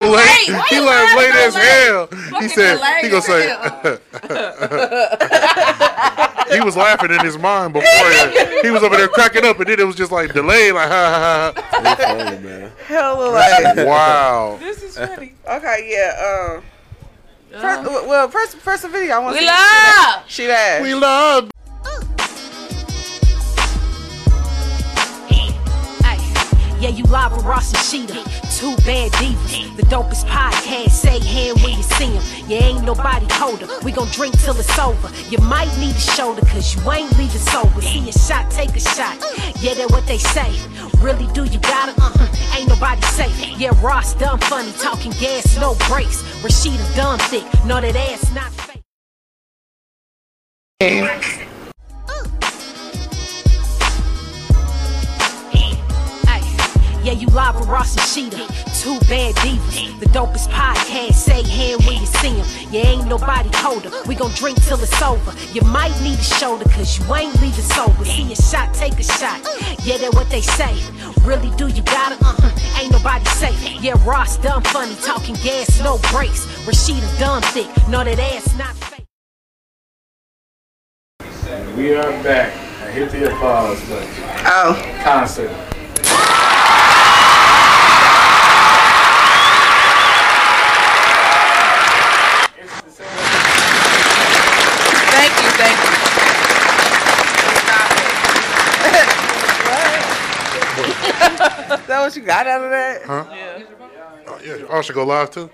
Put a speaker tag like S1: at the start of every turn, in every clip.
S1: late.
S2: Hey, why
S1: he
S2: you
S1: like
S2: gotta
S1: late
S2: go
S1: as
S2: late?
S1: hell. he
S2: Fucking
S1: said
S2: delay
S1: he gonna
S2: as
S1: say. he was laughing in his mind before. He he was over there cracking up, and then it was just like delay, like ha ha
S3: You're funny, man.
S4: Hella like.
S1: ha. Wow.
S4: This is funny. Okay, yeah. Um. First, w- well, first, first video I want to
S2: Uh-huh. We love.
S4: see. She that.
S1: We love.
S5: Yeah, you live with Ross and Sheeta. Two bad divas. The dopest podcast. Say hand when you see him. You ain't nobody colder. We gon' drink till it's over. You might need a shoulder, cause you ain't leaving sober. See a shot, take a shot. Yeah, that what they say. Really, do you got it? Uh-uh. Ain't nobody safe. Yeah, Ross dumb funny. Talking gas, no brakes. Rashida dumb thick. No, that ass not fake. Ayy. Yeah, you live with Ross and Sheeta. Two bad divas. The dopest podcast. Say hand when you see him. You ain't nobody colder. We gon' drink till it's over. You might need a shoulder, cause you ain't leaving sober. See a shot, take a shot. Yeah, that what they say. Really, do you got it? Uh-uh. Ain't nobody safe. Yeah, Ross dumb funny. Talking gas, no brakes. Rashida dumb thick. No, that ass not fake.
S3: We are back. I hit the applause button.
S4: Oh,
S3: Concert.
S2: Thank you, thank you.
S4: is that what you got out of that?
S1: Oh, yeah, I should go live too.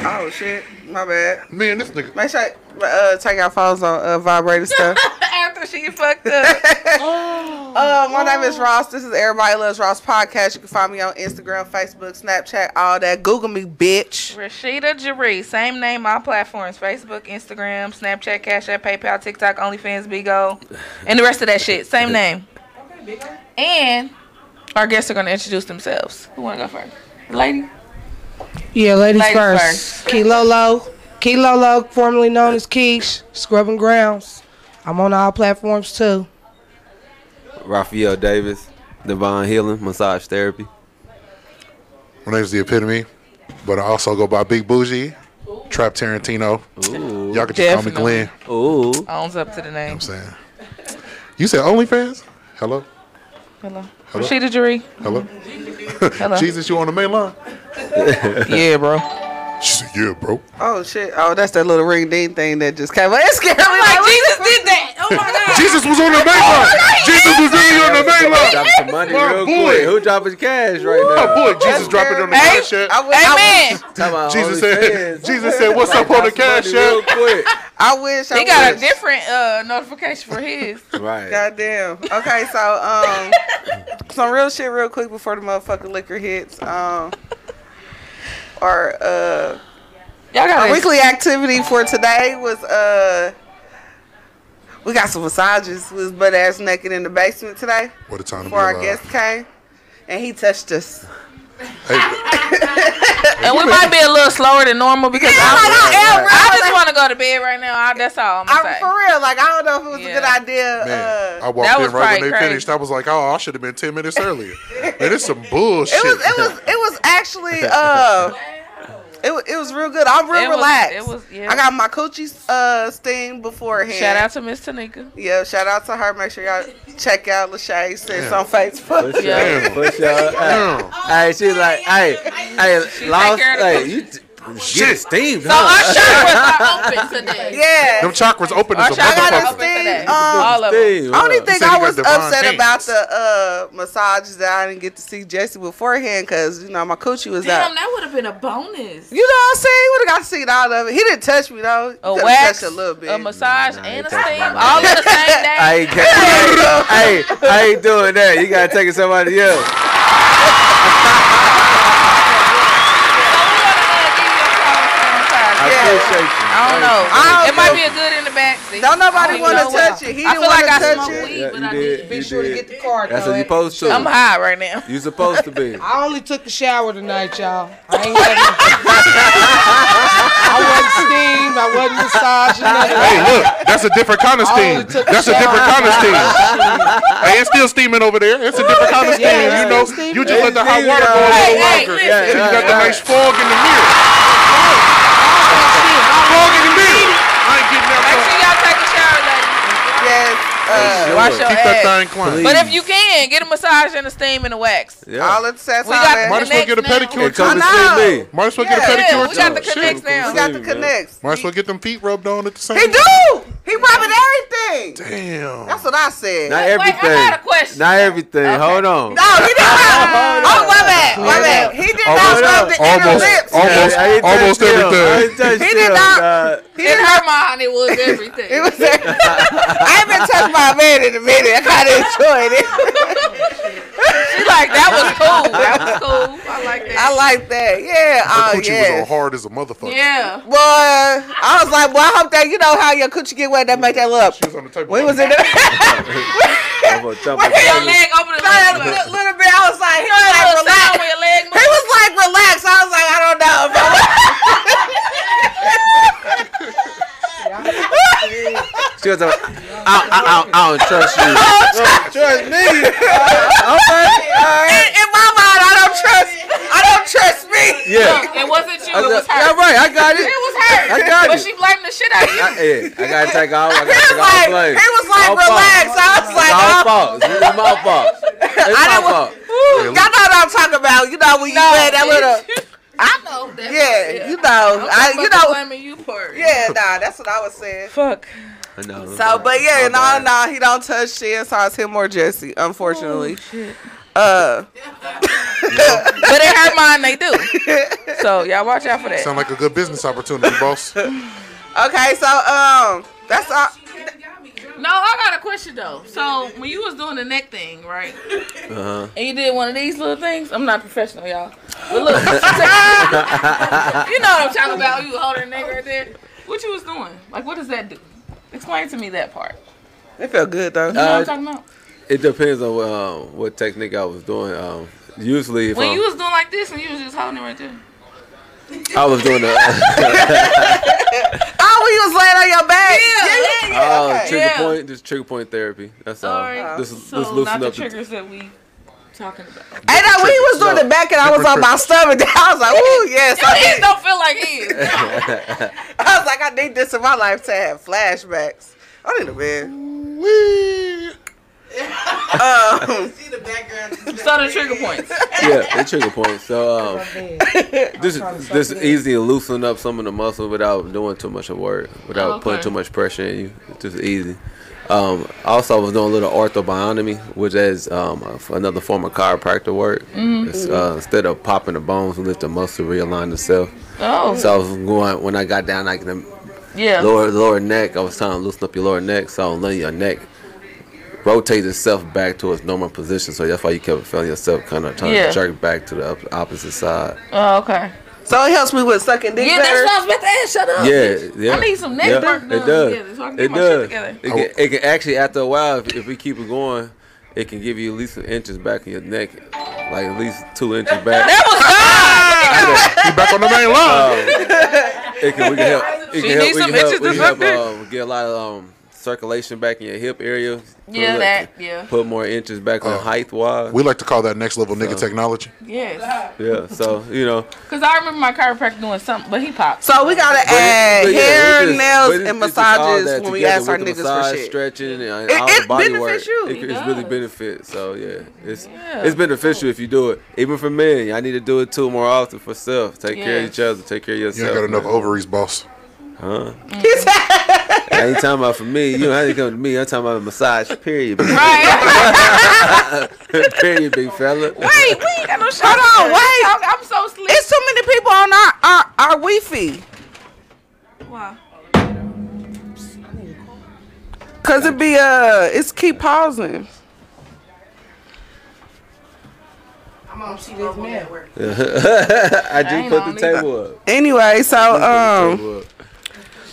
S4: Oh shit, my bad.
S1: Man, this nigga.
S4: Make sure uh, take our phones on uh, vibrator stuff.
S2: After she fucked up.
S4: Uh, my name
S2: Oh.
S4: is Ross. This is Everybody Loves Ross podcast. You can find me on Instagram, Facebook, Snapchat, all that. Google me, bitch.
S2: Rashida Jaree, same name on platforms Facebook, Instagram, Snapchat, Cash App, PayPal, TikTok, OnlyFans, Bigo, and the rest of that shit. Same name. And our guests are going to introduce themselves. Who want to go first? The Lady?
S6: Yeah, ladies,
S2: Ladies
S6: first. Key Lolo. Key Lolo, formerly known as Keish, Scrubbing Grounds. I'm on all platforms too.
S3: Raphael Davis, Devon Healing, Massage Therapy.
S1: My name's the Epitome, but I also go by Big Bougie, Trap Tarantino.
S3: Ooh.
S1: Y'all can just call me
S2: Definitely.
S1: Glenn. You know
S3: Ooh.
S2: Owns up to the name.
S1: what I'm saying. You said OnlyFans? Hello,
S2: Hello. Rashida Jaree.
S1: hello.
S2: Hello.
S1: Jesus, you on the main line?
S2: Yeah, bro.
S1: She said, "Yeah, bro."
S4: Oh shit. Oh, that's that little ring ding thing that just came. Well, it scared me.
S2: I'm
S4: Like,
S2: like, Jesus did that. Oh my God.
S1: Jesus was on the main line. Jesus was really on the main
S3: Drop
S1: line.
S3: some money
S1: My
S3: real
S1: boy.
S3: quick. Who dropping cash right now?
S1: Oh boy, Jesus dropping on the
S4: Hey,
S1: cash
S4: I
S1: app.
S4: wish, I
S2: Amen.
S4: wish,
S3: Talking about
S1: Jesus
S3: Holy
S1: said,
S3: Fans.
S1: Jesus said, what's up on the
S3: Drop some money
S1: cash app?
S3: Real
S4: I wish. I
S2: He got a
S4: wish.
S2: different uh, notification for his.
S3: quick. right.
S4: Goddamn. Okay, so um, some real shit, real quick before the motherfucking liquor hits. Um, our uh,
S2: Y'all got
S4: our
S2: a
S4: weekly activity for today was uh, we got some massages. We was butt ass naked in the basement today
S1: What a time to be
S4: before our
S1: alive.
S4: guest came, and he touched us.
S1: Hey,
S2: And we might be a little slower than normal because I'm,
S4: I don't
S2: I just want to go to bed right now. I, that's all I'm
S4: I,
S2: gonna say.
S4: for real, like I don't know if it was
S2: Yeah.
S4: a good idea.
S1: man, I
S4: uh,
S1: walked
S2: that
S1: in
S2: was
S1: right when
S2: probably
S1: they
S2: crazy.
S1: finished. I was like, oh, I should have been 10 minutes earlier. Man, it's some bullshit.
S4: it was it was it was actually uh it, wa- it was real good. I'm real
S2: It was-
S4: relaxed.
S2: it was- yeah.
S4: I got my coochie uh steam beforehand.
S2: Shout out to Miss Tanika.
S4: Yeah, shout out to her. Make sure y'all check out Lachey Sis on Facebook.
S3: Push
S2: Yeah.
S3: up, push up. Hey,
S1: Damn.
S3: Hey, she's like, hey, hey, lost.
S2: care of the
S3: Hey, you t- get steamed,
S2: So our
S3: huh?
S2: chakras are open today.
S4: Yeah.
S1: Them chakras open
S2: Our
S1: as a
S2: chakras are
S1: motherfucker.
S2: open today.
S4: Um,
S2: all of them.
S3: Steamed, huh?
S4: Only thing
S1: said you
S4: I
S1: got
S4: was
S1: Devon
S4: upset
S1: James.
S4: about the uh, massages that I didn't get to see Jesse beforehand because you know my coochie was out.
S2: Damn, that would have been a bonus.
S4: You know what I'm saying? Would have got to see all of it. He didn't touch me though. He
S2: A
S4: could've
S2: wax,
S4: touched
S2: a,
S4: a little bit.
S2: massage,
S3: Nah,
S2: and a
S3: it takes
S2: steam,
S3: my mind.
S2: all on the same
S3: I
S2: day.
S3: ain't, ca- I, ain't, I ain't doing that. You gotta take it somebody else.
S2: So we're gonna uh, give you a call for the massage.
S4: Yeah.
S3: I appreciate you.
S2: I don't don't know.
S4: I don't
S2: it might be
S4: know.
S2: a good in the back. See?
S4: Don't nobody
S2: I even
S4: wanna
S2: know.
S4: touch it. He
S2: I feel
S4: didn't
S2: like I
S4: wanna touch
S2: smoked
S4: it.
S2: weed,
S3: Yeah,
S2: but
S3: you
S2: I
S3: did.
S2: did.
S6: Be
S3: You
S6: sure to
S3: did.
S6: get the card.
S3: That's
S6: though.
S3: what you supposed to.
S2: I'm high right now.
S3: You supposed to be.
S6: I only took a shower tonight, y'all. I ain't had I wasn't steamed. I wasn't massaging. nothing.
S1: Hey, look, that's a different kind of
S6: I
S1: steam.
S6: only took a
S1: That's a
S6: shower.
S1: different kind of steam. hey, it's still steaming over there. It's a different kind of steam.
S6: Yeah,
S1: you
S6: it's
S1: know,
S6: still steaming.
S1: you just let the hot
S3: It's
S1: water go a
S3: steaming.
S1: little
S2: Hey, hey,
S1: longer.
S2: listen.
S1: Till you got the
S3: Yeah,
S1: nice fog in the mirror. Fog in the mirror. I ain't getting that
S2: Make
S1: fog.
S2: sure y'all take a shower, ladies.
S4: Yes. Uh,
S2: Wash your
S1: Keep
S2: ass.
S1: that thing clean.
S2: But if you can, get a massage and a steam and a wax.
S4: uh, all
S3: Yeah.
S4: of that's
S2: We got
S1: Might
S4: all that.
S1: as well get a
S2: Connect now.
S1: pedicure.
S3: And come
S1: too.
S3: to
S4: I know.
S3: see me.
S1: Might as well get a
S4: Yeah,
S1: pedicure.
S2: we got
S1: too.
S2: the
S1: Shit.
S2: connects now.
S4: We got the
S3: Baby, man.
S4: connects.
S1: Might as well get them feet rubbed on at the same
S4: He
S1: time.
S4: do. He rubbing everything.
S1: Damn.
S4: That's what I said.
S3: Not
S4: No,
S2: Wait, I
S3: everything.
S2: got a question.
S3: Not everything. Hold on.
S4: he did not. Oh, my bad. My bad. He did not
S3: Almost-
S4: rub the inner
S1: Oh, almost-
S4: lips.
S1: almost-
S3: ain't touched
S1: almost
S3: them.
S1: everything.
S3: I ain't touched Oh,
S4: He did
S3: them,
S4: not.
S3: dog.
S4: He
S2: In
S4: did
S2: her mind, it was everything.
S4: It was I haven't touched my man in a minute. I kind of enjoyed it.
S2: She like that was cool. That was cool. I like
S4: I
S2: that.
S4: like that. Yeah.
S1: Her
S4: Oh,
S1: coochie was on
S4: yeah.
S1: hard as a motherfucker.
S2: yeah.
S4: Boy, I was like, boy, I hope that you know how your coochie get wet. That make that look.
S1: She was on the table.
S4: We was in
S3: I'm gonna jump
S4: Wait,
S3: up.
S2: Your leg open the
S4: that
S2: leg.
S4: little, little bit. I was like, he
S2: You know
S4: was
S2: that
S4: like,
S2: little sound
S4: relax.
S2: when your leg
S4: He
S2: moves?
S4: was like, relax. I was like, I don't know. If I
S3: She was like, I, I, I, I don't trust you. trust me.
S4: in, in my mind, I don't trust. I don't trust me.
S2: It
S3: Yeah.
S2: wasn't you.
S3: I
S2: It was
S3: got,
S2: her.
S3: all right, I got
S2: It
S3: it.
S2: was her.
S3: I got
S2: But
S3: it.
S2: she blamed the shit out of you.
S3: I, yeah, I gotta take all. I
S4: He was
S3: gotta take all
S4: like,
S3: the blame.
S4: he was like,
S3: All
S4: relax.
S3: Fault.
S4: I was like,
S3: It's all
S4: oh,
S3: fault. It's my fault. It's
S4: I
S3: my
S4: didn't
S3: fault.
S4: y'all know what I'm talking about. You know when you wear that little.
S2: I know that.
S4: Yeah, you know, I, you know,
S2: blaming you for it.
S4: yeah, nah, that's what I was saying.
S2: Fuck.
S3: I know.
S4: So, but yeah, no,
S3: My bad.
S4: no, he don't touch shit. So it's him or Jesse, unfortunately. Uh,
S2: But in her mind, they do. So y'all watch out for that.
S1: Sound like a good business opportunity, boss.
S4: okay, so um, that's all.
S2: No, I got a question though. So when you was doing the neck thing, right?
S3: Uh-huh.
S2: And you did one of these little things. I'm not professional, y'all. But look, you know what I'm talking about. You holding the neck right there. What you was doing? Like, what does that do? Explain to me that part.
S4: It felt good though.
S2: You know what
S3: Uh,
S2: I'm talking about?
S3: It depends on what, um, what technique I was doing. Um, usually, if
S2: When
S3: I'm,
S2: you was doing like this and you was just holding it right there.
S3: I was doing a
S4: oh, when you was laying on your back.
S2: Yeah,
S3: uh, trigger
S2: Yeah.
S3: point, just trigger point therapy. That's all.
S2: Alright,
S3: This, this
S2: so
S3: loosen
S2: not the
S3: up.
S2: triggers that we talking about.
S4: And I, when he was doing
S3: No.
S4: the back, and I was on my stomach. I was like, ooh, yes.
S2: Your
S4: I
S2: hands
S4: need-
S2: don't feel like his.
S4: I was like, I need this in my life to have flashbacks. I need a man.
S1: Wee.
S4: Um,
S2: So the trigger points.
S3: yeah, the trigger point. So um, this this easy to loosen up some of the muscle without doing too much of work, without
S2: Oh, okay.
S3: putting too much pressure in you. It's just easy. Um, also, I was doing a little orthobiotomy, which is um, a- another form of chiropractor work.
S2: Mm-hmm.
S3: It's, uh, instead of popping the bones, we let the muscle realign itself.
S2: Oh,
S3: So I was going when I got down, like the
S2: yeah.
S3: lower lower neck, I was trying to loosen up your lower neck, so I'm letting your neck rotate itself back to its normal position. So that's why you kept feeling yourself kind of trying
S2: Yeah.
S3: to jerk back to the op- opposite side.
S2: Oh, okay.
S4: so it helps me with sucking dick
S2: Yeah, that's
S4: better.
S2: what I was about to ask. Shut up.
S3: Yeah, yeah.
S2: I need some neck
S3: yeah,
S2: work done
S3: It does.
S2: together so I can
S3: it
S2: get my shit
S3: does.
S2: together.
S3: It can, it can actually, after a while, if, if we keep it going, it can give you at least an inches back in your neck, like at least two inches back.
S2: That was God.
S1: You back on the main line.
S3: It can, we can help. It
S2: She
S3: can help.
S2: needs
S3: we
S2: some
S3: can help,
S2: inches
S3: we
S2: to
S3: can help,
S2: suck
S3: um, get a lot of um, circulation back in your hip area.
S2: Yeah,
S3: Put-
S2: that, yeah.
S3: Put more inches back on
S1: Oh.
S3: height wise.
S1: We like to call that next level nigga technology.
S2: Yes.
S3: Yeah, so you know,
S2: Because I remember my chiropractor doing something, but he popped.
S4: So we gotta
S3: but it-
S4: add
S3: but yeah,
S4: hair,
S3: it just- but
S4: nails,
S3: it-
S4: and
S3: it's just all
S4: massages
S3: that
S4: when we
S3: together
S4: ask our
S3: with the
S4: niggas for
S3: massage,
S4: shit.
S3: stretching and
S4: It-
S3: all the
S4: it
S3: body
S4: benefits
S3: work.
S4: you.
S3: It,
S4: It
S3: it's
S2: does.
S3: really benefit. So yeah, it's
S2: Yeah.
S3: it's beneficial if you do it. Even for men, y'all need to do it too more often for self. Take care of
S2: Yes.
S3: each other. Take care of
S1: You
S3: yourself.
S1: ain't got enough
S3: man.
S1: ovaries, boss.
S3: I ain't talking about for me. You don't have to come to me. I'm talking about a massage. Period. big-
S2: Right.
S3: period, big fella.
S2: wait, we ain't got no shit.
S4: Hold on, wait.
S2: I'm, I'm so sleep.
S4: It's too many people on our our, our Wi-Fi.
S2: Wow.
S4: Cause it be uh, it's keep pausing.
S3: I
S2: ain't
S3: just put
S2: on
S3: the table up.
S4: Anyway, so um,
S3: Table up.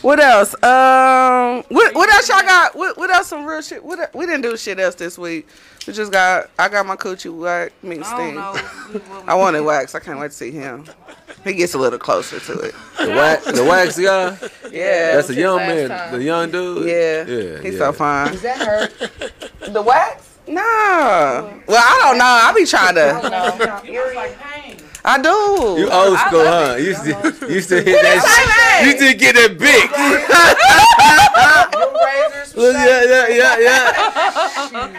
S4: What else? Um, what what else y'all got? What what else? Some real shit. What we didn't do shit else this week. We just got I got my coochie wax mixed
S2: I don't
S4: in.
S2: know.
S4: I
S2: what we-
S4: want it waxed. I can't wait to see him. He gets a little closer to it.
S3: The wax, the wax guy.
S4: Yeah.
S3: That's a young
S2: Last
S3: man,
S2: time.
S3: the young dude.
S4: yeah.
S3: yeah.
S4: He's
S3: yeah.
S4: so fine.
S6: Does that hurt?
S4: The wax? No. Well, I don't know. I be trying to. I do.
S3: You old
S2: I
S3: school,
S2: love
S3: huh? You used to, you used to hit that.
S4: Same
S3: shit. You
S4: age.
S3: used to get that big.
S6: Razors.
S3: yeah, yeah, yeah,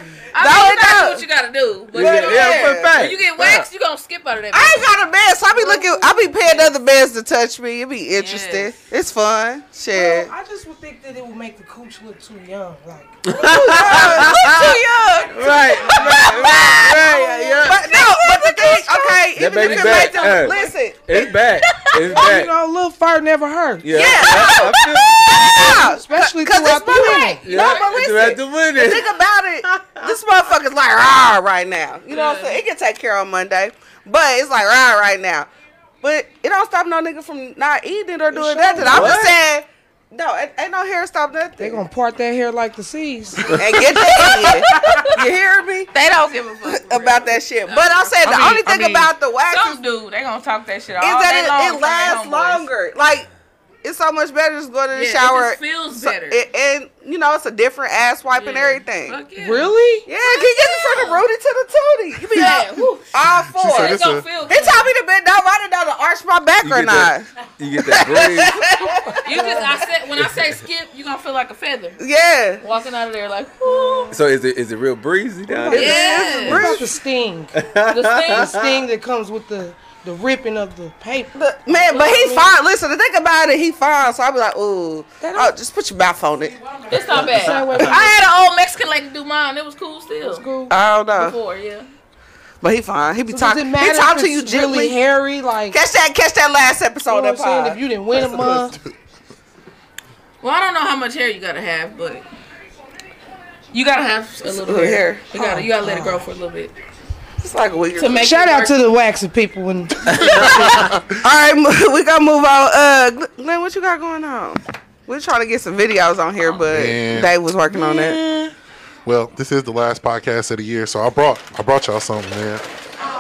S3: yeah.
S2: I mean, that's what you gotta do. But
S3: Yeah,
S2: you,
S4: yeah.
S2: yeah.
S3: for a fact.
S2: you get waxed, you gonna skip out of that.
S4: I ain't got a man, so I be looking. I be paying other mans to touch me. It be interesting. It's fun. Shit.
S6: I just would think that it would make the cooch look too young. Like,
S3: Right, right, right, right. Yeah.
S4: But no, but the thing, okay, even
S3: baby
S4: if it
S3: back,
S4: make them
S3: uh,
S4: listen.
S3: It's back. It's
S6: you
S3: back.
S6: know, a little fart never hurts.
S3: Yeah. I- I
S6: Especially
S4: Cause
S6: throughout
S4: it's
S6: the
S4: my
S6: winter.
S4: way.
S3: feel you.
S4: No,
S3: Yeah,
S4: but
S3: it's
S4: listen.
S3: about to win
S4: The
S3: it.
S4: thing about it, this motherfucker's like rah right now. You know what
S2: Yeah.
S4: I'm saying? It can take care on Monday, but it's like rah right now. But it don't stop no nigga from not eating it or doing nothing. I'm just
S3: What?
S4: saying, no, it ain't no hair stop nothing.
S6: They gonna part that hair like the seas.
S4: and get that in. You hear me?
S2: They don't give a fuck for real.
S4: About that shit. But I'm saying the
S2: I mean-
S4: only
S2: I
S4: thing
S2: mean,
S4: about the wax is
S2: Some dude, they gonna talk that shit all
S4: is
S2: day long.
S4: that it,
S2: from their
S4: it lasts
S2: homeboys.
S4: longer. Like it's so much better just going to
S2: Yeah,
S4: the shower.
S2: It just feels
S4: So-
S2: better.
S4: and- and you know it's a different ass wipe and
S2: Yeah.
S4: everything.
S2: Fuck yeah.
S6: really?
S4: Yeah, you get it from the rooty to the tootie. You be
S2: Yeah,
S4: up
S2: woo.
S4: all
S1: said
S4: four.
S2: It
S1: That's
S2: gonna
S1: a-
S2: feel
S4: He
S2: good.
S4: told me to bend down. I didn't know to arch my back
S3: You
S4: or
S3: get that-
S4: not.
S3: You get that breeze.
S2: You just, I said, when I say skip, you gonna feel like a feather
S4: Yeah.
S2: walking out of there, like, whoo.
S3: So is it is it real breezy down
S6: It's-
S3: there?
S6: What
S2: Yeah,
S6: about the sting? The
S2: the thing.
S6: sting that comes with the the ripping of the paper.
S4: But, man, but he fine. Listen, the thing about it, he fine. So I be like, ooh, oh, just put your mouth on it.
S2: It's not bad.
S6: Wait,
S2: I
S6: wait,
S2: had an old Mexican lady do mine. It was cool still.
S6: wait.
S4: I don't know,
S2: Before, yeah.
S4: but he fine. He be
S6: So does it
S4: talking.
S6: matter
S4: He talk
S6: if
S4: to you
S6: it's really
S4: gently.
S6: hairy? Like,
S4: catch that, catch that last episode
S6: you
S4: of
S6: know
S4: that
S6: what I'm saying?
S4: pod.
S6: If you didn't win a month,
S2: Well, I don't know how much hair you gotta have, but you gotta have a little
S4: little
S2: hair.
S4: hair.
S2: You gotta, you gotta let it grow for a little bit
S4: It's like a weird.
S2: to make.
S6: shout
S2: it
S6: out
S2: work.
S6: to the waxing people. And
S4: All right, we gonna move on. Uh, Gl- Glenn, what you got going on? We're trying to get some videos on here, but
S1: man.
S4: Dave was working on that.
S1: Well, this is the last podcast of the year, so I brought I brought y'all something, man.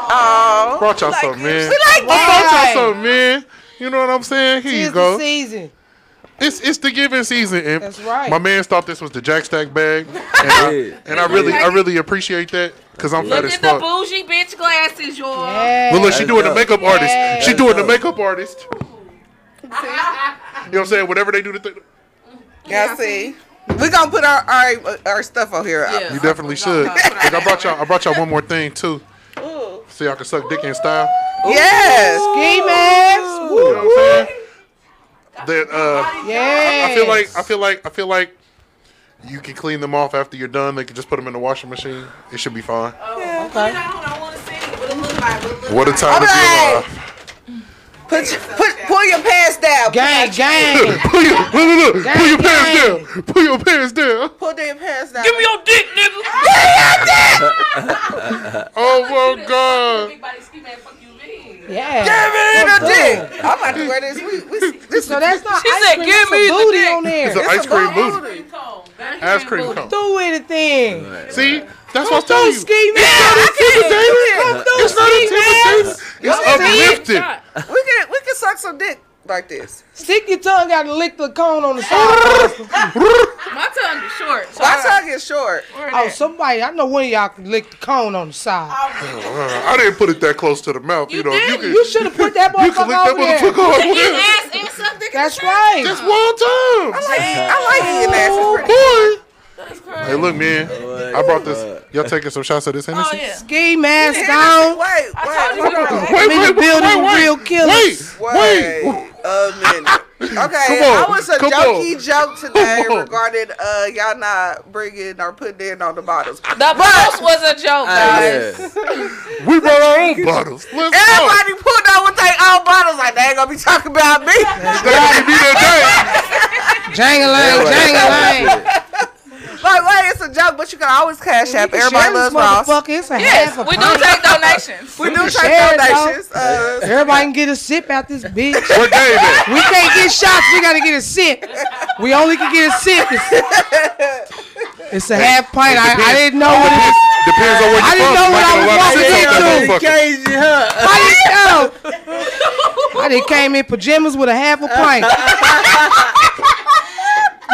S4: Oh,
S1: Brought y'all something, man.
S4: we like
S1: I
S4: that.
S1: brought y'all something, man. You know what I'm saying? Here you
S6: it's
S1: go.
S6: the season.
S1: It's it's the giving season. And
S6: That's right.
S1: My man thought this was the Jack Stack bag, and, I, and I really I really appreciate that because I'm fat
S2: Look
S1: as
S2: at the
S1: fuck.
S2: bougie bitch glasses, y'all.
S1: But look, she
S3: That's
S1: doing the
S3: dope.
S1: makeup
S6: Yeah.
S1: artist. She
S3: That's
S1: doing the
S3: dope.
S1: makeup artist. You know what I'm saying? Whatever they do to th-
S4: Y'all see, we gonna put our our, our stuff on here.
S2: Yeah.
S1: you definitely should. Like I brought y'all I brought y'all one more thing too. So y'all can suck dick in style.
S4: Uh, Yes.
S6: Ski masks.
S1: You
S6: Woo.
S1: know what I'm saying? That uh
S6: Yeah.
S1: I feel like I feel like I feel like you can clean them off after you're done. They can just put them in the washing machine. It should be fine. What a time to be
S4: Alright.
S1: alive!
S4: Put your- put pull your pants down.
S6: gang, gang.
S1: Pull your look, look, look. Pull your
S6: Dang.
S1: pants down. Pull your pants down.
S4: Pull their pants down.
S2: Give me your dick, nigga.
S1: Oh my god!
S6: Yeah.
S4: Give me the dick. I'm about to wear this. We, we, this
S6: So that's not
S2: She
S6: ice
S2: said,
S6: cream.
S2: "Give
S6: Give
S2: me
S6: me
S2: the
S6: booty
S2: dick."
S6: on there.
S1: It's an ice cream booty. Ice cream cone.
S6: Do anything.
S1: See, that's what I'm
S6: Don't
S1: telling you.
S6: ski
S1: It's
S6: masks.
S1: not intimidating. It's not intimidating. It's uplifting.
S4: We can we can suck some dick like this.
S6: Stick your tongue out and lick the cone on the side.
S2: My tongue is short. So
S4: My tongue is short.
S6: oh, somebody, I know one of y'all can lick the cone on the side.
S1: I didn't put it that close to the mouth. You,
S2: You
S1: know, you
S2: did.
S1: can
S6: You should have put that
S1: you can lick
S6: motherfucker
S1: that
S6: over there.
S1: motherfucker off
S2: Eat
S1: there.
S2: ass and suck dick.
S6: That's
S1: That's
S6: right.
S1: one time.
S4: I like eating ass. It's pretty.
S1: Boy.
S2: crazy.
S1: Hey, look, man. I brought this. Y'all taking some shots of this
S2: Oh
S1: Hennessy?
S2: yeah.
S6: Ski mask
S4: Wait,
S6: on.
S4: wait,
S2: told you
S4: hold
S2: we
S4: on.
S2: were-
S1: Wait,
S6: I'm in the building with real killers.
S1: Wait, wait.
S4: Wait a minute. Okay,
S1: Come on,
S4: I was a
S1: come
S4: jokey
S1: on.
S4: joke today
S1: Come on.
S4: regarding uh y'all not bringing or putting in on the bottles.
S2: The post was a joke, guys.
S1: We brought our own bottles. Let's go.
S4: Everybody pulled out with their own bottles like they ain't gonna be talking about me.
S1: They gotta be that
S6: Jangling, jangling.
S3: Yeah.
S4: Like, wait, it's a joke, but you can always cash app.
S6: You can share
S4: Everybody
S6: this
S4: loves Ross.
S6: motherfucker. It's a
S2: Yes,
S6: half a
S2: we do
S6: pint.
S2: take donations.
S4: We
S6: You
S4: do
S6: can
S4: take
S6: share it,
S4: donations. Uh,
S6: Everybody can get a sip out this bitch.
S1: What day is it?
S6: We can't get shots. We gotta get a sip. We only can get a sip. It's, it's a half pint. I, I didn't know what it is.
S1: Depends on what
S6: I
S1: you
S6: didn't know what I was walking
S1: fuck. Like,
S6: I didn't know. I done came in pajamas with a half a pint.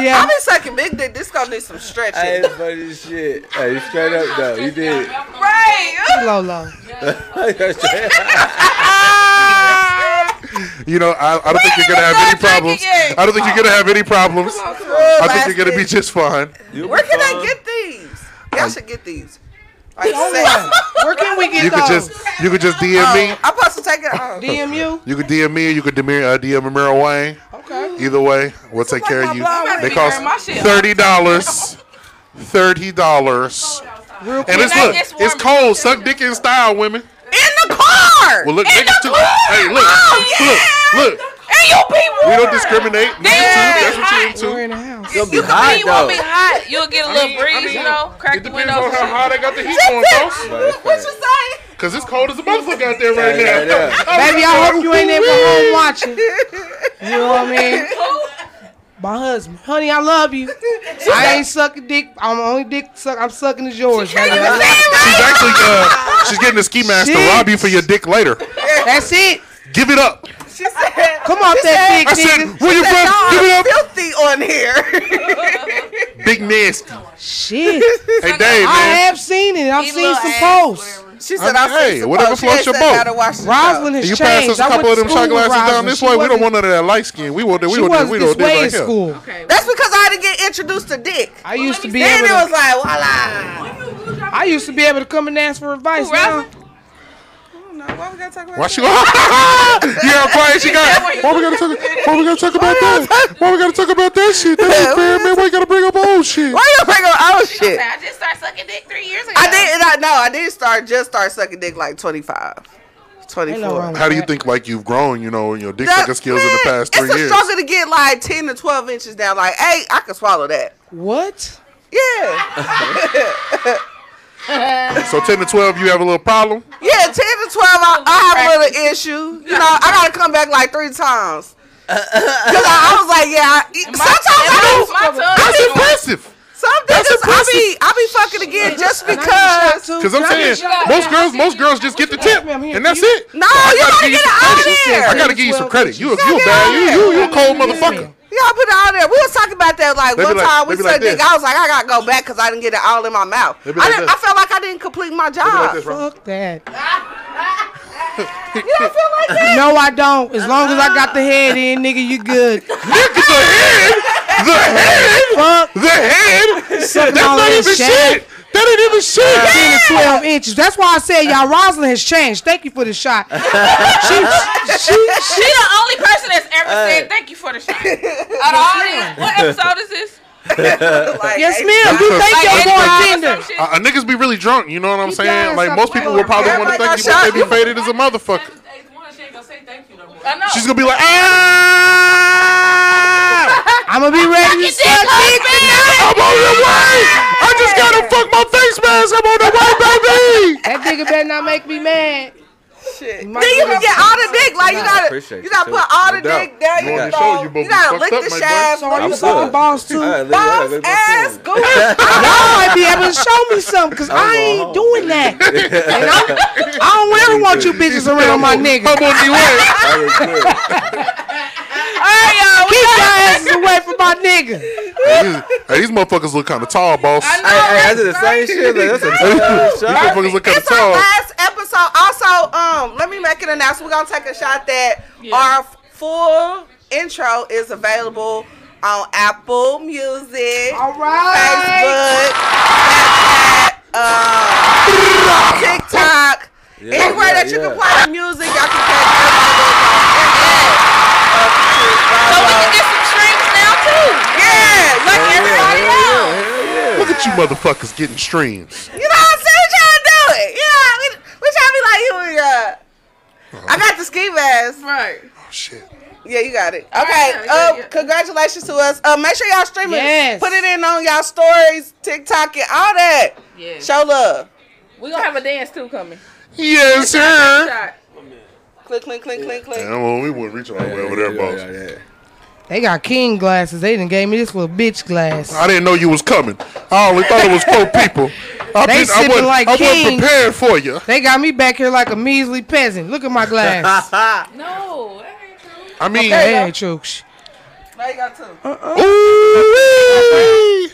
S6: Yeah.
S4: I've been sucking big dick. This gonna need some stretching.
S3: Hey, funny as shit. Hey, straight up though, you did.
S2: Right.
S6: Lolo.
S1: You know, I, I don't think you're gonna have any problems. I don't think you're gonna have any problems. I think you're gonna be just fine.
S4: Where can I get these? Y'all should get these. Like, say, oh,
S6: Where can we get
S1: You could
S6: those?
S1: just you could just DM me.
S6: Oh.
S4: I'm supposed to take it off.
S6: DM you.
S1: You could DM me. or You could DM, uh, DM Amira Wayne.
S6: Okay.
S1: Either way, we'll take care of you.
S2: blouse.
S1: They
S2: You
S1: cost
S2: better be wearing my shit.
S1: thirty dollars. Thirty dollars.
S6: Real
S1: And
S6: quick.
S1: it's
S2: Like,
S1: look,
S2: it's
S1: it's
S2: warm.
S1: cold. Suck dick in style, women.
S2: In the car.
S1: Well, look,
S2: In
S1: niggas
S2: the
S1: too.
S2: car.
S1: Hey, look,
S2: Oh, yeah.
S1: look, look.
S2: And you be warm.
S1: We don't discriminate. Niggas too. That's what you
S2: Damn.
S1: into.
S6: We're in the house.
S3: You'll be
S2: You
S3: hot
S2: can be, you won't
S3: though.
S2: be hot. You'll get a little breeze, you know. Crack
S1: It
S2: the
S1: depends on
S2: windows. and
S1: how
S2: shit.
S1: hot they got the heat on, folks.
S4: What you say?
S1: Because it's cold as a motherfucker out there right
S3: Yeah,
S1: now.
S3: yeah.
S6: Baby, I hope you ain't ever home watching. You know what I mean? My husband, honey, I love you. I ain't sucking dick. I'm only dick suck. I'm sucking is yours. baby.
S1: She's actually, uh, she's getting a ski mask to
S6: Shit.
S1: rob you for your dick later.
S6: That's it.
S1: Give it up.
S4: She said,
S6: Come off that
S1: I
S6: dick,
S1: said,
S6: nigga.
S1: where you
S4: "Y'all
S1: from? Give
S4: are
S1: it up.
S4: filthy on here."
S1: Big nasty.
S6: Shit,
S1: Hey, Dave,
S6: I
S1: man.
S6: have seen it. I've
S2: Eat
S6: seen
S2: little
S6: some
S2: ass,
S6: posts.
S4: She said,
S1: I
S4: "I
S1: mean, hey,
S4: see some
S1: whatever
S4: folks. She
S1: floats
S4: ain't
S1: your
S4: said
S1: boat.
S4: gotta wash the
S6: Rosalind has
S1: You pass
S6: changed.
S1: us
S6: I
S1: a
S6: went
S1: couple of
S6: to
S1: them
S6: school with
S1: chocolate asses down
S6: Rosalind.
S1: this
S6: She
S1: way. We don't
S6: wasn't-
S1: want none of that light skin. We want we
S6: She
S1: want
S6: wasn't
S1: we
S6: this
S1: don't
S6: way in
S1: this right here.
S6: school.
S4: show. That's because I had to get introduced to dick.
S6: I used to be
S4: Then it
S6: able.
S4: was
S6: To,
S4: like, voila.
S6: I used to be able to come and ask for advice.
S2: Who,
S6: Now,
S2: Rosalind?
S4: No, why we gotta talk about
S1: Why she? you hear how quiet she got? Why we gotta talk? Why we gotta talk about that? Why we gotta talk about that shit? That ain't fair, man. Why you gotta bring up old shit?
S4: Why you bring up our shit?
S2: I just started sucking dick three years ago.
S4: I did. I, no, I did start just start sucking dick like 25, 24.
S6: Ain't no wrong with
S1: How do you think like you've grown? You know, in your dick sucking skills in the
S4: man,
S1: past three
S4: it's
S1: years.
S4: a struggle to get like 10 to 12 inches down. Like, hey, I can swallow that.
S6: what?
S4: Yeah.
S1: So ten to twelve, you have a little problem.
S4: Yeah, 10 to 12, I, I have a little issue. You know, I got to come back like three times. Because I, I was like, yeah. I, sometimes I do.
S2: My tongue
S1: That's
S2: is warm.
S1: impressive.
S4: Some
S1: That's
S4: niggas, I be,
S1: impressive.
S4: I be fucking again just
S6: Can I get a shot
S4: because.
S6: too?
S1: Cause I'm
S6: Can I get a
S1: saying
S6: shot?
S1: most girls, most girls just get the tip,
S6: ma'am, here,
S1: and
S6: for
S1: that's
S6: you.
S1: it.
S4: No,
S1: I
S4: you gotta
S1: give
S4: get
S1: some
S4: it out
S1: credit.
S4: there.
S1: I gotta give you some
S6: Well,
S1: credit. You, a-
S4: gotta
S1: you a
S4: get
S1: bad,
S4: out
S1: you,
S4: there.
S1: you, you a cold motherfucker.
S4: Y'all put it out there. We was talking about that like
S1: They be
S4: one
S1: like-
S4: time.
S1: they
S4: We
S1: be like
S4: said dick.
S1: this.
S4: I was like, I gotta go back because I didn't get it all in my mouth. I
S1: They be like
S4: didn't.
S1: this.
S4: I felt like I didn't complete my job.
S1: Like this, bro.
S6: Fuck that.
S4: You don't feel like that?
S6: No, I don't. As long as I got the head in, nigga, you good.
S1: Look at the head,
S6: Fuck.
S1: the head, the head.
S6: Sucking
S1: That's
S6: all
S1: not
S6: that
S1: even
S6: shit.
S1: shit. That ain't even shit.
S6: 10 to 12 Uh, inches. That's why I said y'all, Rosalind has changed. Thank you for the shot. she, she, she,
S2: She the only person that's ever said thank you for the shot. Out of all these, what episode is this?
S4: Like,
S6: yes,
S4: hey,
S6: ma'am.
S1: Because-
S6: You think
S2: Like,
S6: you're
S2: eighty-five or
S6: bartender.
S2: some shit?
S1: Uh, uh, niggas be really drunk, you know what I'm
S6: Keep your
S1: saying?
S6: ass
S1: Like
S6: up,
S1: most people
S6: boy.
S1: would probably want to
S4: Everybody
S1: thank you,
S4: got
S1: but they be
S4: shot.
S1: faded as a motherfucker.
S2: I know.
S1: She's gonna be like, ah,
S6: I'm going to be ready to suck dick.
S1: I'm on the way. I just gotta fuck my face mask. I'm on the way, baby.
S6: That nigga better not make me mad.
S4: shit.
S6: My
S4: Then you can
S6: goodness.
S4: get all the dick. Like you gotta,
S3: appreciate
S4: you gotta
S3: you,
S4: put
S3: too.
S4: all the
S1: No doubt.
S4: dick down.
S1: You
S4: You,
S1: on the show,
S4: gotta,
S1: you
S4: you,
S1: both
S4: gotta
S1: fucked
S4: lick
S1: up,
S4: the
S1: my
S4: shaft.
S6: So are you
S4: You
S3: good.
S6: sucking balls too?
S3: Hey,
S6: Y'all
S3: look, yeah,
S4: balls,
S3: look,
S4: ass,
S3: my phone.
S4: goose.
S6: might be able to show me something because I
S1: Oh,
S6: ain't doing that. And I'm, I don't ever want you bitches around my nigga.
S1: I'm on the way.
S3: That was good.
S6: Keep your asses away from my nigga.
S1: Hey, these, hey, these motherfuckers look kind of tall, boss.
S2: I know.
S3: Hey, hey, I
S2: right?
S3: did the same shit. Like, that's a
S1: these
S3: tough shot.
S1: motherfuckers look kind of
S4: It's our
S1: tall.
S4: last episode. Also, um, let me make an announcement. We're gonna take a shot that our f- full intro is available on Apple Music,
S6: All right.
S4: Facebook, Snapchat, um, TikTok,
S3: Yeah,
S4: anywhere
S3: yeah,
S4: that you can
S3: yeah.
S4: play the music. Y'all can catch everybody.
S2: So we can get some streams now too.
S4: Yeah, like everybody else.
S1: Look at you motherfuckers getting streams.
S4: You know what I'm saying? We trying to do it. You know, we, we trying to be like you. and, Uh, I got the ski mask.
S2: Right.
S1: Oh, shit.
S4: Yeah, you got it.
S2: All
S4: Okay.
S2: right, yeah,
S4: uh,
S2: yeah.
S4: congratulations to us. Uh, make sure y'all stream it.
S6: Yes.
S4: Put it in on y'all stories, TikTok, and all that.
S2: Yeah.
S4: Show love.
S2: We gonna have a dance too coming.
S1: Yes, sir.
S2: Shot.
S4: Click, click, click, click, click.
S1: Yeah, well, we wouldn't reach all the way over there, boss.
S6: They got king glasses. They didn't gave me this little bitch glass.
S1: I didn't know you was coming. I only thought it was four people. I,
S6: They
S1: didn't- I,
S6: sipping
S1: wasn't,
S6: like
S1: I wasn't
S6: kings.
S1: prepared for you.
S6: They got me back here like a measly peasant. Look at my glass.
S2: No, that ain't true.
S1: I mean,
S6: Hey, hey, Chooks.
S4: Now you got two.
S1: ooh-wee.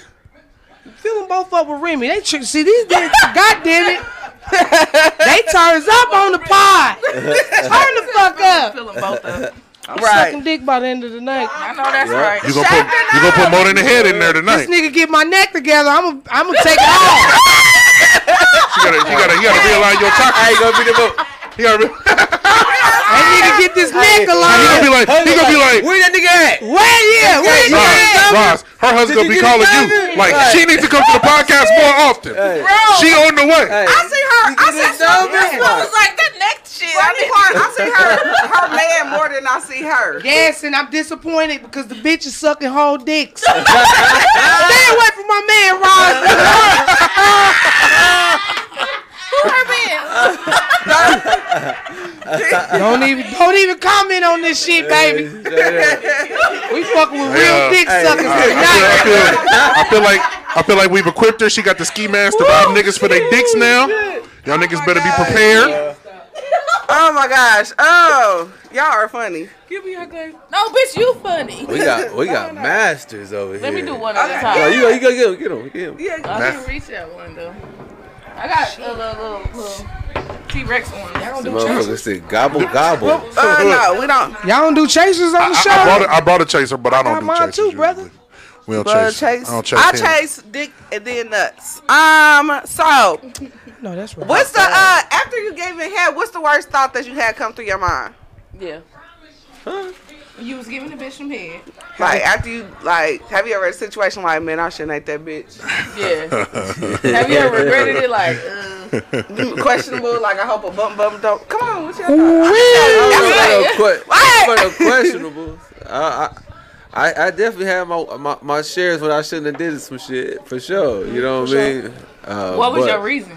S6: Fill them both up with Remy. They tr- see these niggas. God damn it. they turns up on the pod. Turn the fuck up.
S2: Fill them both up.
S6: I'm
S4: Right.
S6: sucking dick by the end of the night.
S2: I know that's right.
S1: You gonna put you gonna put more than a head in there
S6: This
S1: tonight.
S6: nigga get my neck together. I'm gonna I'm gonna take off.
S1: You gotta you gotta you gotta realign your chakra. I ain't gonna be the book. You gotta be,
S6: That nigga get this
S1: he
S6: neck
S1: gonna be like
S6: aligned.
S1: he gonna be like.
S7: Where that nigga at?
S6: Where yeah? Where you
S1: Roz,
S6: at?
S1: Roz, her husband
S7: Did
S1: be
S7: you
S1: calling
S7: get it
S1: you
S7: done?
S1: like
S7: Right.
S1: she needs to come to the podcast more often. She on the way.
S4: I see her. I see
S2: I was like that next shit. I
S4: Brandy
S2: mean,
S4: Clark, I see her, her man more than I see her.
S6: Yes, and I'm disappointed because the bitch is sucking whole dicks. Stay away from my man, Roz.
S2: who her man?
S6: Don't even don't even comment on this shit, baby. We fucking with real
S1: Yeah.
S6: dick suckers tonight.
S1: I, feel, I, feel, I feel like I feel like we've equipped her. She got the ski mask to rob niggas for their dicks now. Y'all niggas better be prepared.
S4: Oh my gosh. Oh, y'all are funny.
S2: No, bitch, you funny.
S3: We got we got masters over here.
S2: Let me do one at a
S3: No,
S2: time.
S3: you go, you go, get him, get him, get him.
S2: I can reach that one though. I got a little little, little T Rex one.
S3: The motherfucker said gobble gobble.
S4: Uh, no, we don't.
S6: Y'all don't do chasers on the
S1: I,
S6: show.
S1: I, brought a, I brought a chaser, but I, don't
S6: got
S1: do
S6: mine
S1: chasers.
S6: too, brother.
S1: usually. We don't
S4: But
S1: chase.
S4: Uh, chase,
S1: I don't
S4: I
S1: chase. him.
S4: chase dick and then nuts. Um, so
S6: no, that's right.
S4: what's the uh after you gave it head? What's the worst thought that you had come through your mind?
S2: Yeah. You was giving the bitch some head.
S4: Like after you like, have you ever had a situation like, man, I shouldn't hate that bitch?
S2: Yeah. Have you ever regretted it? Like, uh,
S4: Mm, Questionable. Like I hope a bump bump don't. Come on, what's your thought?
S3: For the que- for the questionables, I, I, I- I definitely had my, my my shares when I shouldn't have did some shit for sure. You know what I mean? Uh,
S2: what was
S3: but-
S2: your reason?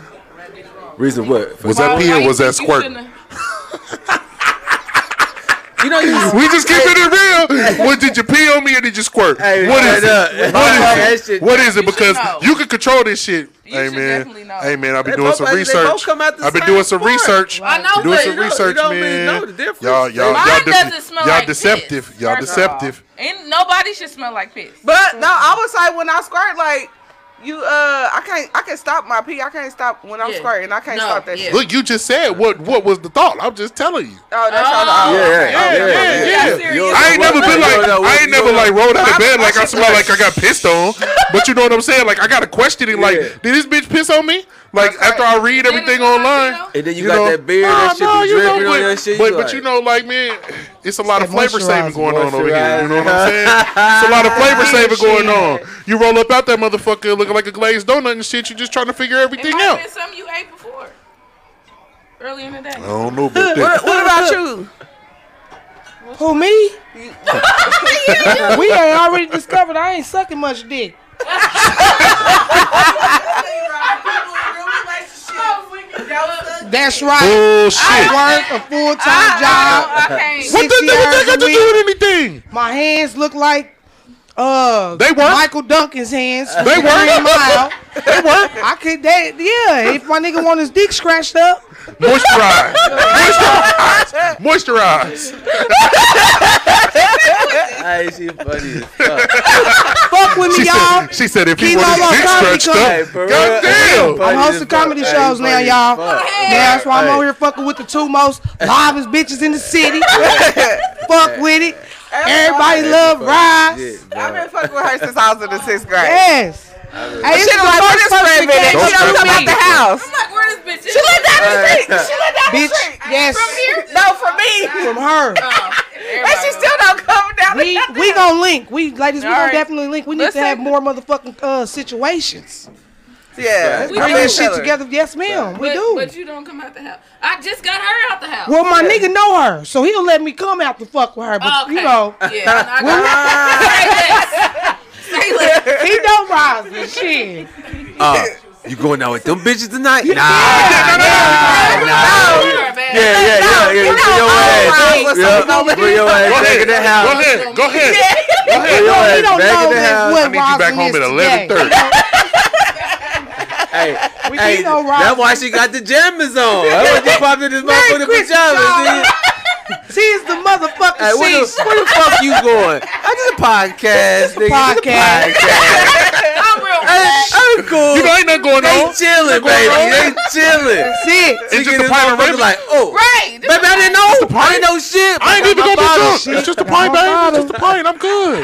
S3: reason? What? For-
S1: Was that
S2: Why-
S1: pee
S2: why
S1: or
S2: you
S1: was that
S2: think you
S1: squirt?
S2: shouldn't have-
S3: you know you.
S1: We just keep it real. What did you pee on me or did you squirt?
S3: Hey,
S1: what
S3: right
S1: is
S3: up.
S1: it?
S3: That
S1: What is it?
S3: shit-
S1: What is it?
S2: You should
S1: Because
S2: know.
S1: you can control this shit.
S2: You
S1: hey
S2: should
S1: man.
S2: definitely know.
S1: Hey man, I've been
S3: They
S1: doing
S3: both-
S1: some
S3: they both
S1: research.
S3: come out the
S1: I've been
S3: same
S1: doing some
S3: sport.
S1: research.
S2: I know,
S1: doing
S2: but
S1: some
S2: you don't-
S1: research,
S3: you don't really
S1: man.
S3: know the difference.
S1: Y'all, y'all,
S2: Mine
S1: y'all, de-
S2: doesn't smell
S1: y'all
S2: like
S1: deceptive.
S2: piss,
S1: Y'all
S2: first of all.
S1: deceptive.
S2: And nobody should smell like piss.
S4: But no, I would say when I squirt, like you, uh, I can't, I can stop my pee. I can't stop when I'm
S2: Yeah.
S4: squirting. I can't
S2: No,
S4: stop that
S2: yeah.
S4: shit.
S1: Look, you just said what what was the thought? I'm just telling you.
S4: Oh, that's
S2: Oh.
S4: all. the- oh,
S3: Yeah, yeah,
S4: okay.
S3: yeah,
S1: Yeah, yeah,
S3: yeah.
S2: yeah.
S3: You don't
S1: I ain't
S3: know
S1: never
S3: what-
S1: been
S3: you
S1: like
S3: don't know what-
S1: I ain't
S3: you don't
S1: never like
S3: know-
S1: rolled out of
S4: I-
S1: bed
S4: I
S1: like I
S4: should
S1: smell like I got pissed on. But you know what I'm saying? Like I gotta question it. Like,
S3: Yeah.
S1: did this bitch piss on me? Like after I read everything
S2: Didn't it smell
S1: online.
S2: like
S3: And then you,
S1: You
S3: got
S1: know-
S3: that beard, that
S1: Oh,
S3: shit
S1: no,
S3: be
S1: you know,
S3: dripping on
S1: but-
S3: that shit.
S1: But,
S3: you
S1: but
S3: like,
S1: you know, like man, it's a lot of
S6: That
S1: flavor saving
S6: moisturizer,
S1: going on over here. You know what I'm
S3: moisturizer.
S1: saying? It's a lot of flavor saving going on. You roll up out that motherfucker looking like a glazed donut and shit. You just trying to figure
S2: It
S1: everything
S2: might
S1: out.
S2: have been something you ate before. Early in the day.
S1: I don't know about that.
S4: What, what about you?
S6: Who me? we had already discovered I ain't sucking much dick.
S2: Oh,
S6: That's right.
S1: Bullshit. Ah,
S6: I work a full time job.
S2: I, I can't.
S1: What the
S6: 60
S1: what
S6: hours
S1: that
S6: a
S1: got to do
S6: week.
S1: with anything?
S6: My hands look like uh
S1: They work.
S6: Michael Duncan's hands.
S1: They
S6: Green
S1: work.
S6: Mile.
S1: They work.
S6: I could that yeah, if my nigga want his dick scratched up,
S1: Moisturize. Moisturize. Moisturize.
S3: hey, she funny as fuck.
S6: fuck with
S1: She
S6: me, y'all.
S1: said, she said if he
S6: Keep
S1: want his
S6: all my
S1: dick
S6: comedy
S1: scratched
S6: coming.
S3: Hey,
S1: up,
S3: for real,
S1: goddamn.
S3: funny
S6: I'm
S3: as
S6: hosting
S3: fuck.
S6: comedy
S3: Hey,
S6: shows now,
S3: funny as
S6: y'all.
S3: fuck.
S6: Yeah, that's why I'm
S3: Hey.
S6: over here fucking with the two most livest bitches in the city. Fuck with it. Everybody love
S3: Yeah,
S6: Rise.
S3: bro.
S4: I've been fucking with her since I was in the sixth grade.
S6: Yes. Hey,
S4: She
S6: this is
S4: was like, where
S6: the
S4: this
S6: first
S4: friend
S6: person
S4: been at?
S6: that
S4: She
S1: Don't
S4: don't
S1: touch
S4: come out
S1: me.
S4: the house.
S2: I'm like, where this bitch is?
S4: She lived down the street. She lived down the
S6: bitch.
S4: street.
S6: Yes.
S4: No, for me.
S6: From her.
S4: And she still don't come down the
S6: We we gonna link. We ladies, we
S2: All
S6: gonna
S2: right.
S6: definitely link. We need
S2: Listen.
S6: to have more motherfucking uh, situations.
S4: Yeah.
S7: We
S6: Bring
S7: do.
S6: that shit together. Yes, ma'am. We
S7: but,
S6: do.
S7: But you don't come out the house. I just got her out the house.
S6: Well, my nigga know her, so he'll let me come out to fuck with her. But
S7: okay.
S6: you know,
S7: Yeah. I
S6: when-
S7: got Say less. Say less.
S6: he know Roslyn. Shit.
S3: Uh, you going out with them bitches tonight? Nah.
S7: Nah, nah, man.
S3: Yeah, yeah, yeah, yeah. Bring your
S4: right.
S3: ass.
S4: What's
S3: Yeah,
S4: up, Nova?
S3: Bring your
S1: Go
S3: ass back
S1: ahead.
S3: in the
S1: Go
S3: house.
S1: ahead. Go ahead. Go
S6: He
S1: ahead.
S3: Your
S6: don't, he
S3: ass
S6: don't
S3: back in
S6: know
S3: the
S6: that
S1: I
S3: house.
S6: what
S1: need you back
S6: Roslyn
S1: home
S6: is
S1: at
S6: today.
S1: eleven thirty.
S3: Hey,
S6: We
S3: hey,
S6: need no
S3: that's
S6: Roslyn.
S3: why she got the jammies on. That's why she popped in this motherfucking
S6: Christmas,
S3: pajamas. See?
S6: She is the motherfucking
S3: Hey, where
S6: she.
S3: the, where the fuck you going? I just a podcast, nigga. It's a
S6: Podcast.
S3: podcast.
S7: I'm real.
S3: Hey, I'm cool.
S1: You know, ain't nothing going
S3: they
S1: on.
S3: chilling, baby. They chilling.
S6: That's it.
S1: It's
S3: She
S1: just
S3: get
S1: a
S3: this
S1: pint of
S3: motherfucker
S1: Remy.
S3: Like, oh,
S7: Right.
S3: baby, I didn't know. I didn't know shit.
S1: I ain't even
S3: My
S1: gonna be
S3: bottle-
S1: drunk. It's just a pint, baby. It's just a pint. I'm good.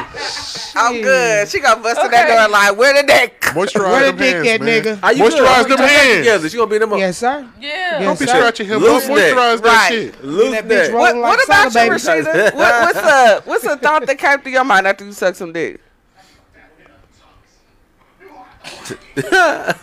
S4: I'm good. She gonna bust in that door like, where did that come?
S1: Moisturize
S6: Where
S1: them
S6: the dick
S1: hands,
S6: at,
S1: man.
S6: nigga?
S3: Are you good?
S1: Moisturize
S3: We
S1: them
S3: gonna get
S1: hands.
S3: Together. She gonna be in them.
S6: Yes, sir.
S7: Yeah.
S1: Don't
S6: Yes,
S1: be
S6: sir.
S1: scratching him.
S3: Loose
S1: Don't moisturize that
S4: neck.
S1: shit.
S3: Loose
S6: That bitch
S3: neck.
S4: What,
S6: rolling like
S4: what about you,
S6: Salibator.
S4: Rashida? what, what's a what's a thought that came to your mind after you sucked some dick?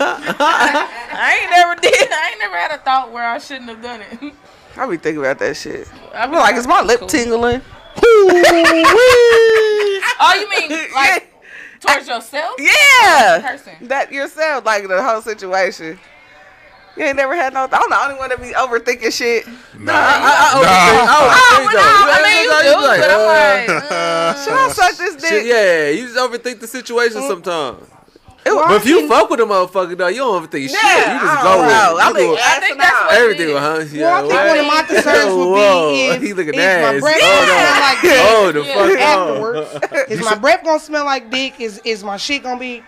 S7: I ain't never did. I ain't never had a thought where I shouldn't have done it.
S4: I be thinking about that shit.
S7: I
S4: I'm like, is my lip tingling?
S7: Oh, you mean like towards yourself?
S4: Yeah,
S7: Person.
S4: that yourself, like the whole situation. You ain't never had no. I'm the only one that be overthinking shit.
S3: Oh,
S7: Oh,
S3: oh,
S7: well, no, I mean, you do, but I'm like,
S4: mm. Should I suck this dick?
S3: Shit, yeah, you just overthink the situation sometimes.
S4: It was-
S3: But if you fuck with a motherfucker, though, you don't overthink shit. You
S4: I
S3: just
S4: don't
S3: go with it.
S4: know.
S3: You
S4: I
S3: go
S4: think
S3: with
S7: I think
S4: that's
S7: that's what-
S3: everything, huh? Yeah,
S6: Well, I think one of my
S3: what?
S6: concerns
S3: Whoa,
S6: would be if,
S3: he looking
S6: is
S3: nasty.
S6: my breath
S3: Hold
S6: gonna
S3: on.
S6: smell like dick
S3: Oh, the
S7: Yeah.
S3: fuck on.
S6: afterwards. is my breath gonna smell like dick? Is is my shit gonna be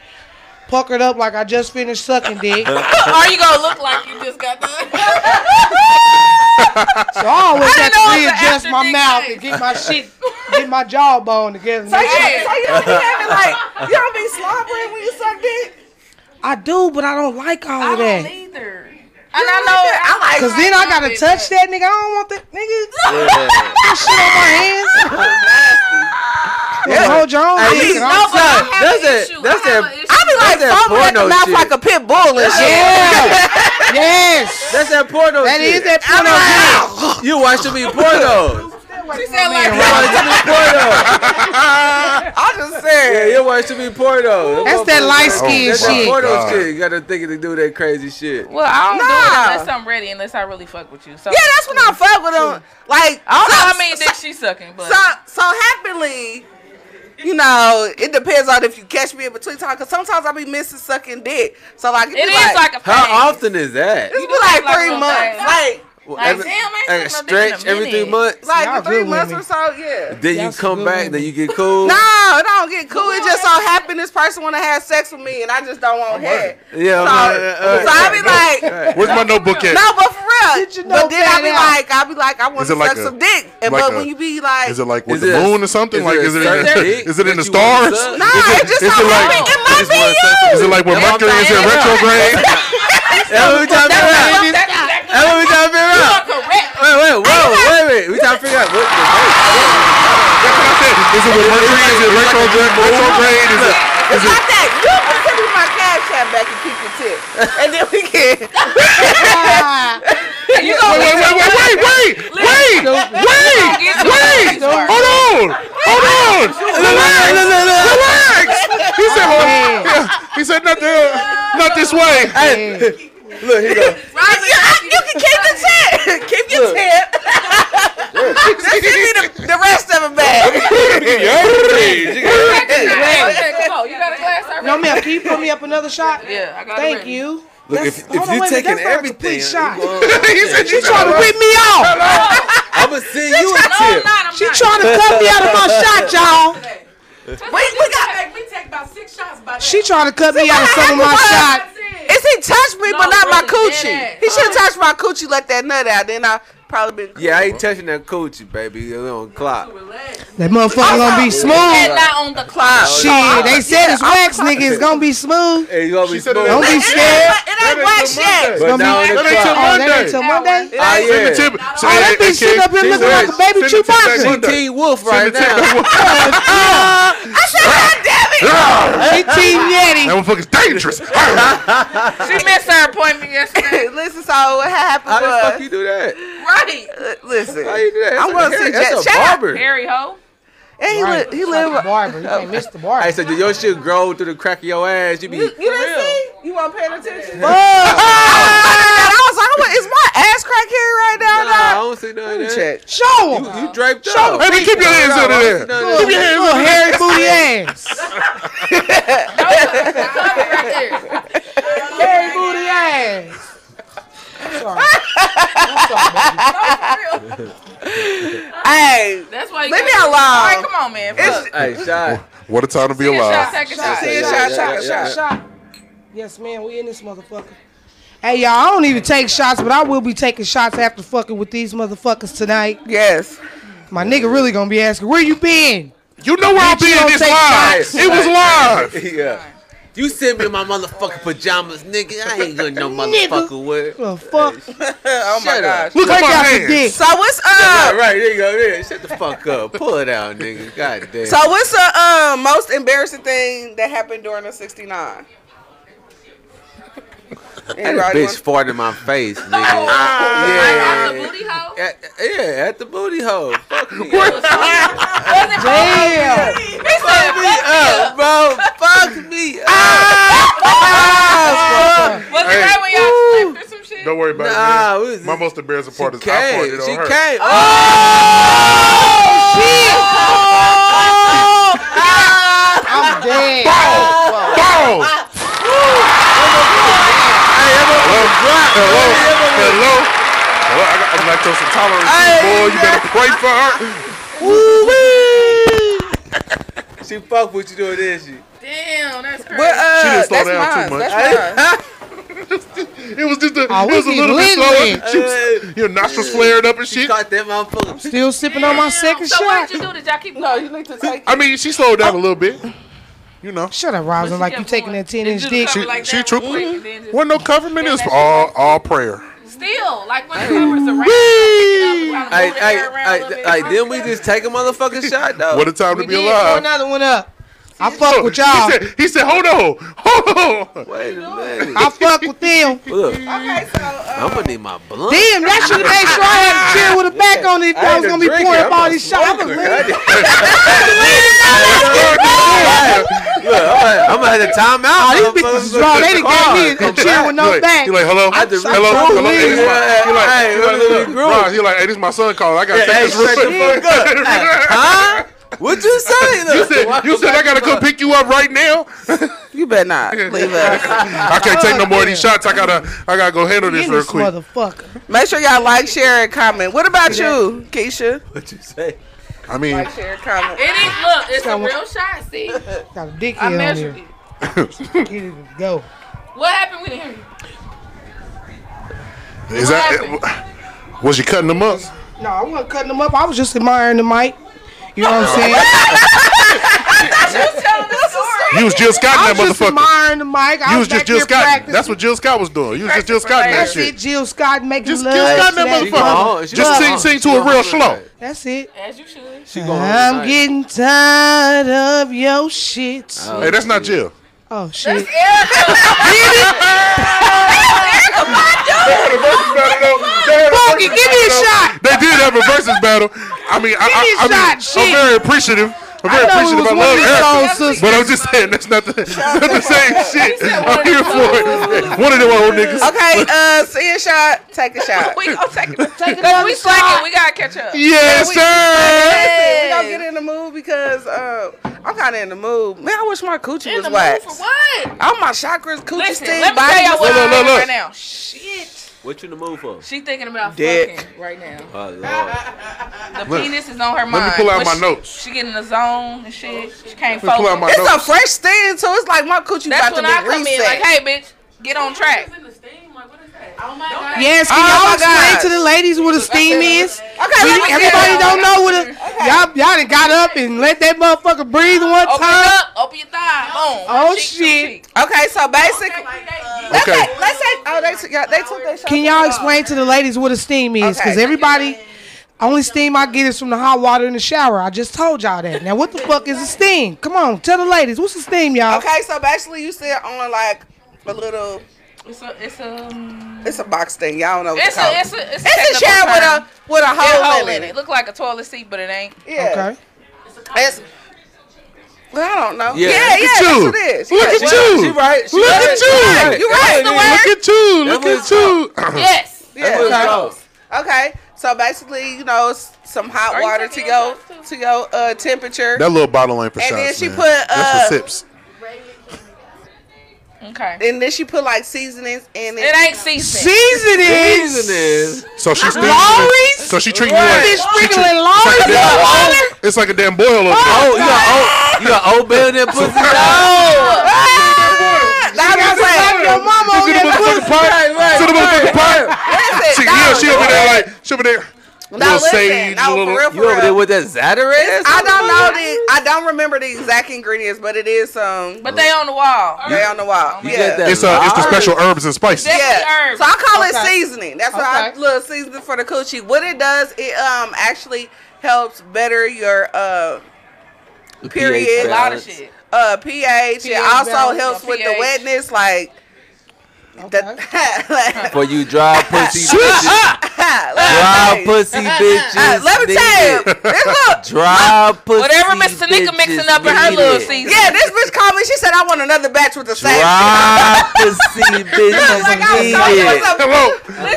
S6: puckered up like I just finished sucking dick? So
S7: are you gonna look like you just got the?
S6: I always have
S7: know it
S6: to
S7: was an
S6: readjust my
S7: after dick
S6: mouth
S7: night.
S6: and get my shit, get my jawbone together.
S4: So you,
S7: Hey.
S4: so you don't be having like you don't be slobbering when you suck dick.
S6: I do, but I don't like all
S7: I
S6: of that.
S7: don't either. And I know.
S4: I
S6: Cause
S4: like.
S6: then I gotta
S7: it,
S6: touch that nigga. I don't want that nigga
S3: Yeah.
S6: shit on my hands. Yeah, hold your own
S3: Hey,
S6: dick.
S3: you-
S6: and I'm-
S7: but I have an
S3: that's it.
S7: issue.
S3: That's
S7: I have
S3: it.
S7: an issue.
S4: I be like
S3: That's that
S4: foaming at the
S3: porno
S4: mouth
S3: shit.
S4: like a pit bull and shit.
S6: Yeah. yes.
S3: That's that porno
S6: That
S3: shit.
S6: is that
S4: I'm
S6: porno.
S4: like, "Ow."
S3: You watch too many pornos.
S7: She said like,
S3: You watch too many pornos.
S4: I just
S3: Yeah,
S4: said.
S3: you watch too many pornos.
S6: That's that light skin
S3: Oh, That's that
S6: shit.
S3: porno
S1: God.
S3: shit. You got to think to do that crazy shit.
S7: well, I don't do
S4: Nah.
S7: it unless I'm ready, unless I really fuck with you. So
S4: Yeah, that's when I fuck with them. Like,
S7: I don't know
S4: so-
S7: how many dicks she sucking, but
S4: So, so happily, you know, it depends on if you catch me in between time. Cause sometimes I be missing sucking dick. So like, it
S7: it
S4: be
S7: is like, a.
S3: How
S7: phase.
S3: often is that?
S4: It's
S7: You
S4: be
S7: do
S4: like,
S7: like
S4: three
S7: little
S4: months.
S7: things.
S4: Like,
S7: Like, damn, I ain't
S3: a
S7: sucked no dick in a
S3: stretch every three
S7: minute.
S3: months.
S4: like
S6: Y'all
S4: three
S6: good
S4: months or
S6: women.
S4: so. Yeah.
S3: Then
S6: Y'all
S3: you
S6: some
S3: come
S6: good
S3: back, then
S6: women.
S3: you get cool.
S4: No, it don't get cool. It just so happened this person want to have sex with me, and I just don't want head.
S3: Yeah, uh,
S4: So,
S3: alright, alright.
S4: so I be like,
S1: Where's my notebook at?
S4: no, but for real.
S6: Did you know uh,
S4: but then I be
S6: that out?
S4: like, I be like, I want
S1: Is
S4: to
S1: it like
S4: suck
S1: a-
S4: some dick. And
S1: like
S4: but
S1: a-
S4: when you be like,
S1: Is it like with
S3: Is
S1: the
S3: it a-
S1: moon or something?
S3: is
S1: Like,
S3: it a
S1: is it in
S3: certain
S1: the,
S3: dick
S1: is it in the
S3: that you
S1: stars?
S3: wanna suck?
S4: nah, it just
S1: is
S4: so
S1: it like-
S4: happened. It
S3: Is it
S4: might
S3: like-
S4: be you.
S1: Is it like when
S3: That's what
S1: Mercury
S3: I'm
S1: is in
S3: saying.
S1: retrograde?
S3: That's what we trying to figure out.
S7: That's
S3: That's what we trying to figure out.
S7: exactly correct.
S3: Wait, wait, whoa, wait a minute. We trying to figure out what the
S1: That's what I said. Is it when Mercury is in retrograde? Retrograde is it?
S4: It's like that. You can send me my cash app back and keep your tip. And then we can.
S7: You gonna
S1: Wait, wait, wait, wait, wait, wait, wait, wait. Hold on, hold on. Relax, relax. He said, well, yeah. he said, not, the, not this way.
S3: Look, here go.
S4: You, you can keep the tip. Keep your tip. Just give me the, the rest of it back.
S7: Come on, you got a glass already.
S6: No, ma'am. Can you put me up another shot?
S7: Yeah, I got it
S6: Thank
S7: ready.
S6: you.
S3: Look,
S6: That's-
S3: if,
S6: hold
S3: if
S6: on,
S3: you
S6: wait a minute,
S3: taking
S6: that's not a
S3: everything,
S6: complete shot.
S1: he said, you
S6: Trying to rip me off.
S3: I'm gonna send you
S7: No,
S3: a
S7: I'm
S3: tip.
S7: not. I'm
S6: She
S7: not.
S6: trying to cut me out of my shot, y'all.
S4: We, we got.
S8: We take about six shots by
S6: She trying to cut me out of some of my shot.
S4: Is he touched me, but
S7: No,
S4: not my
S7: really,
S4: coochie?
S7: dead ass.
S4: He should have touched my coochie, let that nut out. Then I probably been.
S3: Yeah, I ain't touching that coochie, baby. We on clock.
S6: That motherfucker gonna be
S7: And
S6: smooth.
S7: not on the clock.
S6: Shit, they said it's wax, nigga. It's gonna be smooth.
S3: Hey, you gonna be
S1: She said it
S6: Don't
S3: smooth.
S6: be
S4: It
S6: scared.
S4: ain't, it ain't
S1: That ain't
S4: wax
S1: till
S4: yet.
S3: But
S6: Gonna
S3: now
S6: be-
S3: on
S1: That
S3: the
S1: ain't till
S3: clock.
S6: Oh, that
S1: Monday.
S6: ain't till Monday.
S3: Ah,
S1: Send the
S3: yeah.
S1: tip.
S6: Oh, that bitch sitting up here
S3: She's
S6: looking like a
S3: right.
S6: baby
S1: Send the tip back
S6: Chewbacca.
S1: Monday.
S3: Teen Wolf
S1: Send
S3: right
S1: the tip
S3: now.
S1: back.
S4: I said, God damn
S6: Hey, Team Yeti.
S1: Ah, That motherfucker's dangerous.
S2: She missed her appointment yesterday.
S4: listen, so what happened
S3: How the fuck
S4: was,
S3: you do that?
S2: right.
S4: uh, listen,
S3: How you do that?
S4: I'm gonna
S3: That's a-
S4: suggest,
S3: That's a
S4: shut up.
S3: barber.
S2: Harry Ho.
S4: And he,
S6: Right.
S4: li- he
S6: It's
S4: live,
S6: like a barber. You can't miss the barber.
S3: Hey, so did your shit grow through the crack of your ass? You be.
S4: you, you didn't see? You weren't paying attention?
S6: Fuck.
S4: And I was like, I'm like, is my ass crack here right now?
S3: Nah,
S4: dog?
S3: I don't see none of
S4: Let me
S3: that.
S4: check.
S6: Show him.
S3: You, you draped up.
S1: Hey, man, keep your hands out of there.
S3: Keep your
S6: Little hairy booty ass. hairy booty ass. I'm sorry. I'm sorry,
S4: Hey,
S7: That's why you
S4: leave me
S7: gotta-
S4: alone.
S2: All right, come on, man.
S4: It's-
S3: Hey, shot.
S1: What a time to be
S2: Take a shot,
S1: alive.
S2: take a shot.
S4: See, it's
S3: Yeah,
S4: shot,
S3: yeah,
S4: shot,
S3: yeah,
S4: shot.
S6: baby. Shot. Yes, man, we in this motherfucker. Hey, y'all, I don't even take shots, but I will be taking shots after fucking with these motherfuckers tonight.
S4: Yes.
S6: My nigga really gonna be asking, where you been?
S1: You know where I'll
S6: Bitch,
S1: be
S6: you
S1: in
S6: don't
S1: this
S6: take
S1: live.
S6: shots.
S1: It was live.
S3: Yeah. You sent me my motherfucking pajamas, nigga. I ain't gonna no motherfucker word.
S6: The
S4: Oh
S6: fuck?
S4: my
S3: Shut up.
S4: gosh.
S1: Look at my
S6: Break out your
S1: hands.
S6: dick.
S4: So what's uh,
S3: Right,
S4: up?
S3: right, there you go. There. Shut the fuck up. Pull it out, nigga. God damn.
S4: So what's the um, most embarrassing thing that happened during the '69?
S3: That bitch farted in my face, nigga. Ah. yeah.
S7: Booty hole?
S3: At, yeah, at the booty hole. Fuck me up.
S6: Damn.
S3: Fuck me up, bro. Fuck me up.
S1: Ah!
S7: Was
S1: Hey.
S7: it right when y'all slept or some shit?
S1: Don't worry about
S3: Nah,
S1: it.
S3: we
S1: man.
S3: was
S1: My
S3: just-
S1: most embarrassing part is I
S3: Came.
S1: farted on
S3: She
S1: her.
S3: came. Oh, shit.
S6: I'm dead.
S1: Boom!
S3: Hey, that
S1: Hello? Hello?
S3: motherfucker dropped.
S1: Hello? Hello? I got a lactose intolerance,
S3: Hey,
S1: boy. You better pray for her.
S3: Oh! She fuck with you doing this shit.
S7: Damn, that's crazy.
S4: But, uh,
S1: She didn't slow
S4: that's
S1: down
S4: mine.
S1: too much.
S4: That's mine.
S1: It was just a,
S6: Oh,
S1: it
S6: we
S1: was a
S6: be
S1: little bit
S6: lit
S1: slower.
S6: lit.
S1: She was- Your nostrils flared up and
S3: She
S1: shit.
S3: caught that motherfucker.
S6: Still sipping on my second
S7: so
S6: shot.
S7: what did you do? Did y'all keep going?
S4: No, you need to take.
S1: I mean, she slowed down a little bit. You know,
S6: Shut up,
S7: She
S6: Rosin, like
S7: kept
S6: you taking
S7: going.
S6: that 10
S7: It
S6: inch
S7: just
S6: dick.
S7: covered
S1: She-
S7: like
S1: she
S7: that
S1: tripped-
S7: real quick and then just-
S1: wasn't no covering. It was all all prayer.
S7: Still, like when the covers around,
S3: Hey,
S7: I,
S3: hey, hey, hey, then we just take a motherfucking shot though.
S1: What a time to
S6: We
S1: be
S6: did throw
S1: alive.
S6: another one up. I fuck with y'all.
S1: He said, he said, hold on, hold on.
S3: Wait a minute.
S6: I fuck with them.
S3: Look,
S4: Okay, so uh,
S3: I'm gonna need my blunt.
S6: Damn, that should have made sure I had a chair with a back on it. If I,
S3: had
S6: was
S3: to
S6: gonna be
S3: drink
S6: pouring
S3: it.
S6: up
S3: I'm
S6: all
S3: a
S6: these shots. I'm a
S3: smoker. I
S6: little-
S3: did- Look, I'm gonna have to time out.
S6: Oh, these bitches is wrong. They done gave me a- a chair with
S1: You
S6: no
S1: like,
S6: back.
S1: You like, hello,
S3: I just-
S1: hello, hello.
S3: I'm
S1: hello.
S3: totally-
S1: Hey, this is my- you like,
S3: Hey,
S1: you like,
S3: look,
S1: look,
S3: look,
S1: Ron, you like, hey, this is my son calling. I gotta
S3: Hey,
S1: take
S3: hey,
S1: this real
S3: shut the
S1: quick.
S3: fuck up. Hey, Huh? What you say?
S1: You
S3: Look,
S1: said, you said I gotta come pick you up right now.
S4: you better not leave us.
S1: I can't take no more of these shots. I gotta, I gotta go handle this
S6: Get
S1: real
S6: this
S1: quick.
S6: motherfucker.
S4: Make sure y'all like, share, and comment. What about you, Keisha?
S3: What you say?
S1: I mean,
S4: Share, and comment.
S7: It is, look, it's a
S6: Someone-
S7: real shot, see?
S6: Got a dick
S7: I
S6: in on
S7: measured
S6: here.
S7: it.
S6: Get it, go.
S7: What happened? We didn't hear you.
S1: is that? Was you cutting them up?
S6: No, I wasn't cutting them up. I was just admiring the mic. You know what I'm saying? I
S1: You was Jill Scott in that
S6: was just
S1: motherfucker.
S6: admiring the mic. I
S1: You was
S6: was
S1: just
S6: back
S1: Jill
S6: here
S1: Scott.
S6: practicing.
S1: That's what Jill Scott was doing. You was just Jill Scott in that
S6: That's
S1: shit.
S6: it, Jill Scott making
S1: Just Jill
S6: love.
S1: Scott in
S6: to
S1: that
S6: that
S1: motherfucker.
S3: She
S1: Just sing,
S3: gone.
S1: sing
S3: She
S1: to it
S3: gone
S1: real
S3: for
S1: slow.
S3: tonight.
S6: That's it.
S7: As you should.
S3: She
S6: I'm
S3: going.
S6: getting tired of your shit. Oh,
S1: Hey, that's not Jill.
S4: Oh,
S6: shit.
S1: Boogie,
S6: give me a shot.
S1: They did have a versus battle. I mean, I,
S6: me a
S1: I, I mean,
S6: shot,
S1: I'm
S6: shit.
S1: very appreciative. I'm very
S6: I know it
S1: appreciative.
S6: was
S1: I
S6: one of your
S1: love
S6: soul
S1: Erica, but I'm just saying that's not the, not the same shit. I'm here for it. One of them old niggas.
S4: Okay, uh, see a shot, take a shot.
S2: We gonna take it.
S6: Take another
S2: We
S6: shot.
S2: slacking. We gotta catch up.
S1: Yes, sir.
S4: Listen, we gonna get in the mood because uh, I'm kind of in the mood. Man, I wish my coochie was waxed.
S7: For what?
S4: All my chakras, coochie
S2: Listen,
S4: stick,
S2: let me
S4: body
S2: tell y'all what
S4: was-
S1: Look,
S2: I'm
S1: look,
S2: doing
S1: look.
S2: right now.
S7: Shit.
S3: What you in the mood for?
S7: She thinking about
S4: Dick.
S7: fucking right now.
S3: Oh, Lord.
S2: The
S1: Look,
S2: penis is on her mind.
S1: me pull out
S2: When
S1: my
S2: she-
S1: notes.
S2: She get in the zone and shit. She
S1: Let
S2: can't
S1: me
S2: focus.
S1: pull out my
S4: It's a
S1: notes.
S4: fresh thing, so it's like my coochie
S2: That's
S4: about to
S2: when
S4: be
S2: I come
S4: reset.
S2: in like, hey, bitch, get on track.
S6: Yes, can
S4: Oh, my
S6: y'all explain
S4: God.
S6: to the ladies what a steam is?
S4: okay,
S6: Do
S4: let
S6: you-
S4: me
S6: everybody don't know what a y'all y'all done got up and let that motherfucker breathe one
S2: Open
S6: time.
S2: up, open your thigh. Boom.
S6: Oh,
S2: One cheek, two
S6: shit.
S2: cheeks.
S4: Okay, so basically, let's
S1: Okay.
S4: say, let's say, oh, they took, yeah, they took their shot.
S6: Can y'all explain to the ladies what a steam is?
S4: Okay.
S6: Because everybody, Only steam I get is from the hot water in the shower. I just told y'all that. Now what the fuck is a steam? Come on, tell the ladies. What's a steam, y'all?
S4: Okay, so basically you said on like a little
S7: It's a, it's a,
S4: it's a box thing. Y'all don't know what
S7: it's
S4: it's
S7: a,
S4: called.
S7: it's a, it's a,
S4: It's a chair with a with a
S7: a
S4: hole in it.
S7: Look like a toilet seat, but it ain't.
S4: Yeah.
S6: Okay.
S4: It's, well, I don't know.
S3: Yeah.
S4: yeah,
S3: Look
S1: at
S4: yeah,
S1: you.
S4: that's what it is.
S1: Look
S4: Yeah.
S1: at you.
S3: She right. She
S1: Look
S3: right.
S1: at you.
S3: Right.
S4: You right.
S3: That's what
S1: Look at you. Look
S3: That's
S1: at you.
S7: Yes.
S3: it- that's what it's
S4: Yeah.
S3: called.
S4: Okay, so basically, you know, s- some hot
S7: Are you
S4: water to
S7: taking
S4: your
S7: those shots
S4: to your uh, temperature.
S1: That little bottle ain't for
S4: And
S1: shots.
S4: then she
S1: man.
S4: put,
S1: That's for
S4: uh,
S1: sips.
S7: Okay.
S4: And then she put like seasonings in it.
S7: It ain't season.
S6: Seasoning.
S3: Reason is
S1: So she's
S6: Lowry's?
S1: So she treating you like she
S6: They
S1: treat- it's, like a
S6: sprinkling Lowry's in
S1: damn,
S6: the water.
S1: it's like a damn boil up
S3: oh you got old you got old bell in that pussy. No.
S4: Ah! That was
S6: Slap
S4: like,
S6: your mama on
S1: there. To the
S6: that
S1: motherfucking pot.
S3: right,
S1: To the motherfucking pot. She, yeah, she over there like she over there.
S4: now
S1: little
S4: listen,
S1: sage,
S4: no,
S1: little-
S4: for real, for
S3: You over
S4: real.
S3: there with that Zatarez?
S4: I don't know the, I don't remember the exact ingredients, but it is some.
S7: But they on the wall.
S4: they on the wall.
S3: You
S4: yeah.
S3: got that
S1: It's uh, it's the
S3: lard?
S1: special herbs and spices.
S7: That's
S4: Yeah.
S7: the herb.
S4: So I call it
S6: Okay.
S4: seasoning. That's why I
S6: Okay.
S4: little seasoning for the coochie. What it does, it um actually helps better your uh
S3: The pH
S4: period.
S7: a lot of
S3: balance.
S7: shit.
S4: uh pH. it
S6: pH
S4: also
S6: balance,
S4: helps
S7: yeah,
S4: with the
S7: pH.
S4: wetness, like the like,
S3: For you dry pussy bitches. Dry
S4: like,
S3: pussy
S4: uh,
S3: bitches.
S4: let me tell you.
S3: need it.
S4: This look,
S3: Dry pussy
S7: Whatever Miss Tanika
S3: bitches
S7: mixing up in her
S3: need
S7: little
S3: it.
S7: season.
S4: yeah, this bitch called me. She said I want another batch with the same.
S3: Dry pussy bitches
S4: Like I was talking
S3: need it.
S4: about some
S1: Hello,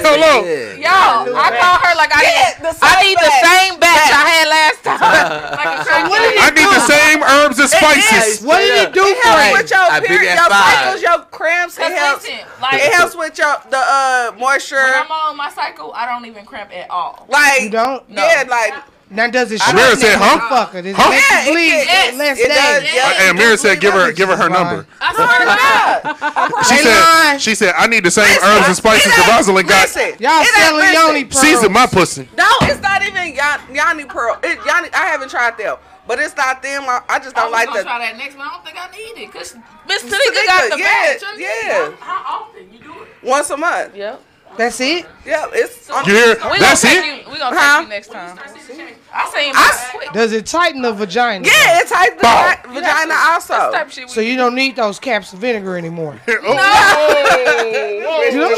S1: hello.
S3: Yeah.
S7: Y'all, I call her like I need,
S4: Yeah, the
S7: I
S4: same
S7: need the
S4: batch.
S7: same batch I had last time.
S4: Uh,
S7: like a crackhead.
S1: I need the same herbs and spices.
S6: What did it do
S4: It
S6: for
S4: helps
S6: you?
S4: with your
S3: I big
S4: period,
S3: ass
S4: your
S3: five.
S4: cycles, your cramps. It
S7: Cause
S4: helps.
S7: listen, like
S4: It helps with your the uh
S7: when
S4: moisture.
S7: I'm on my cycle, I don't even cramp at all.
S4: Like
S6: You don't?
S4: Yeah, like
S6: Now does it
S1: I
S6: shrink
S1: never
S6: that
S1: said, huh?
S6: motherfucker? Does
S1: Huh?
S6: it make
S4: Yeah,
S6: you
S4: it
S6: bleed
S4: can-
S6: in less
S4: it does,
S6: days?
S4: yeah.
S1: Uh, And Mary said, give her, give her her number.
S7: I swear to God.
S1: She
S6: They
S1: said,
S6: lying.
S1: she said, I need the same herbs and spices that Rosalind got.
S4: Listen,
S6: Y'all
S4: it ain't-
S6: selling
S4: listen.
S6: yoni pearls.
S1: Season my pussy.
S4: No, it's not even Yan- Yanni Pearl. It, Yanni, I haven't tried them, but it's not them. I, I just
S7: I
S4: don't
S7: was
S4: like
S7: gonna
S4: the.
S7: try that next one. I don't think I need it. Cause Miss
S4: Tanika,
S7: Tanika got the
S4: yeah,
S7: batch. I mean,
S4: yeah.
S7: How, how often you do it?
S4: Once a month. Yeah,
S7: Yep.
S6: That's it.
S4: it's. on-
S1: You hear?
S7: We
S1: That's
S7: gonna
S1: it.
S7: take You, we gonna take
S4: Uh, Huh?
S7: you next time. I seen
S4: I
S7: mine
S4: s-
S7: quick.
S6: Does it tighten the vagina?
S4: yeah, it's hype the
S1: Bow.
S4: vi- vagina
S7: This
S4: also.
S7: type of shit we
S6: So you don't need those caps of vinegar anymore.
S1: Oh,
S6: You know?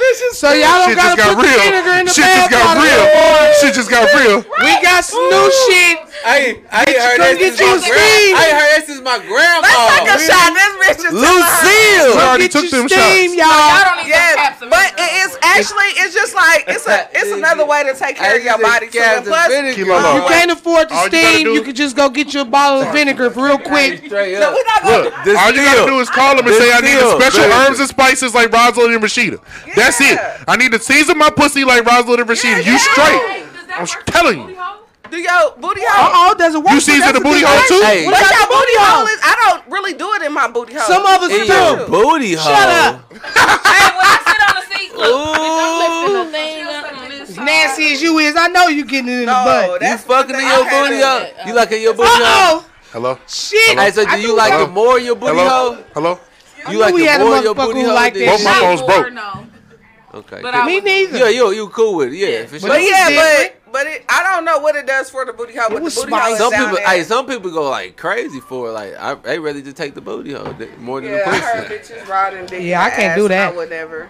S6: so y'all
S1: Shit
S6: don't
S1: just got
S6: gotta put the vinegar
S1: real.
S6: in the
S1: Shit just got
S6: bath water.
S1: real. Shit just got real.
S6: We got some new shit.
S3: I I ain't heard
S6: Come
S3: that
S6: get
S3: since
S6: you a
S3: my
S6: steam.
S3: grand- I ain't heard that since
S4: Let's
S3: my
S4: take a
S3: grandma.
S4: shot. This bitch is
S1: I
S3: Lucille.
S1: already
S6: Get
S1: took
S6: you
S1: them
S6: steam,
S1: shots.
S7: Y'all
S6: y'all.
S7: don't need those
S4: Yes,
S7: caps of
S4: but
S7: vinegar.
S4: it is actually. It's just like it's a. It's another way to take care of your body too. And plus,
S1: Kilo
S6: You
S1: Lord.
S6: can't afford to
S1: All you gotta
S6: steam.
S1: do-
S6: You can just go get you a bottle of vinegar real quick.
S3: Straight
S4: no,
S3: up.
S4: we're not
S1: Look,
S4: gonna.
S3: This
S1: all you gotta do
S3: deal.
S1: is call them and
S3: This
S1: say I need the
S3: deal.
S1: special
S3: Very
S1: herbs and spices like Rosalind and Rashida. That's it.
S4: Yeah.
S1: I need to season my pussy like Rosalind and Rashida. you straight. I'm telling you.
S4: Do your booty
S6: Uh
S4: hole.
S6: oh, does it work?
S1: You
S6: for
S1: season
S6: that
S1: the booty hole
S6: particular
S1: too?
S6: person?
S3: Hey.
S6: What
S4: But
S6: about
S4: your
S6: the booty hole?
S4: is. I don't really do it in my booty hole.
S6: Some of us
S3: In
S6: do.
S3: your booty hole.
S6: Shut up.
S7: Hey, when I sit on the seat, look,
S3: Ooh,
S6: Nasty as you is, I know you getting it in the
S4: No,
S6: butt.
S4: that's
S3: fucking in your
S4: I can't
S3: booty
S4: do
S3: hole.
S4: that.
S3: You like in your booty
S6: Uh
S3: hole?
S6: oh,
S1: Hello?
S6: shit.
S3: Hey, so
S6: I
S3: do you
S6: knew
S3: like
S6: that-
S3: the more in your booty
S1: Hello?
S3: hole?
S1: Hello?
S3: You
S6: knew
S3: like
S6: we
S3: the
S6: had a
S3: more in your
S6: motherfucker
S3: booty
S6: who
S3: hole?
S6: liked
S3: than
S6: that
S1: Both
S3: you
S1: my
S7: not
S3: like-
S1: phones
S7: more,
S1: broke.
S7: No.
S3: Okay.
S7: But I
S6: Me
S7: would-
S6: neither.
S3: Yeah, you you cool with it, yeah.
S7: Yeah.
S3: For
S6: But
S3: sure.
S4: But yeah,
S6: different.
S4: but but it, I don't know what it does for the booty hole. But the
S6: was
S4: booty hole
S6: spicy.
S4: is
S3: Some
S4: down
S3: people,
S4: there.
S3: hey, some people go like crazy for it. Like, I, they rather just take the booty hole th- more than
S4: yeah, I
S3: the
S4: heard
S3: pussy.
S4: bitches riding dick.
S6: Yeah, I
S4: in
S6: can't
S4: ass.
S6: do that.
S4: I would never.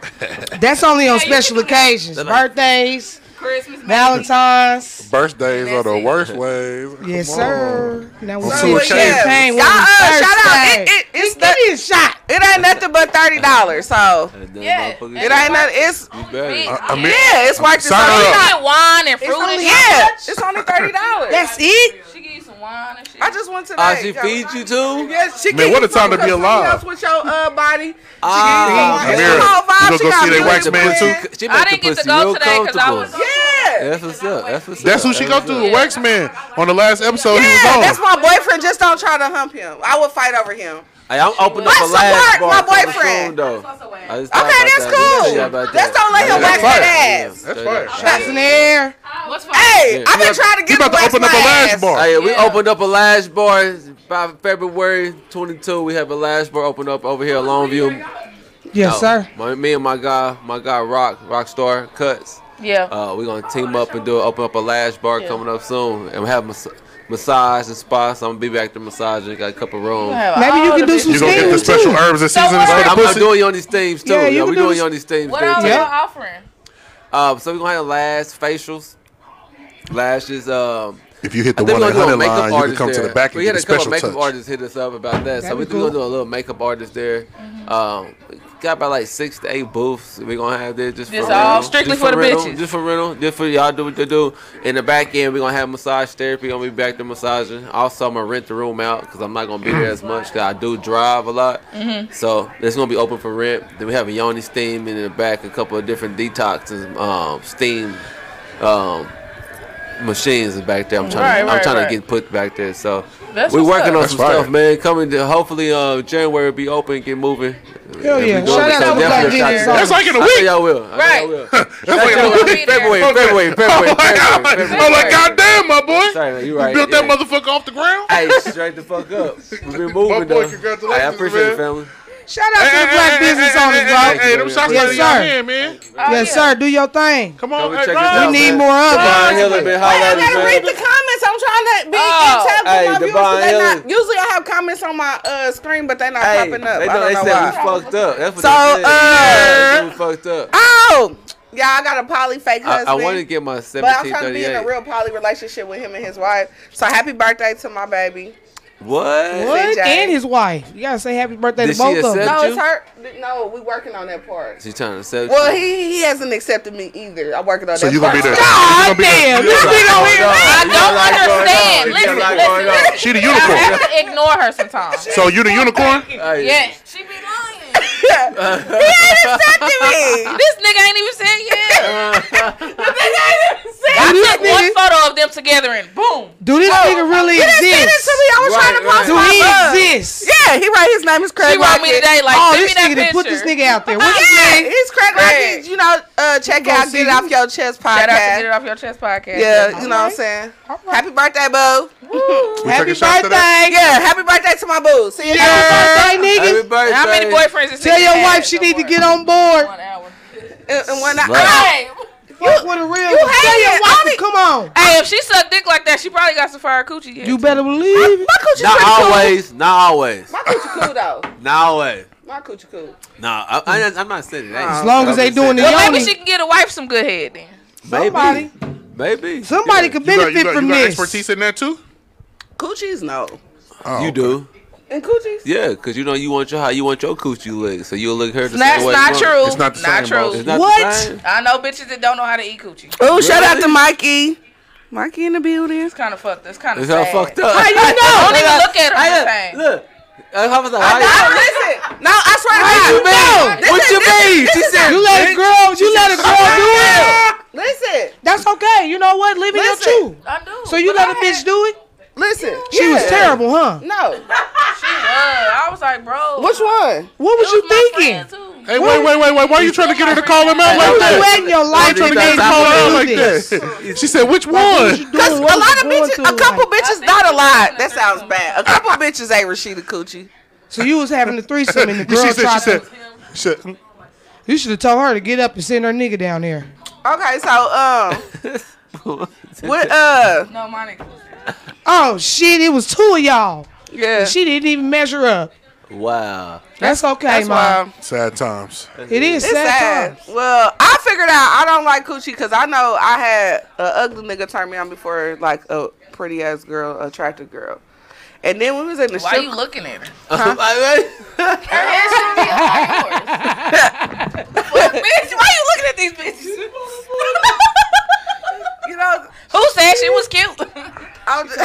S6: That's only
S7: Yeah,
S6: on
S7: you
S6: special
S7: can do that.
S6: occasions,
S3: They're like-
S6: birthdays,
S7: Christmas.
S6: Valentines.
S1: Birthdays are the
S7: Nasty.
S1: worst ways.
S6: Yes,
S1: Come
S6: sir. Now we
S1: Well,
S6: see
S1: yeah.
S6: champagne.
S4: Y'all,
S6: on
S4: uh, shout out.
S6: Thursday.
S4: It- it- it's
S6: Just give
S4: the-
S6: me a shot.
S4: It ain't nothing but thirty dollars. So
S3: And then
S7: Yeah.
S3: motherfuckers-
S4: it ain't nothing. It's
S3: You better.
S1: on. I, I mean,
S4: yeah, it's worth it. So
S1: Sign her
S4: it's
S1: up.
S4: not-
S7: Get wine and
S4: it's
S7: fruit and
S4: only-
S7: shit.
S4: yeah, it's only thirty dollars.
S6: That's it.
S7: She give you some wine and shit.
S4: I just went to.
S3: Ah, she feed you too?
S4: Yes, she
S1: Man,
S4: can
S1: what a
S4: eat some
S1: time to be
S4: because something
S1: alive.
S4: else with your uh, body. She
S3: Ah,
S4: can eat some.
S1: Amira,
S4: It's all vibe.
S1: you gonna
S4: She
S1: go
S4: got
S1: see they
S4: music
S1: wax man
S4: playing.
S1: too?
S3: She
S7: I
S3: make the
S7: didn't get
S3: pussy
S7: to go
S3: real
S7: today because I was.
S3: comfortable.
S4: Yeah.
S3: That's what's up. That's what's up.
S1: That's who she go
S3: That's
S1: through,
S3: what's
S1: a
S3: up.
S1: wax man. On the last episode, he was
S4: Yeah,
S1: on.
S4: that's my boyfriend. Just don't try to hump him. I would fight over him.
S3: Hey, I'm opening up
S4: Let's
S3: a last
S4: support
S3: bar
S4: my
S3: coming soon,
S4: boyfriend.
S3: though. I just thought
S4: Okay, that's
S3: about that. Let me tell
S4: cool.
S3: you about
S4: Let's
S3: that.
S4: don't let him
S1: Yeah,
S4: wax
S1: that's
S4: that ass.
S1: That's
S3: straight up.
S1: fire.
S6: Shots in the air.
S7: What's fine?
S4: Hey,
S3: Yeah.
S4: I've
S1: You
S4: been
S1: about-
S4: trying to
S1: you
S4: get
S1: about to
S4: wax
S1: open
S4: my
S1: up a lash
S4: ass.
S1: bar.
S3: Hey, we
S7: Yeah.
S3: opened up a lash bar by February 22. We have a lash bar open up over here at Longview.
S6: Yes,
S3: No,
S6: sir.
S3: My, me and my guy, my guy Rock, Rockstar Cuts.
S2: Yeah.
S3: Uh, we're gonna team up and do open up a lash bar coming up soon, and we have mas- massage and spa. So I'm gonna be back to massaging. Got a couple rooms.
S2: Have
S6: Maybe you
S2: all the
S6: can do some
S1: You gonna get the
S6: steam
S1: special
S6: too.
S1: herbs and seasonings
S2: what
S1: for
S2: are-
S1: the
S3: I'm, I'm
S1: pussy?
S3: doing you on these themes too.
S6: Yeah,
S3: Yeah,
S6: you can
S3: we
S6: do
S3: doing
S6: this-
S3: you on these themes.
S2: What
S3: too.
S2: all
S6: Yeah.
S2: y'all offering?
S3: Uh, so we're gonna have lash facials, lashes. Um,
S1: If you hit the
S3: I
S1: one
S3: think we're
S1: eight
S3: gonna do a
S1: hundred
S3: makeup
S1: line, you can
S3: artist
S1: come to
S3: there.
S1: the back and
S3: we
S1: get
S3: had
S1: a
S3: a couple
S1: special
S3: makeup
S1: touch.
S3: artists hit us up about that, so
S6: That'd
S3: we're
S6: be
S3: gonna do
S6: cool.
S3: a little makeup artist there.
S2: Mm-hmm.
S3: Um, we got about like six to eight booths we're gonna have there just
S2: Just
S3: for
S2: all
S3: rental.
S2: strictly
S3: just
S2: for the
S3: rental,
S2: bitches.
S3: just for rental, just for y'all do what they do. In the back end, we're gonna have massage therapy. Gonna be back to massaging. Also, I'm gonna rent the room out because I'm not gonna be there as much. Cause I do drive a lot,
S2: Mm-hmm.
S3: so it's gonna be open for rent. Then we have a yoni steam in the back, a couple of different detoxes, um, steam. Um, machines is back there. I'm trying.
S2: Right,
S3: to, I'm
S2: right,
S3: trying
S2: right.
S3: to get put back there. So
S2: That's
S3: we're
S2: what's
S3: working
S2: up.
S3: on
S1: That's
S3: some
S1: fire.
S3: stuff, man. Coming to hopefully uh, January be open, get moving.
S6: Hell
S3: If we
S6: yeah.
S3: do it,
S6: Shout
S3: we
S6: out
S3: can
S6: to
S3: definitely
S6: Black
S3: shout you
S6: Genius.
S3: out.
S1: That's like in a
S3: I know
S1: week.
S3: y'all will. I know
S2: Right.
S3: y'all will.
S1: That's like in a
S2: Y'all
S1: week.
S2: be there.
S3: February,
S1: Fuck
S3: February,
S1: that.
S3: February,
S1: Oh my God.
S3: February, February.
S1: I'm like, goddamn, my boy.
S3: Sorry, man, you
S1: You
S3: right,
S1: built that
S3: yeah.
S1: motherfucker off the ground.
S3: Hey, straight the fuck up. We've been
S1: My
S3: moving
S1: boy,
S3: though.
S1: congratulations,
S3: Hey, I
S1: man.
S3: appreciate it, family.
S6: Shout out to the black business owners,
S1: Hey,
S6: bro.
S1: hey, them shots
S6: Yes,
S1: yes, in your
S6: sir.
S1: hand, man.
S4: Oh,
S6: Yes,
S2: yeah.
S6: sir. Do your thing.
S1: Come on,
S3: Come and
S1: hey,
S3: check us
S1: Ron.
S3: out.
S6: We need
S3: man.
S6: more of it.
S3: Devon Hiller been
S4: Wait, I gotta read
S3: highlighted,
S4: the
S3: man.
S4: comments. I'm trying to be
S2: Oh,
S4: in
S3: hey,
S4: touch with my
S3: Devon
S4: viewers. 'cause They
S3: Hiller.
S4: not, usually I have comments on my uh, screen, but they're not
S3: Hey,
S4: popping up.
S3: They,
S4: I
S3: know,
S4: don't
S3: they
S4: know
S3: said
S4: why.
S3: we fucked up. That's what
S4: So,
S3: they said.
S4: uh,
S3: Yeah, we fucked up.
S4: Oh, yeah, I got a poly fake
S3: I,
S4: husband.
S3: I want to get my
S4: but I'm trying to be in a
S3: 1738.
S4: real poly relationship with him and his wife. So happy birthday to my baby.
S3: What?
S6: What?
S4: CJ.
S6: And his wife. You gotta say happy birthday
S3: Did
S6: to
S3: she
S6: both of them.
S3: accept
S4: No, it's
S3: you?
S4: her. No, we working on that part.
S3: She trying to sell
S4: Well, he he hasn't accepted me either. I'm working on
S1: So
S4: that
S1: you
S4: part.
S1: gonna be there?
S6: God
S1: You gonna be there?
S6: damn, this nigga over here.
S2: I don't understand. Listen, listen, listen.
S1: She the
S2: I
S1: unicorn.
S2: have to ignore her sometimes.
S1: So you the unicorn?
S2: Yeah. She be lying.
S4: Accepted me.
S2: This nigga ain't even said yeah.
S6: Do
S2: I
S6: this
S2: took one
S6: nigga,
S2: photo of them together and boom.
S6: do
S4: Oh,
S6: this nigga really
S4: Send it
S6: exist?
S4: to me. I was
S3: Right,
S4: trying to post
S6: Do
S4: my bug.
S6: he exist?
S4: Yeah, he right. His name is Craig.
S2: She wrote me
S4: Lockett.
S2: today like,
S6: Oh,
S2: send
S6: this
S2: me that
S6: nigga to
S2: picture.
S6: put this nigga out there. What's his
S4: Yeah,
S6: name?
S4: it's Craig
S2: Craig.
S4: Lockett. You know, uh, check
S6: gonna
S4: out
S6: see
S4: Get It
S6: him?
S4: Off Your Chest
S2: Shout out to Get It
S4: podcast.
S2: Off Your Chest podcast.
S4: Yeah, you know what I'm saying. Happy birthday, boo.
S1: We
S6: Happy
S1: taking shots to that?
S6: birthday.
S4: Yeah, happy birthday to my boo. See you
S6: Happy birthday, nigga.
S3: Happy birthday.
S2: How many boyfriends is
S6: Tell your wife she need to get on board.
S2: One hour.
S4: guys in one Ah,
S3: Right.
S2: Hey,
S6: Fuck with a real.
S4: you
S6: one. Tell
S4: hate
S6: your
S4: it.
S6: wife
S4: I
S6: to
S4: be-
S6: come on.
S2: hey, if she sucked dick like that, she probably got some fire coochie. Yet.
S6: You better believe it.
S4: My coochie's
S3: Not
S4: pretty cool.
S3: always. Not always.
S4: My coochie cool though.
S3: Not always.
S4: My coochie cool.
S3: No, I, I, I'm not saying it.
S6: As long as they doing the
S2: Well, maybe
S6: yoni,
S2: she can get a wife some good head then.
S6: somebody,
S3: Maybe.
S6: somebody could
S1: You got, you
S6: benefit
S1: got,
S6: from
S1: you got
S6: this.
S1: expertise in that too?
S4: Coochies no.
S1: Oh,
S3: You do.
S4: And coochies.
S3: Yeah, because you know you want your how you want your coochie licked, so you'll lick her. The
S2: That's
S3: same way you
S2: not
S3: want.
S2: true.
S1: It's not the
S2: not
S1: same,
S2: true.
S1: boss.
S3: It's not
S6: What?
S3: The same.
S2: I know bitches that don't know how to eat coochie. It's
S4: Oh, shout out
S3: Really?
S4: to Mikey. Mikey in the building.
S2: kind of fucked. It's kind of
S3: It's all
S2: sad.
S3: fucked up. How
S4: you know?
S2: Don't even look at her the same.
S3: Look. I was like, how
S4: No,
S3: you-
S4: listen. No, I swear to
S3: What
S4: God.
S3: you mean?
S4: No,
S3: What
S4: this
S3: you
S4: is- this
S3: mean?
S4: is-
S3: She
S4: this is
S3: said,
S4: a-
S6: You let a girl, you let a girl do it.
S4: Listen,
S6: That's okay. You know what? Live in your
S4: Listen.
S6: truth.
S2: I do.
S6: So you
S2: but
S6: let a
S2: I
S6: bitch
S2: had-
S6: do it?
S4: listen.
S6: She was
S4: Yeah.
S6: terrible, huh?
S4: No.
S2: She was. I was like, bro.
S4: Which one?
S6: What was
S2: those
S6: you
S2: my
S6: thinking?
S2: friend, too.
S1: Hey, wait, wait, wait, wait. Why are you trying to get her to call him out
S6: Why
S1: like
S6: was
S1: that?
S6: you letting your
S1: Why you
S6: life
S1: trying to
S6: remain
S1: get her to call her out
S6: to
S1: like
S6: do this?
S1: that? She said, which
S6: What was
S1: one?
S6: you doing?
S4: Because a
S6: What was
S4: lot
S6: you
S4: of
S6: going
S4: bitches,
S6: through
S4: a
S6: in
S4: couple
S6: life?
S4: bitches, not a lot. That sounds bad. A couple bitches ain't Rashida Coochie.
S6: So you was having a threesome and the
S1: she
S6: girl
S1: said, she
S6: tried
S1: said,
S6: to.
S1: she said, mm,
S6: You should have told her to get up and send her nigga down there.
S4: Okay, so um, what uh,
S2: No, my nigga.
S6: Oh shit! It was two of y'all.
S4: yeah,
S6: And she didn't even measure up.
S3: Wow.
S6: That's okay,
S4: that's
S6: mom.
S4: why
S1: sad times.
S6: It is
S4: it's
S6: sad.
S4: sad.
S6: times.
S4: Well, I figured out I don't like coochie because I know I had an ugly nigga turn me on before, like a pretty ass girl, attractive girl. And then when we was in the
S2: Why
S4: strip,
S2: you looking at her?
S3: Huh?
S2: Her head should be like yours. bitch, why you looking at these bitches?
S4: you know,
S2: Who said she was cute?
S4: I, was, I,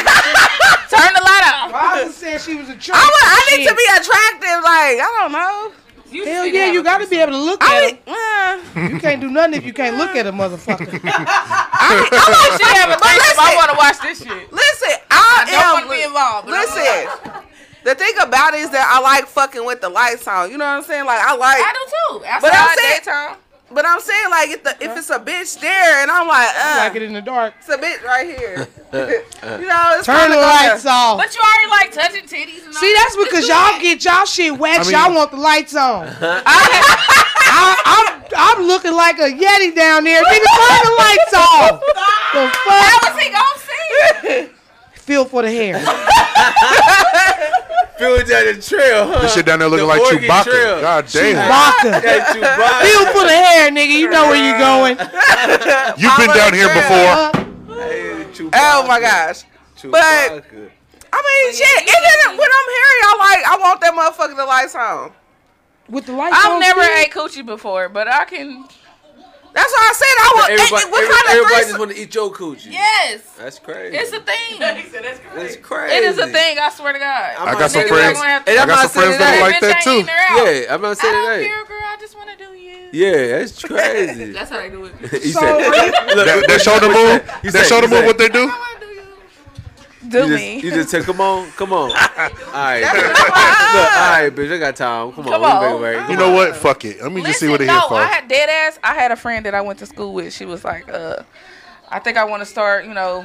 S2: Turn the light off.
S6: Mama said she was a child.
S4: was, I need to be attractive. Like I don't know.
S2: You
S6: Hell
S2: just need to
S6: yeah,
S2: have
S6: you
S2: a
S6: gotta be able to look
S4: I
S6: at
S4: mean, uh,
S6: him. You can't do nothing if you can't look at a motherfucker.
S2: I want she have a
S4: But
S2: threesome. I
S4: listen.
S2: want to watch this shit.
S4: listen, I,
S2: I don't
S4: am.
S2: want to be involved. but I'm gonna watch.
S4: Listen, the thing about it is that I like fucking with the lights on. You know what I'm saying? Like I like,
S2: I do too. Outside
S4: But
S2: but
S4: I'm
S2: I'm
S4: saying-
S2: daytime.
S4: but I'm saying like if the if it's a bitch there and I'm like, uh,
S6: like it in the dark.
S4: it's a bitch right here. you know, it's
S6: Turn
S4: kinda
S6: the
S4: gonna-
S6: lights off.
S2: But you already like touching titties and all
S6: See, that's because y'all get y'all shit waxed.
S1: I mean-
S6: y'all want the lights on. I,
S2: I,
S6: I, I'm looking like a Yeti down there. Nigga, turn the lights off. The fuck?
S7: How is he gonna see?
S6: Feel for the hair.
S3: Feel down the trail, huh?
S1: This shit down there looking
S3: The
S1: like
S3: Oregon
S1: Chewbacca.
S3: Trail.
S1: God damn.
S6: Vodka.
S3: That Chewbacca.
S6: Feel for the hair, nigga. You know where you going.
S1: You've been down here before.
S6: Huh?
S3: Hey, Chewbacca.
S4: Oh my gosh.
S3: Chewbacca.
S4: I mean, shit. It didn't, when I'm hearing y'all, like, I want that motherfucker to lights on.
S6: With the lights
S2: I've
S6: on,
S2: never
S6: too?
S2: ate coochie before, but I can.
S4: That's what I said. I want.
S3: Everybody,
S4: what
S3: every-
S4: kind of
S3: everybody
S4: threesome-
S3: just want to eat your coochie.
S2: Yes,
S3: That's crazy.
S2: it's a thing.
S3: That's crazy.
S2: It is a thing. I swear to God.
S3: I'm
S1: I
S3: not
S1: got some
S3: saying
S1: friends.
S3: that-
S1: I
S3: And I'm
S1: got
S3: not
S1: some friends that
S3: saying that.
S1: like that too.
S3: Yeah, I'm not
S2: I
S3: saying
S2: don't
S3: that.
S2: care, girl. I just want to do you.
S3: Yeah, that's crazy.
S7: That's how they do it.
S3: He
S6: So-
S3: said, look,
S1: That, that shoulder
S3: You
S1: move. That
S3: say-
S1: shoulder
S3: you
S1: move.
S3: say-
S1: What they do?
S2: Do
S3: you
S2: me.
S3: just, you just said, come on, come on. all right. Look, all right, bitch, I got time. Come on.
S2: Come
S3: we
S2: on.
S3: make it work.
S1: You
S3: Come
S1: know what? Fuck it. Let me just see what they
S2: no,
S1: here for.
S2: I had dead ass. I had a friend that I went to school with. She was like, uh, I think I want to start, you know,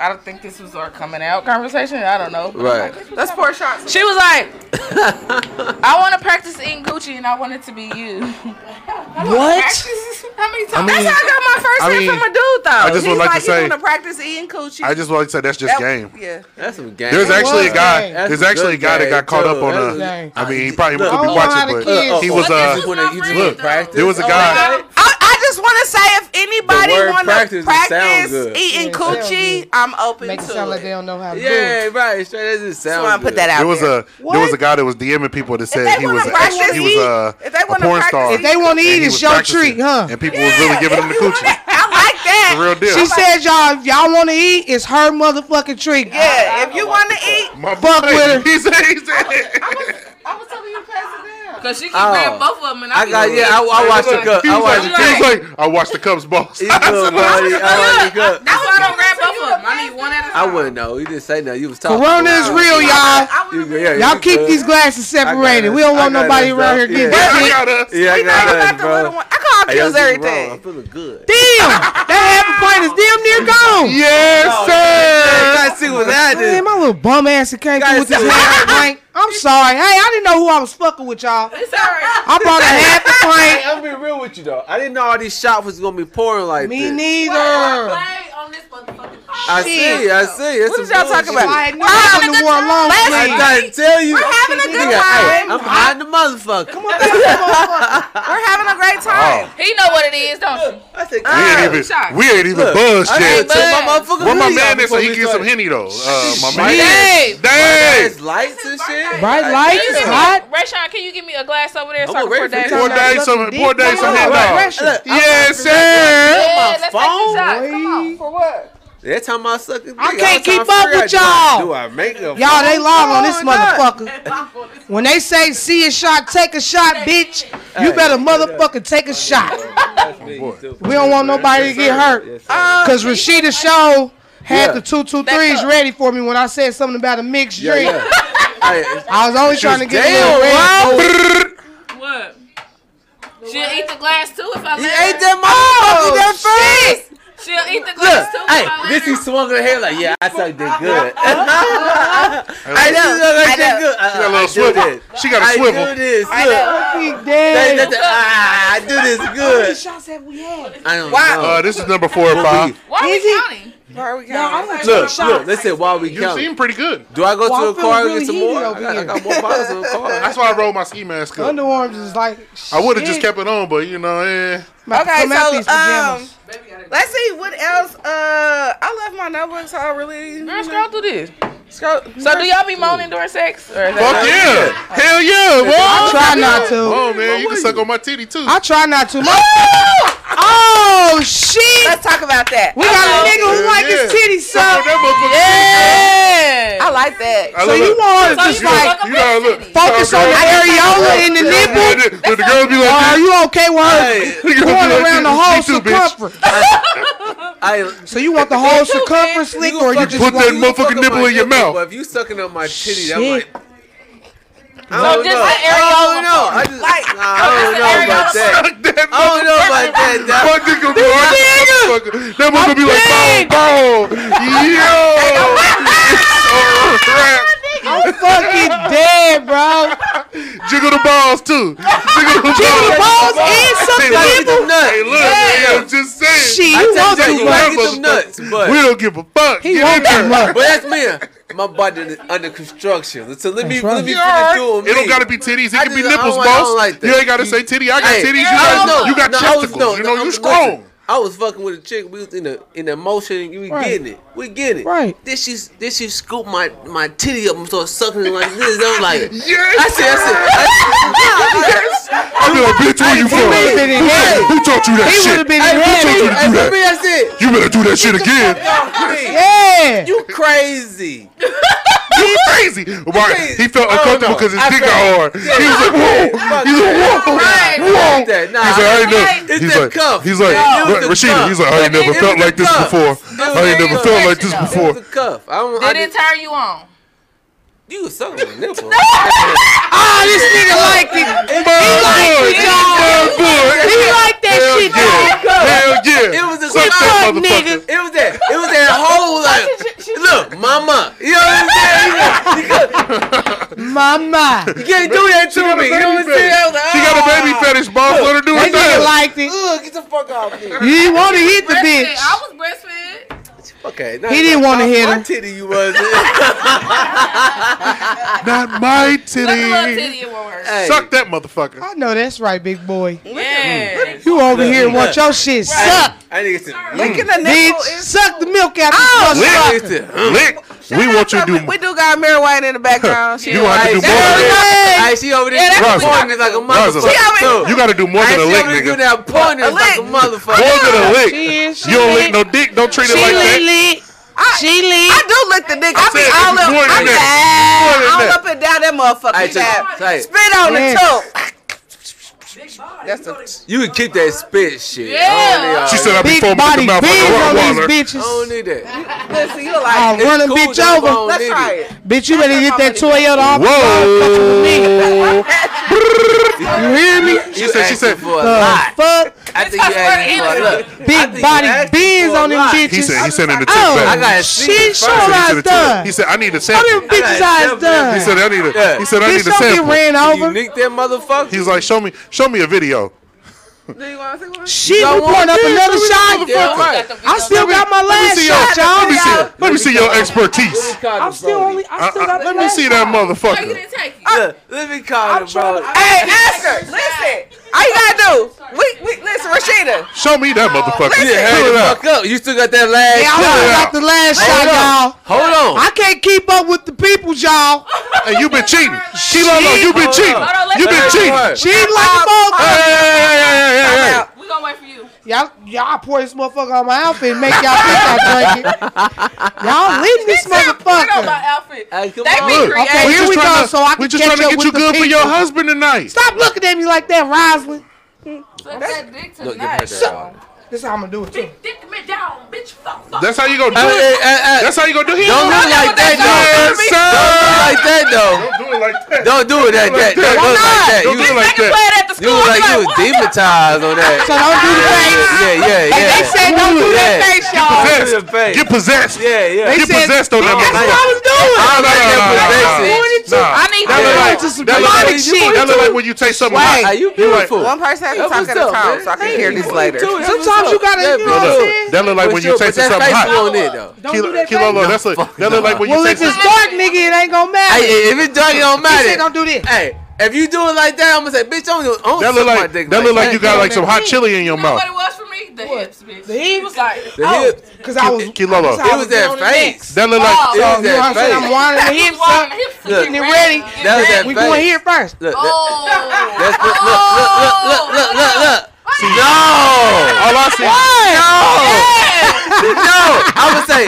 S2: I don't think this was our coming out conversation. I don't know.
S3: Right.
S4: Let's pour shots.
S2: She was like, I want to practice eating Gucci and I want it to be you.
S6: What?
S2: How many times?
S1: mean-
S4: That's how I got my first
S1: I
S4: hit
S1: mean,
S4: from a dude, though.
S1: I just
S4: He's
S1: would like to
S4: he
S1: say-
S4: want to practice eating coochie.
S1: I just want to say that's just
S4: That-
S1: game.
S4: Yeah.
S3: That's some game.
S1: There's actually a
S6: was
S1: guy.
S6: game.
S1: There's
S3: That's a
S1: actually a
S3: good
S1: guy that
S3: game,
S1: got caught
S3: too.
S1: up on
S3: That's
S1: a.
S3: a-
S6: Game.
S1: I mean, he probably
S3: Look,
S1: could be
S6: I don't know how
S1: watching,
S6: to
S1: but
S6: kiss.
S1: he was
S3: Look,
S1: uh,
S3: this is when it- you just
S1: look,
S3: practice.
S1: there was a guy-
S3: Okay.
S4: I, I just want to say if anybody
S3: The word
S4: want
S3: practice,
S4: to
S3: it sounds
S4: practice
S3: good.
S4: eating
S6: Yeah, it sounds
S4: coochie,
S6: good.
S4: I'm open
S6: Make it
S4: to
S6: sound like
S4: it.
S6: they don't know how to do
S3: Yeah, right. Straight. That just
S4: Just
S3: sounds
S4: want to put that out.
S1: There was
S4: there.
S1: a there was a
S6: What?
S1: guy that was DMing people that said
S4: they
S1: he
S4: wanna
S1: was actually,
S4: practice
S1: he was
S4: eat-
S1: uh,
S4: if they
S1: a
S4: wanna
S1: porn
S4: practice
S1: star.
S4: eat-
S6: If they want to
S1: and
S6: eat,
S1: he
S6: it's
S1: was
S6: your
S1: practicing,
S6: treat, huh?
S1: And people was really giving him the coochie.
S4: I like that.
S1: The real deal.
S6: She said, y'all, if y'all want to eat, it's her motherfucking treat.
S4: yeah, if you want to eat,
S1: My
S6: Fuck
S1: boy.
S6: with her.
S1: He said, he said.
S7: I was telling you to pass it down. Cause she can
S3: Oh.
S7: grab both of them and I,
S3: I
S7: be
S3: got,
S7: like,
S3: yeah, I, I watched the cup.
S1: He
S3: I
S1: was, like,
S3: watched
S1: he
S3: the
S1: was
S3: cup.
S1: like, I watched the Cups boss.
S3: It's good, buddy. I watched the cup.
S7: That's why I don't grab both of them. I need one at a time.
S3: I wouldn't know. You just say nothing. You was talking.
S6: Corona is real, y'all.
S3: You- yeah,
S6: Y'all
S3: you
S6: keep
S3: good.
S6: these glasses separated. We don't
S3: I
S6: want
S3: got
S6: nobody
S3: us,
S6: around
S3: though.
S6: here getting
S3: Yeah.
S1: I
S6: shit.
S1: got us.
S3: Yeah, I
S4: I
S3: got
S4: got
S3: us,
S4: the little
S3: bro.
S4: one. I
S3: Hey,
S4: call
S3: y'all
S4: Q's
S3: do it wrong. I'm
S4: everything.
S3: feeling good.
S6: Damn, that half a pint is damn near gone.
S1: Yes, sir.
S3: Hey, guys, see what's happening.
S6: Man, my little bum ass that came
S3: Guys,
S6: through with this
S3: it's-
S6: half a pint. I'm sorry. Hey, I didn't know who I was fucking with, y'all.
S7: It's alright.
S6: I brought a half a
S3: Hey,
S6: pint.
S3: I'm being real with you though. I didn't know all these shots was gonna be pouring like
S6: Me
S3: this.
S6: neither.
S7: Play on this motherfucking.
S3: I see, I see. It's
S4: What
S3: some
S4: is y'all talking
S3: bullshit.
S4: about?
S6: I had never been to war long
S3: I
S6: sleeve.
S3: gotta tell you,
S4: We're having a good
S3: nigga, hey,
S4: time.
S3: I'm high in the motherfucker. Come on,
S4: We're having a great time.
S2: He know what it is, don't you?
S3: I said,
S1: We ain't even, we ain't even buzzed
S3: I
S1: yet.
S3: ain't took my
S2: Buzz.
S3: motherfucking
S1: Where my
S3: hoodie
S1: man
S3: off
S1: is so
S3: before
S1: he
S3: we
S1: can get some
S3: started.
S1: henny though. Uh, my man.
S2: Dave,
S1: Dave.
S3: There's lights and shit.
S6: Bright lights,
S2: Give me-
S6: hot.
S2: Rayshawn, can you give me a glass over there so
S3: I'm
S2: I can
S3: ready
S2: pour
S3: for this.
S2: Dave?
S1: Poor
S3: Pour
S2: on?
S3: Dave.
S1: Dave some. Poor Dave some
S6: Come on,
S1: henny
S6: pressure.
S1: dog.
S3: Look, I'm
S1: Yes, sir.
S2: Yeah,
S3: my
S2: let's take
S3: phone.
S2: some shots. Come on. For what?
S3: That's how my sucker.
S6: I can't keep up with y'all.
S3: Do I make a
S6: Y'all, they long on this
S3: Come on,
S6: motherfucker. When they say see a shot, take a shot, bitch, you better motherfucker take a shot.
S3: That's me,
S1: boy.
S3: too.
S6: We don't want nobody to get hurt.
S3: Yes, sir.
S6: Cause Rashida Show had
S3: Yeah.
S6: the two two threes ready for me when I said something about a mixed
S3: Yeah,
S6: drink.
S3: yeah. Hey,
S6: I was only trying to get a little red.
S3: Damn, bro.
S7: What? She'll eat the glass too if I
S3: He
S7: let
S3: ate
S7: her.
S3: that motherfucker that fast.
S7: She'll eat the
S3: Look,
S7: glass too
S3: hey,
S7: if I let
S3: this
S7: her.
S3: he swung her hair like, yeah, I sucked it good. I know, I
S4: I know.
S3: good. I,
S1: She got a little
S3: I do
S1: swivel.
S3: this.
S1: She got
S3: I
S1: a
S3: do
S1: swivel.
S3: this.
S4: I
S3: Look.
S4: know.
S6: He
S3: That-
S6: dead.
S3: that's- ah, I do this good.
S6: shots that we had?
S3: I don't
S4: Wow.
S1: Uh,
S3: know.
S1: this is number four or
S3: Why
S1: five.
S3: we-
S7: Why are
S6: Is
S7: we
S6: it-
S7: counting?
S4: Where are we going?
S6: No, I'm gonna take a
S3: Look,
S6: shot.
S3: look, they said why we
S1: You
S3: counting.
S1: seem pretty good.
S3: Do I go
S6: Well, I'm
S3: to a car
S6: feeling
S3: and get some
S6: really
S3: more?
S6: heated
S3: I got, I
S6: over
S3: got more bottles in the car.
S1: That's why I rolled my ski mask up.
S6: Underarms is like.
S1: I would have
S6: shit.
S1: just kept it on, but you know, eh.
S6: About to
S4: Okay,
S6: come out these
S4: so um,
S6: pajamas.
S4: let's see what else. Uh, I left my notebook, so I really
S2: Girl, scroll through this.
S4: scroll.
S2: So do y'all be moaning during sex? Or is that-
S1: Fuck yeah. Hell yeah, boy.
S6: I try not to.
S1: Oh, man, you can suck on my titty, too.
S6: I try not to. My- oh shit!
S4: Let's talk about that.
S6: We got a
S1: Hello.
S6: nigga who
S1: Yeah,
S6: like his
S1: yeah.
S6: titty
S1: Suck on
S6: sucked.
S1: that motherfucker's
S4: I like that.
S1: titty, girl. I
S6: So
S1: love
S6: you
S1: it.
S6: want her to
S1: You
S6: just
S1: know-
S6: like
S1: you know, look,
S6: focus on the areola and the nipple?
S1: nipple. But the girls be
S6: Or Oh, are
S1: like,
S6: you okay with her
S3: Hey,
S1: you
S6: going around the whole circumference?
S3: I,
S6: So you want the whole circumference licked, or you
S3: fucking-
S6: just
S1: Put that
S6: want?
S1: motherfucking
S3: fucking
S1: nipple
S3: my
S1: in your mouth.
S3: But if you sucking up my titty, I'm
S6: Shit.
S3: like, I don't know.
S2: just the areola
S3: I don't know. I just, nah, I don't know about that.
S1: Suck that
S3: I don't know about that. dog.
S1: Fuck this gonna be hard as a motherfucker. That motherfucker gonna be like, boom, boom. Yo. It's so rap.
S6: I'm fucking dead, bro.
S1: Jiggle the balls too. Jiggle the
S6: Jiggle the balls and suck the
S3: Hey, look, get
S6: nipple.
S3: them nuts.
S1: Hey, look,
S3: Yeah.
S1: I'm just saying.
S6: Shit,
S3: I
S6: you
S3: tell
S6: want
S3: you,
S6: too
S3: you might
S6: much.
S3: get them nuts, but
S1: We don't give a fuck.
S6: He
S1: Get
S6: want
S1: in
S6: too
S1: there.
S6: much.
S3: but that's me. My body is under construction. So let me
S6: That's right.
S3: let me
S1: You
S3: finish
S1: alright?
S3: doing me.
S1: It don't gotta be titties. It
S3: I
S1: can be
S3: just- I
S1: nipples,
S3: don't- I don't
S1: boss.
S3: like that.
S1: You ain't gotta say titty. I got
S3: Hey,
S1: titties. You got
S3: hell no.
S1: you got
S3: No, I was-
S1: chesticles.
S3: no,
S1: you
S3: no,
S1: know
S3: I'm-
S1: you
S3: listen,
S1: strong.
S3: I was fucking with a chick. We was in the in the motion. We
S6: Right.
S3: getting it. We getting it.
S6: Right.
S3: Then she then she scooped my my titty up and started sucking it like this. I'm like,
S1: Yes.
S3: I said, I said, I
S1: I be like, bitch, where you from?
S6: would've
S1: Who
S6: been in
S1: taught
S6: hell.
S1: you- Who taught you that
S6: He
S1: shit?
S6: would've been in
S1: Who
S6: hell.
S1: taught you
S3: said,
S1: to do
S3: I,
S1: that?
S3: I said,
S1: You better do that shit again.
S3: yeah.
S6: Yeah.
S3: you crazy.
S1: You crazy. Right. He felt
S3: I don't
S1: uncomfortable
S3: know.
S1: because his
S3: I
S1: dick
S3: felt-
S1: got hard. He was like, whoa.
S3: Fuck
S1: He's like,
S3: that.
S1: whoa.
S2: Right.
S1: Whoa.
S3: Fuck that. Nah,
S1: He's like, I ain't
S2: Right.
S1: never.
S3: It's
S1: He's
S3: the
S1: like,
S3: cuff.
S1: he's like,
S3: Yeah, it was the
S1: Rashida.
S3: cuff.
S1: He's like, I ain't
S3: It
S1: never
S3: was
S1: felt
S3: the
S1: like this
S3: cuff.
S1: before.
S3: was
S1: I ain't
S3: the
S1: never
S3: cuff.
S1: felt like this before.
S3: It was a cuff. I don't. I
S2: Did it
S3: didn't-
S2: turn you on?
S3: You was sucking my nipple.
S6: Ah, this nigga liked it.
S1: Bud, Bud Bud.
S6: He liked that
S1: Hell
S6: shit,
S1: yeah.
S6: dog.
S1: Hell yeah.
S3: It was a
S1: Suck that
S6: cuff,
S1: motherfucker.
S3: It was that. It was that whole like, look, mama. You know what I'm saying? You can't-
S6: Mama.
S3: You can't do that to me. You know what I'm saying? I was like,
S1: She got a baby
S3: "Ah."
S1: fetish, boss. Let her do
S6: That
S1: her
S6: nigga
S1: thing.
S6: liked it.
S3: Ugh, get the fuck off me.
S6: He wanted to hit the
S2: Breastfed.
S6: bitch.
S2: I was breastfed.
S3: Okay.
S6: He didn't wanna hit
S3: her.
S6: him.
S3: My titty, you was.
S1: Not my
S2: Let the little
S1: titty.
S2: titty it won't hurt.
S3: Hey,
S1: Suck that motherfucker.
S6: I know that's right, big boy.
S2: Yeah.
S6: You over
S3: Look,
S6: here
S3: look.
S6: want your shit sucked,
S3: I need to.
S4: Licking
S1: Mm.
S4: the nipple
S6: bitch.
S4: is.
S6: Suck the milk out the
S1: Lick.
S6: sucker.
S3: hmm.
S1: Lick. We want you to do.
S4: We do got Mary White in the background. She
S1: You want to do more than that.
S6: Hey,
S3: Hey, she over there
S4: Yeah,
S1: that's what
S3: pointing like a
S1: Rosa,
S3: motherfucker. too.
S1: You got to do more
S3: Hey,
S1: than
S3: she
S1: a lick,
S3: over there doing
S1: nigga.
S3: that pointing like a
S4: lick.
S1: More
S3: motherfucker.
S1: than a lick.
S6: She is. She
S1: You don't lick
S6: lit.
S1: no dick. Don't treat it
S6: She
S1: like that.
S6: lit.
S4: I-
S6: She lit.
S4: I do lick the dick. I, be
S1: said, if
S4: all
S1: you
S4: up,
S1: doing
S4: I be
S1: that, you doing
S4: all
S1: that.
S4: up and down that motherfucker.
S3: Hey,
S4: He
S3: check-
S4: got
S3: check.
S4: spit on the
S6: Yes.
S4: toe. That's
S3: You can keep that spit shit.
S2: Yeah.
S1: She said, "I be
S6: Big
S1: foaming at the
S6: body
S1: mouth like
S6: big on
S1: a
S6: these
S1: Rottweiler."
S3: I don't
S6: bitches.
S3: need that.
S4: a pussy. You like
S6: I'll
S3: It's
S6: run a
S3: cool,
S6: bitch
S3: though, but I
S6: over.
S3: don't
S4: Let's
S3: need
S4: try
S3: it.
S4: it.
S6: Bitch, you better get that Toyota off the
S1: Whoa!
S6: You hear me?
S1: She said,
S3: You
S1: "She
S3: asking
S1: said."
S3: for a
S6: The
S3: lot.
S6: fuck?
S3: I think you asking for a lot. I think
S6: Big
S3: you
S6: body
S3: asking
S6: bends
S3: for a
S6: on them
S3: lot.
S6: bitches.
S1: He said, "He sent in the tip
S6: Oh,
S1: back."
S3: I gotta see
S6: shit,
S3: it
S6: show
S3: first.
S1: He
S6: her
S1: said,
S6: eyes
S1: it to her.
S6: done.
S1: he said, I need a
S6: How them
S1: sample.
S6: bitches
S3: I
S6: eyes
S3: got
S1: He
S6: done?
S1: said, I need a,
S3: Yeah.
S1: he said, I
S6: Bitch,
S1: need a
S6: don't get
S1: sample.
S6: ran
S3: You
S6: over.
S3: nick that motherfucker.
S1: He's like, show me, show me a video.
S4: a. Do you want to see one?
S6: Shit, we pouring up another shot.
S3: Yeah, right.
S6: I still got my
S1: Let
S6: last
S1: me see your,
S6: shot,
S1: let me
S6: y'all.
S1: see, let me see your expertise.
S3: I'm
S6: Still only, I
S1: I,
S6: still got
S1: I,
S6: the
S1: let me
S6: last
S1: see
S6: shot.
S1: that motherfucker.
S2: didn't take it.
S3: Look, let me call him, bro.
S4: Hey, ask her. Listen, all you gotta do, we, we listen, Rashida.
S1: Show me that motherfucker.
S3: Yeah,
S1: Pull
S3: hang
S1: it
S3: the
S1: out.
S3: fuck up. You still got that last
S6: Yeah, I
S1: Pull
S6: still
S1: it
S6: got
S1: out.
S6: the last
S3: Hold on.
S6: shot, y'all.
S3: Hold on.
S6: I can't keep up with the people, y'all.
S1: Hey, you been cheating. Kilo, you been
S3: Hold
S1: cheating.
S3: on.
S2: Hold on,
S1: You been
S2: let's-
S1: cheating.
S6: She ain't like a motherfucker.
S1: Hey, hey, hey, hey, hey, hey, hey.
S4: Now,
S2: We gonna wait for you.
S6: Y'all, y'all pour this motherfucker on my outfit and make y'all think I drank it. Y'all leave this
S2: Put on my
S6: motherfucker.
S2: outfit.
S3: Hey, come
S2: They
S3: on.
S2: be
S1: Look,
S2: creative.
S6: Okay,
S1: we
S6: here
S1: just
S6: we go,
S1: tryna-
S6: so I can
S1: we just
S6: catch
S1: trying to
S6: up
S1: get
S6: with
S1: you
S6: the
S1: good for your
S6: people.
S1: husband tonight.
S6: Stop looking at me like that, Roslyn.
S2: Suck that dick
S3: Look, give her
S2: tonight.
S3: that dog.
S6: This is how I'm gonna do it too.
S2: Dick me down, bitch. Fuck, fuck.
S1: That's how you gonna do
S3: Hey, hey,
S1: it.
S3: hey, hey.
S1: That's how you gonna do it.
S3: Don't look like that,
S1: Yes,
S3: though. Don't
S1: sir.
S3: look like that, though.
S1: Don't do it like that.
S3: Don't do it like that. Don't look like that.
S1: Don't do it
S3: You
S1: like that.
S2: Played at the
S3: you
S2: school.
S3: look like you
S2: I'm
S3: was demonetized on
S6: So
S3: that.
S6: don't do the face.
S3: Yeah, yeah, yeah.
S6: They said don't do that
S3: Yeah.
S6: face, y'all.
S3: Don't do the face.
S1: Get possessed.
S3: Yeah, yeah.
S1: Get
S6: said-
S1: possessed on that
S6: That's
S3: That's
S1: motherfucker.
S6: what I was doing.
S3: I like that
S6: Pointed
S1: Nah, nah.
S6: to-
S2: I need
S1: that. Look
S3: Yeah.
S1: like,
S6: Pointed to some
S1: that, look like-
S6: demonic shit.
S1: that look like when you take something
S3: Are
S1: hot.
S3: you beautiful?
S4: One person has to talk
S3: That's what's
S4: at a
S3: up,
S4: time,
S3: man.
S4: so I can
S3: Hey,
S4: hear this
S3: you
S4: later.
S3: too. That's
S6: Sometimes
S3: what's
S6: you
S3: up.
S6: gotta-
S3: Yeah,
S6: you know what I'm
S3: look.
S6: saying?
S1: That look like
S3: For
S1: when
S3: sure,
S1: you take
S3: but that
S1: something
S3: face
S1: hot.
S3: on it, though.
S6: Don't do
S1: Kilo,
S6: that
S1: Kilo,
S6: face.
S1: that's look. That look like when you
S6: Well,
S1: take
S6: if it's
S1: something.
S6: dark, nigga, it ain't gonna matter.
S3: Hey, if it done, it don't
S6: He
S3: matter.
S6: said don't do this.
S3: Hey, if you do it like that, I'm gonna say, bitch, don't do it.
S1: That look like that look like you got like some hot chili in your
S2: You know
S1: mouth.
S2: what it was for me? The hips, bitch.
S6: The hips?
S2: It was like,
S3: The hips.
S6: Cause I was,
S1: Kilo,
S6: that's how I
S3: It was that
S6: doing it next.
S3: face.
S1: That look
S2: Oh.
S1: like
S6: So,
S3: It
S6: you
S3: was
S6: know what I'm
S3: that
S6: saying? I'm
S3: face.
S6: winding the
S2: I
S6: hips
S2: was winding
S6: up.
S2: the hips to get
S3: Look.
S6: Getting it ready.
S3: That was that
S6: We
S3: face.
S6: going here first.
S3: Look, that-
S2: Oh.
S3: that's look, look, look, look, look, look, look. No,
S1: all I see.
S3: no, no. I'm gonna say,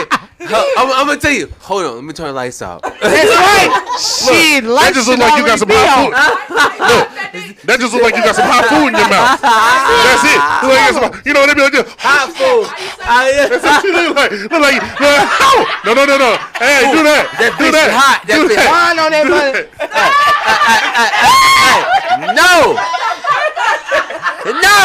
S3: I'm, I'm gonna tell you. Hold on, let me turn the lights out.
S6: That's right. Shit,
S1: That
S6: lights
S1: just
S6: should
S1: look like you got some
S6: already be on.
S1: hot food. Look, that just look like you got some hot food in your mouth. That's it. Look like you, got some, you know, they be like, this.
S3: Hot food. I,
S1: That's what you look like. Look like, look like ow! no, no, no, no. Hey, do that.
S3: that
S1: do
S3: bitch
S1: that.
S3: hot. That
S1: do
S3: bitch
S1: that.
S6: Wine on that butt.
S3: no, no, no.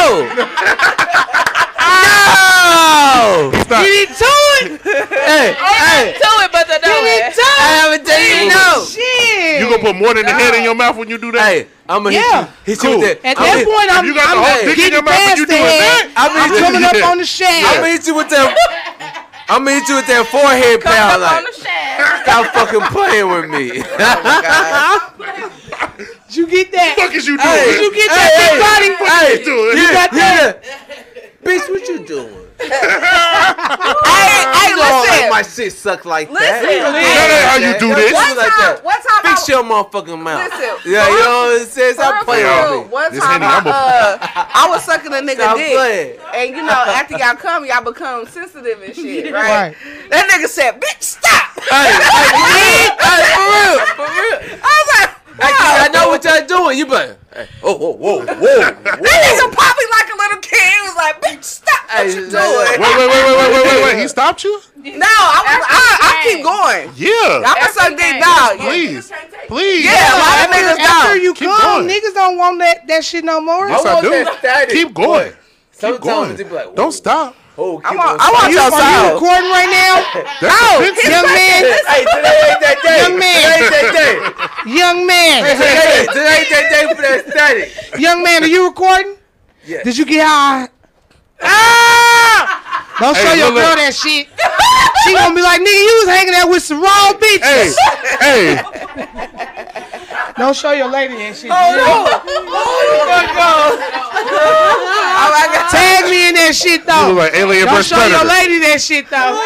S1: It's not-
S6: Get into it.
S3: Hey, hey,
S2: To it, but the no.
S6: Get into
S3: hey,
S6: it.
S3: I'm gonna tell you no.
S6: Shit.
S1: You gonna put more than the head in your mouth when you do that?
S3: Hey, I'm gonna
S6: Yeah.
S3: hit you. Hit you with that.
S6: At that
S3: I'ma-
S6: point, I'm,
S1: you got the
S6: I'm
S1: whole dick in
S6: getting
S1: your mouth,
S6: past
S1: you
S6: the
S1: doing
S6: head.
S1: that?
S6: I'm
S3: Yeah.
S6: coming
S1: Yeah.
S6: up on the shaft.
S3: I'm gonna hit you with that. I'm gonna hit you with that forehead pound.
S7: on the
S3: Like,
S7: shaft.
S3: stop fucking playing with me.
S6: Did you get that?
S1: fuck is you doing?
S3: Hey,
S6: Did you get
S3: hey,
S6: that, big
S3: hey.
S6: body?
S1: What you doing?
S3: yeah,
S1: You
S6: got that?
S3: yeah. Bitch, what you doing?
S4: Hey,
S3: You
S4: hey,
S3: don't let
S4: listen.
S3: my shit suck like that.
S4: Listen.
S3: You don't
S1: That ain't how you do
S3: let
S1: this.
S3: that
S4: One
S3: shit like
S4: time,
S3: that.
S4: one time I
S3: Fix your motherfucking mouth.
S4: Listen,
S3: yeah, you
S4: for-
S3: know what I'm saying? Stop
S4: Stop
S3: playing with me.
S4: One
S1: This
S4: time,
S1: Henny,
S4: I,
S1: I'm a-
S4: uh, I was sucking a nigga
S3: Stop
S4: dick,
S3: playing.
S4: and you know, after y'all come, y'all become sensitive and shit, right?
S6: Right.
S4: That nigga said, "Bitch, stop!"
S3: Hey, hey, for real. Hey, for real. For real.
S4: I was like,
S3: Hey, I know what y'all doing. You better. Hey, oh, whoa, whoa, whoa,
S4: that nigga
S3: whoa.
S4: popped me like a little kid. He was like, "Bitch, stop what
S3: Hey,
S4: you
S3: no, no.
S1: Wait,
S4: doing?"
S1: wait, wait, wait, wait, wait, wait, wait. He stopped you?
S4: No, I, was, I, I keep going.
S1: Yeah.
S4: I'm gonna suck
S7: Everything.
S4: dick, dog. Yeah.
S1: Please. Please.
S4: Yeah, a lot of
S6: After,
S4: niggas
S6: after
S4: don't.
S6: you
S1: Keep
S6: come,
S1: going.
S6: niggas don't want that, that shit no more.
S1: Yes, I
S3: want
S1: do.
S3: that static.
S1: Keep going. Keep going.
S3: Sometimes it be like, whoa,
S1: Don't stop.
S3: whoa, keep
S4: I want, I
S3: going.
S4: want
S6: You-
S4: your
S6: Are you
S4: soul.
S6: recording right now?
S1: That's
S4: No,
S1: offensive.
S6: Young man,
S3: Hey, today ain't that day.
S6: Young man.
S3: Today ain't that day.
S6: young man,
S3: Today ain't- today ain't that day for that static.
S6: young man, are you recording?
S3: Yeah.
S6: Did you get high? Ah! Don't
S1: Hey,
S6: show your
S1: look,
S6: girl
S1: look.
S6: that shit. She gonna be like, nigga, you was hanging out with some raw bitches.
S1: Hey, hey,
S6: Don't show your lady that shit.
S4: Oh my god.
S6: Tag me in that shit
S1: you
S6: though.
S1: look like Alien
S6: Don't
S1: vs
S6: show your
S1: Predator.
S6: lady that shit though.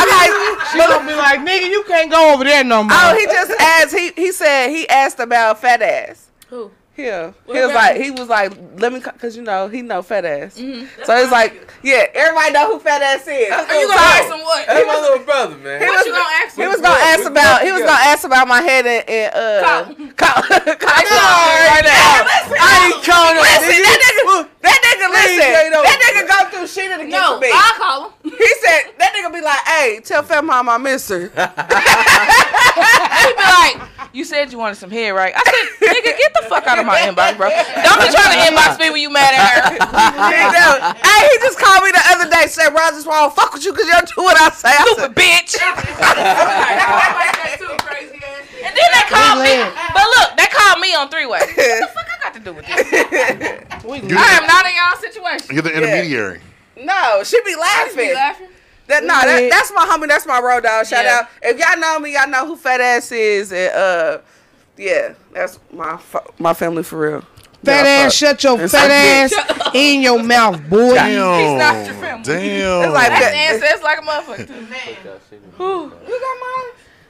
S4: Okay.
S6: She gonna be like, nigga, you can't go over there no more.
S4: Oh, he just asked. He he said he asked about fat ass.
S7: Who?
S4: Yeah, he was like he was like let me because you know he know fat ass. So he's like yeah, everybody know who fat ass is.
S7: Mm-hmm.
S2: Oh.
S7: Are you gonna ask him what?
S3: That's my little brother, man.
S4: He
S7: What
S4: was-
S7: you gonna ask
S4: He
S7: him?
S4: was gonna ask about he was gonna ask about my head and, and uh cotton right now.
S3: I ain't calling no
S4: Listen, that nigga, that nigga,
S3: straight
S4: listen,
S3: up.
S4: that nigga go through shit to get
S7: No,
S4: to me.
S7: I'll call him.
S4: He said that nigga be like, hey, tell fat mom I miss her.
S2: He be like, you said you wanted some hair, right? I said, nigga, get the fuck out of my inbox, bro. Don't be trying to inbox me when you mad at her.
S4: He know. hey, he just called me the other day. Said, "Bro, I just want to fuck with you because you don't do what I say." I said,
S2: Stupid bitch.
S7: That too crazy ass.
S2: And then they called me.
S6: leg.
S2: But look, they called me on three way. What the fuck I got to do with this?
S1: You
S7: I
S1: the-
S7: am not in y'all situation.
S1: You're the intermediary.
S4: "No, she be
S7: Just be
S4: laughing."
S7: laughing.
S4: That no, that, that's my homie. That's my road dog. Shout
S2: Yeah.
S4: out. If y'all know me, y'all know who fat ass is. And uh, yeah, that's my fa- my family for real.
S6: Fat ass, shut your fat ass in your mouth, boy.
S7: not your
S1: Damn.
S7: family.
S1: Damn.
S4: It's like
S7: That's
S4: that.
S7: ancestors like a motherfucker too.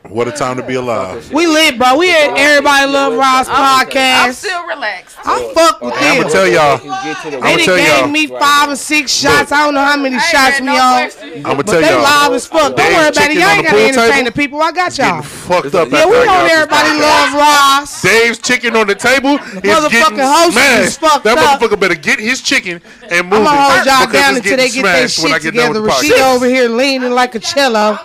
S1: what a time to be alive.
S6: We lit, bro. We at Everybody Love Ross
S7: I'm
S6: podcast.
S7: still relaxed.
S6: I fuck with
S1: I'm gonna
S6: them.
S1: tell y'all.
S6: They
S1: I'ma
S6: done
S1: tell
S6: gave
S1: y'all.
S6: me five or six shots. I don't know how many
S7: I ain't
S6: shots
S7: had
S6: we
S7: no
S6: on.
S7: questions.
S1: I'm gonna
S6: But
S1: tell
S6: they
S1: y'all.
S6: live as fuck. Don't
S1: They
S6: worry
S1: ain't
S6: about it.
S1: chicken
S6: Y'all
S1: on the
S6: ain't gotta
S1: pool
S6: entertain
S1: table?
S6: the people. I got
S1: Getting
S6: y'all.
S1: fucked up.
S6: Yeah,
S1: after
S6: we
S1: I got
S6: on
S1: this
S6: Everybody
S1: podcast.
S6: Love Ross.
S1: Dave's chicken on the table is
S6: Motherfucking
S1: getting
S6: host is
S1: smashed.
S6: fucked
S1: that
S6: up.
S1: motherfucker better get his chicken and move
S6: I'm gonna
S1: it
S6: hold y'all
S1: because it's
S6: down until they
S1: getting
S6: get their
S1: smashed when I
S6: shit
S1: get done
S6: together.
S1: with the
S6: Rashida
S1: podcast.
S6: over here leaning like a cello.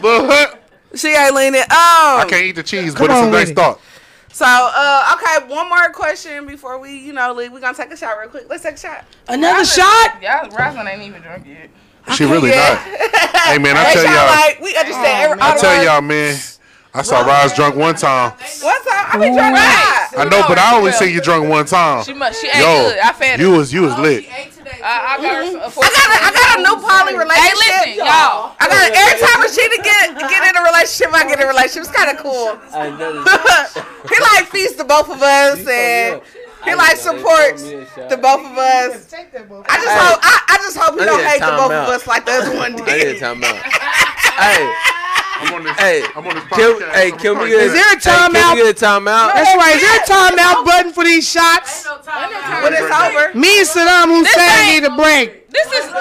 S1: Lil' Hut,
S4: She ain't leaning. Um,
S1: I can't eat the cheese,
S6: Come
S1: but it's a
S6: on with
S1: nice
S6: it.
S1: thought.
S4: So, uh, okay, one more question before we, you know, leave. We're gonna take a shot real quick. Let's take a shot.
S6: Another shot?
S7: Y'all, Rosalind ain't even drunk yet.
S1: She really not. Hey man, I
S4: Hey,
S1: tell
S4: y'all,
S1: y'all,
S4: like, we understand. every, all
S1: I
S4: the
S1: tell
S4: words.
S1: y'all, man. I saw Roz drunk one time.
S4: What's up? I be
S7: Right.
S4: drunk. Right.
S1: I know, but I only seen you drunk one time.
S2: She must. She ain't
S1: Yo,
S2: good. I fed her.
S1: you was you
S6: Oh,
S1: was lit.
S7: Mm-hmm. I, I got her.
S4: I got, a, I got a new poly
S2: Hey,
S4: relationship.
S2: listen, y'all.
S4: I got every time a she to get get in a relationship, I get in a relationship. It's kind of cool. he like feeds the both of us and he like supports the both of us. I just hope I, I just hope he
S3: I
S4: don't
S3: need a
S4: hate the both
S3: timeout.
S4: of us like the other one
S3: I need
S4: did.
S3: a timeout. hey,
S1: I'm on this.
S3: hey,
S1: I'm on this
S3: can,
S1: podcast.
S3: hey,
S1: I'm
S3: can we
S1: sorry.
S3: get
S1: Is
S6: there a
S3: Hey, can
S6: timeout?
S3: we get a timeout?
S6: That's right. Is there a timeout button for these shots?
S4: When it's over,
S6: Me and Saddam Hussein need a break.
S2: This is this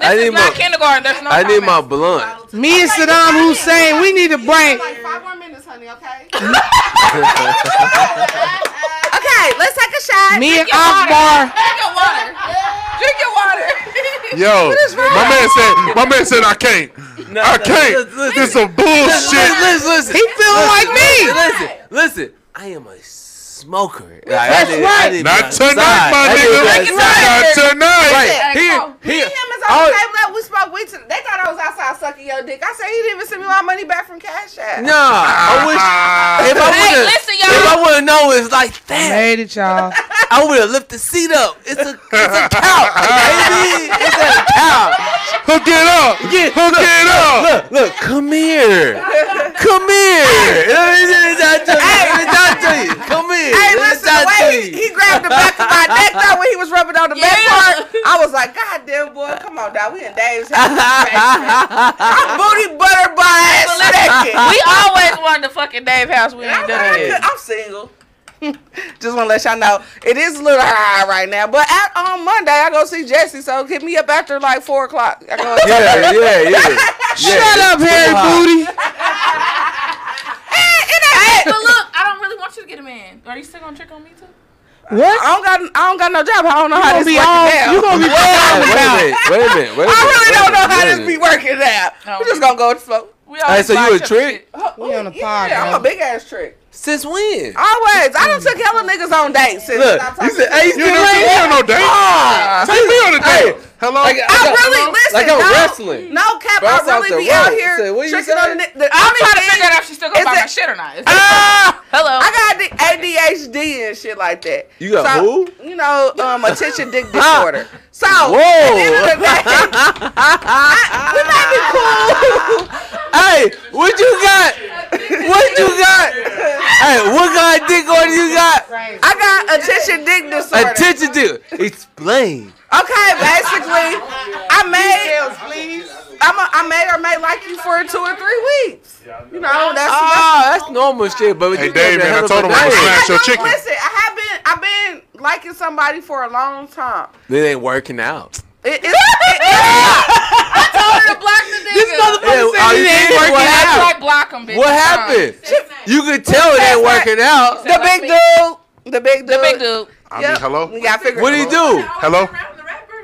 S3: I need
S2: is
S3: my-
S2: not kindergarten. There's no.
S3: I need my
S2: comments.
S3: blunt.
S6: Me and Saddam Hussein, we need a break.
S4: five more minutes, honey. Okay. okay, let's take a shot.
S6: Me and Akbar.
S2: Drink your water. Drink your water.
S1: Yo, my man said, my man said I can't.
S3: No,
S1: I
S3: no,
S1: can't.
S3: listen, listen.
S1: This is some
S3: Listen,
S1: bullshit.
S3: listen, listen.
S6: He feeling like
S3: Listen,
S6: me.
S3: listen, listen. I am a smoker. Like,
S6: That's
S3: I did, I
S6: right.
S3: did
S1: Not
S3: outside.
S1: tonight, my
S3: I did
S1: nigga.
S3: outside.
S1: Not tonight.
S3: Right. Here,
S4: Me
S3: here.
S4: and him is
S6: Oh.
S4: on the table. Like, we spoke. We they thought I was outside sucking your dick. I said he didn't even send me my money back from Cash App.
S1: Ah.
S3: Nah, I wish. If I
S2: Hey,
S3: would
S2: listen, y'all.
S3: if I would have known it's like
S6: I
S3: that,
S6: made it, y'all.
S3: I would have lifted the seat up. It's a, it's a couch, baby. It's a couch.
S1: Hook it up. Hook it up.
S3: Look, look, come here. Come here. Let me talk to you. Let me talk to you. Come here.
S4: Hey,
S3: Let me
S4: listen, the
S3: talk to
S4: way
S3: you.
S4: he, he grabbed the back of my neck though when he was rubbing on the back
S2: Yeah.
S4: part, I was like, God damn boy, come on dog, we in Dave's house. I'm booty butter by a second.
S2: We always wanted to fucking Dave house. We ain't
S4: I'm,
S2: done it.
S4: I'm- I'm single. Just want to let y'all know it is a little high right now, but at, on Monday I go see Jesse, so hit me up after like four o'clock. I go
S3: Yeah, yeah, yeah.
S6: Shut up, Harry Booty.
S7: But look, I don't really want you to get a man. Are you still gonna trick on me too?
S6: What?
S4: I don't got I don't got no job. I don't know how
S6: You gonna
S4: this
S6: be
S4: working
S6: on?
S4: out.
S6: You gonna be
S3: Wait a minute. Wait a minute. Wait a minute.
S4: I really don't know how
S3: wait a
S4: this be
S3: minute.
S4: working out. We're just gonna go with the flow.
S7: We always
S3: so
S7: buy
S3: you a
S7: each other
S3: trick?
S7: shit.
S6: We on the pod,
S4: Yeah, I'm a
S6: man.
S4: big ass trick.
S3: Since when?
S4: Always. I done took hella niggas on dates. Since
S3: Look,
S4: I
S3: you
S4: talked
S3: said,
S4: to-
S3: hey, you
S1: You
S3: still
S1: ain't never
S3: right
S1: been on no date. Take me on a date. Hello.
S3: Like, Oh. I
S4: I
S3: got-
S4: really listen.
S3: Like I'm
S4: no,
S3: wrestling.
S4: No cap,
S3: Bro, I
S4: I
S3: was out
S4: really
S3: the
S4: be out
S3: road.
S4: here
S3: Said, what you
S4: tricking on the.
S3: said?
S4: the
S7: I'm trying to figure out if she's still gonna
S4: It's
S7: buy
S4: a-
S7: my shit or not. It's
S4: Ah,
S2: Hello.
S4: I got the ADHD and shit like that.
S3: You got
S4: so,
S3: who?
S4: You know, um, attention dick disorder. So, Whoa. we might be cool.
S3: Hey, what you got? What you got? Hey, what kind of dick order you got?
S4: I got attention dick disorder.
S3: Attention to explain.
S4: Okay, basically, I may, I'm a, I may or may like you for two or three weeks. You know, that's.
S3: Oh, that's normal shit, but
S1: Hey,
S3: you gotta
S1: Dave,
S3: be a
S1: man, I
S3: hell of
S1: told
S3: a
S1: him I was
S3: dick.
S1: fat. Smash your
S4: I don't-
S1: chicken.
S4: Listen, I have been I've been liking somebody for a long time.
S3: It ain't working out.
S4: It, it's, it, it,
S6: This motherfucker
S3: Yeah, oh,
S6: said
S3: you
S6: it ain't
S3: did?
S6: working
S3: What
S6: out.
S3: happened?
S7: like block them, bitch.
S3: What
S7: It's fine.
S3: happened? You could tell it ain't working out.
S4: the big dude, the big dude,
S2: The big dude.
S1: I mean,
S4: Yep,
S1: hello.
S4: We got figured.
S3: What do you do?
S1: Hello.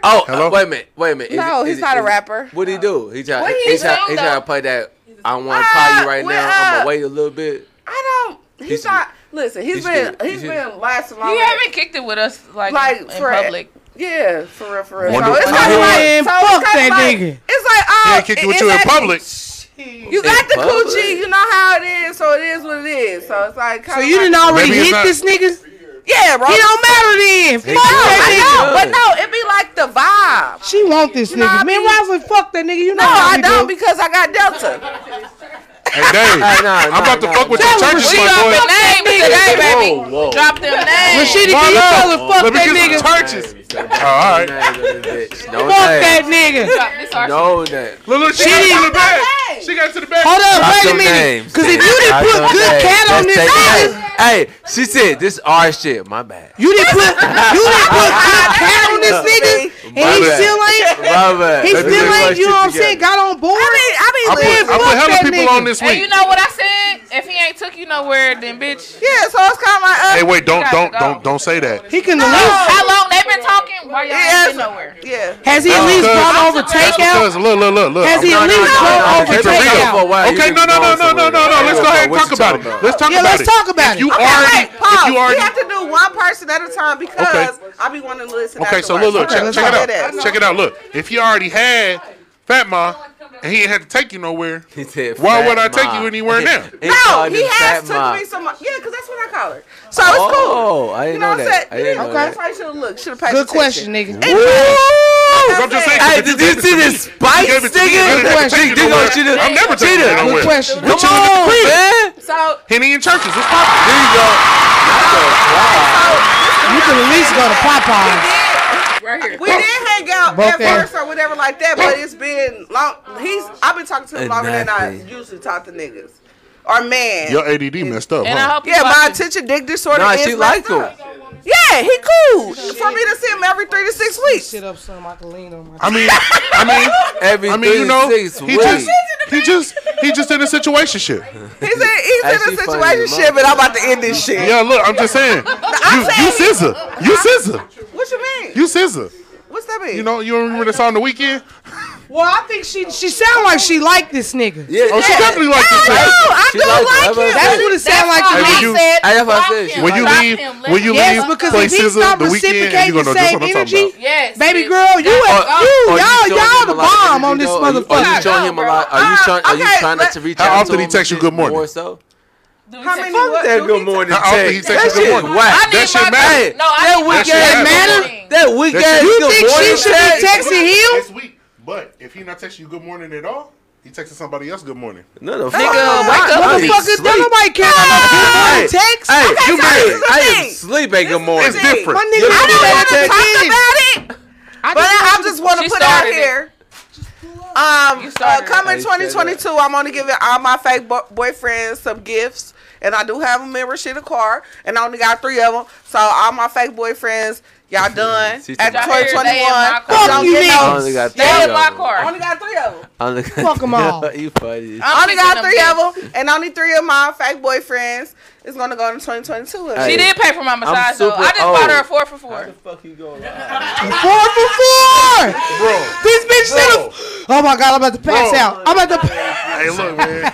S3: Oh,
S1: Hello?
S3: uh, wait a minute, wait a minute. Is
S4: No,
S3: it-
S4: he's
S3: is it-
S4: not a
S3: is it-
S4: rapper.
S3: What he do? He try.
S4: What he
S3: He, try.
S4: do,
S3: He
S4: though?
S3: try to play that. I want to call
S4: Ah,
S3: you right
S4: well,
S3: now. I'm
S4: uh,
S3: gonna wait a little bit.
S4: I don't. He's
S3: should-
S4: not. Listen,
S3: he
S4: he's been
S3: should- he
S4: he's
S3: should-
S4: been lasting long.
S2: You haven't kicked it with us like,
S4: Like,
S2: in
S4: for-
S2: public.
S4: Yeah, for real, for real.
S1: Wonder-
S4: so it's kind of like,
S6: Man,
S4: so it's
S6: fuck
S4: kinda
S6: that
S4: like,
S6: nigga.
S4: It's like oh,
S1: He ain't kicked
S4: it-
S1: you with
S4: it's
S1: you in
S4: actually-
S1: public.
S4: You got
S3: In
S4: the
S3: public.
S4: coochie. You know how it is, so it is what it is. So it's like
S6: So
S4: kinda
S6: you
S4: like,
S6: didn't already
S1: Maybe it's
S6: hit
S1: not-
S6: this nigga?
S4: Yeah, bro.
S6: He don't matter then. Fuck that
S4: No, but no, it be like the vibe.
S6: nigga. She want this
S4: know what I
S6: nigga. Man,
S4: mean?
S6: why would fuck that nigga? You know
S4: No,
S6: how
S4: I
S6: we
S4: don't
S6: do.
S4: because I got Delta.
S1: Hey, Dave.
S3: Hey, nah,
S1: I'm
S3: nah,
S1: about to
S3: nah,
S1: fuck with
S3: nah.
S1: your
S6: Tell him
S1: churches,
S6: we
S1: my
S6: gonna
S1: boy.
S2: Drop them names today, baby.
S3: Whoa, whoa.
S2: Drop them
S6: When
S2: names.
S6: she did
S1: Why
S6: you
S1: not?
S6: tell her fuck
S1: Let me
S6: that
S1: get
S6: nigga.
S1: some churches. Oh, all right.
S3: No
S6: Fuck
S3: name.
S6: that nigga.
S7: This our
S3: No name.
S1: Look, look, she got
S6: didn't-
S1: to the back. She got to the back.
S6: Hold up,
S3: Drop
S6: wait a
S3: them
S6: minute.
S3: names,
S6: Because if
S3: Dave.
S6: you didn't
S3: Drop
S6: put
S3: them
S6: good
S3: names.
S6: cat on
S3: Let's
S6: this
S3: take
S6: list,
S3: that. Hey, she said this our shit. My bad.
S6: you didn't put you didn't put good cat on this nigga, and he
S3: My bad.
S6: still ain't
S3: My bad.
S6: he
S3: Let me
S6: still
S3: get my
S6: ain't you know
S3: shit
S6: what I'm saying?
S3: together.
S6: Got on board.
S4: I mean, I
S1: I
S4: mean,
S1: put,
S4: listen.
S1: I
S6: fuck
S1: put hella
S6: that
S1: people
S6: nigga.
S1: on this
S7: And you
S1: week.
S7: know what I said? If he ain't took you nowhere, then bitch.
S4: Yeah, so it's kind of like, uh,
S1: Hey, wait, don't,
S7: gotta
S1: don't,
S7: go.
S1: don't, don't say that.
S6: He can at least
S7: How long they been talking? Why y'all
S4: Yeah,
S7: ain't been
S4: so-
S7: nowhere?
S4: yeah.
S6: has he at
S1: That's
S6: least
S1: because-
S6: brought over
S1: That's
S6: takeout?
S1: because look, look, look, look.
S6: Has he
S1: I'm
S6: at
S1: not- no,
S6: least
S1: no,
S6: brought
S1: no,
S6: over
S1: keep it real.
S6: takeout?
S1: Okay, no, no, no, no, no, no, no. Let's go ahead and talk about it. Let's talk about it.
S6: Yeah, let's talk about
S1: If
S6: it.
S1: you
S6: Okay,
S4: Hey,
S1: already,
S4: pause.
S1: if you
S4: we
S1: already,
S4: have to do one person at a time because I be wanting to listen.
S1: Okay, so look, look,
S6: Okay,
S1: check,
S6: let's
S1: check
S6: go.
S1: it out. Check it out. Look, if you already had Fat Ma and he ain't had to take you nowhere,
S3: He said,
S1: Why
S3: "Fat
S1: would I take
S3: Ma."
S1: you anywhere now?
S3: He
S4: No,
S3: called
S4: he
S3: him
S4: has
S3: Fat
S4: took
S3: Ma.
S4: me some. Yeah, because that's what I call her. So it's cool.
S3: Oh, I
S4: You
S3: didn't
S4: know
S3: know
S4: what I'm saying?
S3: that. I didn't know
S4: That's
S3: that.
S4: why you should have looked. Should have paid
S6: Good
S4: attention.
S6: question, nigga.
S4: It's like-
S1: I'm just saying.
S3: Hey,
S1: if
S3: did
S1: gave
S3: you
S1: it
S3: see
S1: to me,
S3: this
S1: you
S3: spice
S1: gave it to me, I
S3: nigga?
S1: didn't have to
S3: She
S1: take you
S3: did go
S1: nowhere.
S3: to the-
S1: I'm never taking
S3: Cheetah.
S1: you
S6: Good
S1: nowhere.
S6: question.
S3: Come on, man.
S4: So
S1: Henny and churches. What's poppin'?
S3: There you go.
S6: You can at least go to Popeyes.
S4: We did hang out
S6: Both
S4: at
S6: ends.
S4: first or whatever like that, but it's been long. He's I've been talking to him longer than I
S3: Exactly.
S4: usually talk to niggas or man.
S1: Your ADD messed up,
S7: And I
S1: huh?
S7: hope you
S4: yeah, my
S7: fucking-
S4: attention dick disorder
S3: Nah,
S4: is
S3: she
S4: messed
S3: liked him.
S4: up. Yeah, he cool for me to see him every three to six weeks.
S6: Shit up, son. I can lean on my.
S1: I mean, I mean,
S3: Every
S1: I mean, you know,
S3: three to six
S1: he
S3: weeks.
S1: just, he just, he just in a situation shit.
S4: He's in, he's
S3: Hey,
S4: in
S3: she
S4: a
S3: funny as
S4: situation shit, but
S3: mother.
S4: I'm about to end this shit.
S1: Yeah, look, I'm just saying. You, you scissor, you scissor,
S4: What you mean?
S1: you scissor.
S4: What's that mean?
S1: You know, you remember the song the weekend?
S6: Well, I think she she sound like she like this nigga.
S3: Yeah.
S1: Oh, she definitely like
S4: no,
S1: this.
S4: I
S3: She
S4: do
S3: liked
S4: like
S3: him.
S4: him.
S3: That
S6: That's what it sound like
S1: Hey,
S6: to
S1: when
S6: me.
S1: you-
S3: I that's what I said. She
S1: When you
S3: liked-
S1: leave,
S7: him.
S1: when you
S6: Yes,
S1: leave,
S6: because
S1: play
S6: if he
S1: scissor
S6: start
S1: the weekend, and
S6: reciprocating
S1: you gonna
S6: the
S1: do
S6: same
S1: something. I'm talking
S6: energy,
S1: about.
S7: Yes.
S6: baby
S7: bitch.
S6: girl, you
S3: Are-
S6: a- you
S3: are you
S6: y'all
S3: showing
S6: y'all
S3: him
S6: the
S3: a lot?
S6: bomb
S3: Are
S6: on
S3: you
S6: this
S3: showing- Are you
S6: motherfucker.
S3: showing him a lot? Are you
S4: Uh,
S3: trying? Are you
S4: okay,
S3: trying not
S4: let-
S3: to reach
S1: How
S3: out?
S1: often
S3: to
S1: he
S3: him
S1: text you good morning?
S3: More so.
S4: How many?
S3: Fuck
S4: What?
S3: that
S4: do
S3: good
S4: he-
S3: morning
S1: How often he takes
S3: text. That
S1: you good
S3: shit
S1: morning?
S3: whack.
S1: That shit matter.
S2: No, I
S6: That
S2: need
S6: weak
S2: my
S1: shit
S6: ass
S1: matter.
S6: matter.
S3: That weak
S1: That
S3: ass
S1: shit-
S6: You
S3: good
S6: think
S3: morning
S6: she should be
S3: text.
S6: texting him?
S8: It's weak. But if he not texting you good morning at all, he texting somebody else good morning.
S3: No, the fuck.
S2: Nigga, wake up.
S3: I ain't
S6: Motherfucker, don't
S3: sleep.
S6: nobody care about no good morning text.
S3: Hey, you
S4: so
S3: mad?
S4: here's the
S3: I
S4: thing.
S3: didn't sleep at good morning.
S1: It's different.
S6: My
S3: You
S6: nigga, don't
S3: don't wanna
S6: wanna
S3: text
S6: talk
S4: Talk
S6: about-
S4: about it. But I, I just want to
S2: She
S4: put out
S2: started it.
S4: here. Um, uh,
S2: started it.
S4: coming
S3: Hey, shut
S4: 2022, I'm only giving all my fake bo- boyfriends some gifts, and I do have them in Rashida car, and I only got three of them. So all my fake boyfriends, y'all done
S3: She
S4: at
S3: said-
S2: Y'all hear they in my car.
S4: 2021. Don't
S6: Fuck you,
S4: get
S6: nigga.
S4: no-
S3: I only got three
S2: Stay in
S3: of
S2: my
S3: them.
S4: I
S2: car.
S4: only got three of them.
S3: I only got-
S6: Fuck 'em all.
S3: you funny.
S4: I only got
S2: Them
S4: three
S2: bitches.
S4: of them, and only three of my fake boyfriends is gonna go into 2022.
S3: Hey.
S2: She did pay for my massage though.
S3: super
S2: I just bought her a
S3: old.
S2: four for four.
S3: fuck you going
S6: Four for four.
S8: Bro,
S6: This bitch said, "Oh my god, I'm about to pass
S8: Bro.
S6: out. I'm about to."
S8: hey, look, man.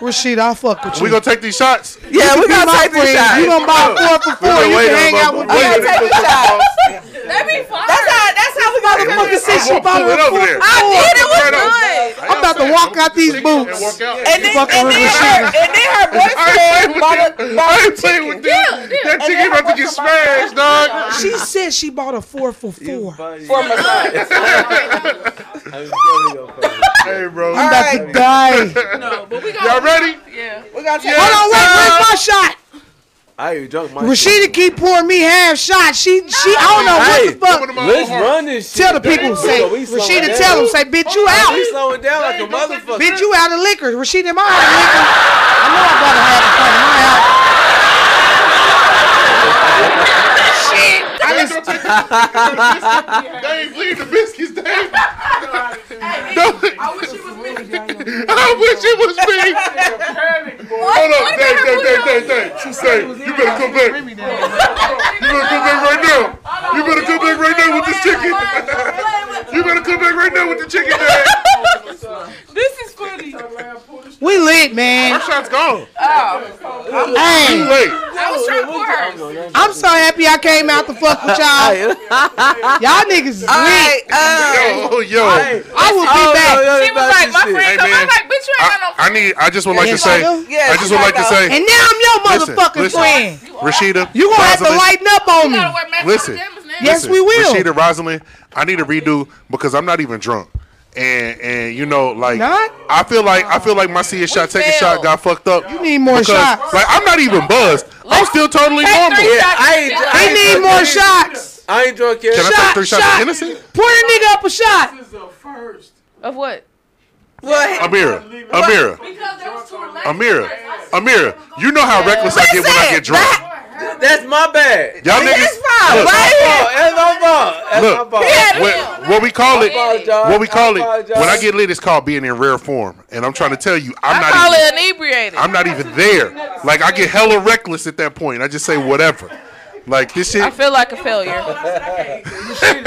S6: Rashida, I fuck with you.
S8: We gonna take these shots.
S4: Yeah, we
S6: You
S4: gonna
S6: my
S4: take this
S6: friend. You
S4: shot.
S6: gonna buy four for
S8: We
S6: four.
S8: gonna
S6: You
S8: wait
S6: can hang
S8: on-
S6: out with
S8: wait
S6: me.
S8: on
S4: Take
S8: this
S4: this shot.
S2: That'd be fine.
S4: That's how. That's how we gonna
S6: Motherfucker
S4: do
S6: said
S4: this.
S6: she bought
S8: pull it
S6: her
S8: over
S6: four
S8: there.
S6: for
S4: I
S6: four.
S4: did. It
S8: Right
S4: was good.
S8: I am
S6: about to
S8: saying,
S6: walk
S8: don't
S6: out
S8: just
S6: these
S8: take it and
S6: boots.
S8: walk out.
S4: And then,
S6: Fucking
S4: and
S6: with
S4: then, her,
S6: Rashida.
S4: and then her boyfriend bought a,
S1: I
S4: bought a
S1: ain't playing with
S4: chicken.
S1: that. That
S4: then
S1: chicken about to get smashed, dog.
S6: She said she bought a four for four.
S4: For massage.
S8: Hey, bro.
S6: I'm about to die.
S7: No, but we
S1: Y'all
S7: got.
S1: ready?
S7: Yeah.
S4: We gotta take.
S6: Hold on, wait, wait,
S1: Yes,
S6: my shot.
S3: I ain't drunk my
S6: Rashida keep pouring me half shots. She, she, I
S3: Hey,
S6: don't know what the
S1: come on.
S6: fuck.
S3: Let's run this shit.
S6: Tell the people, say, Rashida, tell them, say, bitch, you
S4: Oh,
S3: We
S6: out.
S3: slowing down like a motherfucker.
S6: Bitch, you out of liquor. Rashida, am I out of liquor? I know I bought a half a pint. Am I out?
S1: They ain't gonna take the- They ain't leave the biscuits. They ain't.
S7: I wish it was me.
S1: I wish it was me. Hold up, Dave, Dave, Dave, Dave, Dave. Dave, you better come back. You better come back right now. You better come back right now with this chicken. You better come back right now with the chicken, Dave.
S7: This is funny.
S6: We lit, man.
S1: Shots gone. Too
S6: Hey,
S1: late.
S7: I was trying to pour her.
S6: I'm so happy I came out to fuck with y'all. Y'all niggas is
S4: All
S6: lit.
S4: right. Uh,
S1: Yo, yo.
S6: I will be back.
S2: She was like, my friend, come.
S1: man.
S2: I'm like, bitch, you ain't got no.
S1: I, I need. I just would like to say.
S4: yeah,
S1: I just would like to say,
S6: And now I'm your
S1: Listen,
S6: motherfucking
S1: listen.
S6: friend.
S1: Rashida.
S6: You gonna have to
S1: Rosalind,
S6: lighten up on me.
S7: Gotta wear matching
S1: Listen.
S7: pajamas now.
S6: Yes,
S1: Listen,
S6: we will.
S1: Rashida Rosalind, I need a redo because I'm not even drunk. And and you know, like
S6: Not?
S1: I feel like I feel like my see a shot, take a shot,
S2: failed.
S1: got fucked up. You
S6: need more shots.
S1: Like I'm not even buzzed. I'm still totally normal.
S3: Yeah, I ain't. I
S6: He
S3: ain't
S6: need
S3: drunk
S6: more
S3: yet.
S6: shots.
S3: I ain't drunk yet.
S1: Can I take
S6: Shot,
S1: three shots
S6: shot.
S1: of Hennessy?
S6: Pour the nigga up a shot.
S2: Of what?
S4: well,
S1: Amira, Amira,
S7: Because there was two relations.
S1: Amira, Amira. You know how reckless I get when I get drunk.
S3: That's my bad.
S1: Y'all
S4: it's
S1: niggas.
S4: fine.
S1: Look.
S4: right here.
S3: That's my fault. That's my
S1: Look,
S3: fault.
S1: what, what we call it,
S3: Apologize.
S1: what we call it,
S3: Apologize.
S1: when I get lit, it's called being in rare form. And I'm trying to tell you, I'm
S2: I
S1: not.
S2: call
S1: even,
S2: it inebriated.
S1: I'm not even there. Like I get hella reckless at that point. I just say whatever. Like this
S2: I
S1: shit.
S2: feel like a failure.
S6: Shout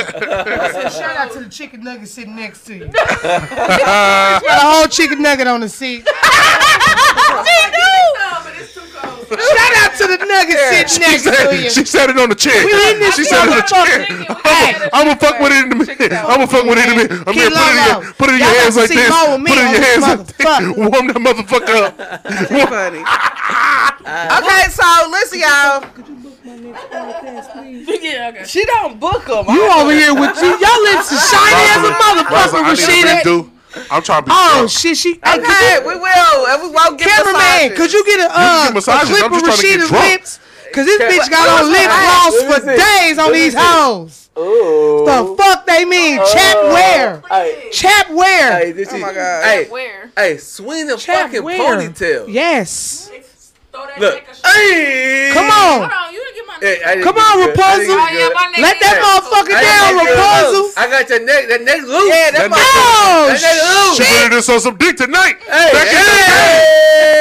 S6: out to the chicken nugget sitting next to you. Got a whole chicken nugget on the seat. Shout out to the nugget sitting
S1: She
S6: next to
S1: said,
S6: you.
S1: she said it on the chin.
S6: We eating this
S1: She said it on the chin.
S6: motherfucker. Hey,
S1: I'm gonna fuck with it in a minute. I'm gonna fuck with it in a minute. I'm
S6: Key
S1: gonna put it in
S6: Largo.
S1: your, put it in
S6: Y'all
S1: your hands
S6: got
S1: like
S6: to
S1: this.
S6: see more with me
S1: Put it in
S6: on
S1: your
S6: this
S1: hands like this.
S6: motherfucker.
S1: Warm that motherfucker up.
S4: Funny. okay, so listen, y'all.
S7: Yeah, okay.
S4: She don't book them.
S6: you over here with you. Y'all lips is shiny as a
S1: Rosa,
S6: motherfucker,
S1: I need a
S6: Rashida.
S1: redo. I'm trying to be
S6: Oh
S1: oh,
S6: shit, she. Hey, could
S4: Okay,
S6: you-
S4: we will, and we won't get
S6: cameraman,
S4: massages.
S6: could you get a uh,
S1: get massages.
S6: a clip
S1: I'm
S6: of
S1: just trying to get
S6: Rashida's
S1: drunk.
S6: lips? Cause this bitch got
S3: what-
S6: on lip gloss
S3: Let me
S6: for
S3: see.
S6: days on
S3: Let me
S6: these
S3: see.
S6: hoes.
S3: Ooh.
S6: The fuck they mean? Chap wear,
S3: Hey,
S6: chap wear.
S3: uh, hey, this is.
S4: Oh my God.
S3: Hey,
S7: Where?
S3: hey, swing the
S6: Chap
S3: fucking
S6: wear.
S3: ponytail.
S6: Yes.
S7: Throw that
S3: Look.
S7: Look. a shot.
S3: Hey.
S6: Come
S7: Hold
S6: on,
S7: on, you didn't get my
S3: Hey, I didn't
S6: Come
S3: do
S6: on,
S3: good. I didn't do
S6: Rapunzel.
S7: Oh, yeah,
S3: good.
S7: my nigga
S6: let that
S7: is cool.
S6: motherfucker
S3: I
S6: down,
S3: didn't do good.
S6: Rapunzel.
S3: I got your neck, that neck loose.
S4: Yeah, that
S1: drunk.
S4: might-
S6: Oh
S3: that neck
S1: She
S3: loose.
S1: put this on some dick tonight.
S3: Hey,
S1: Back in the day.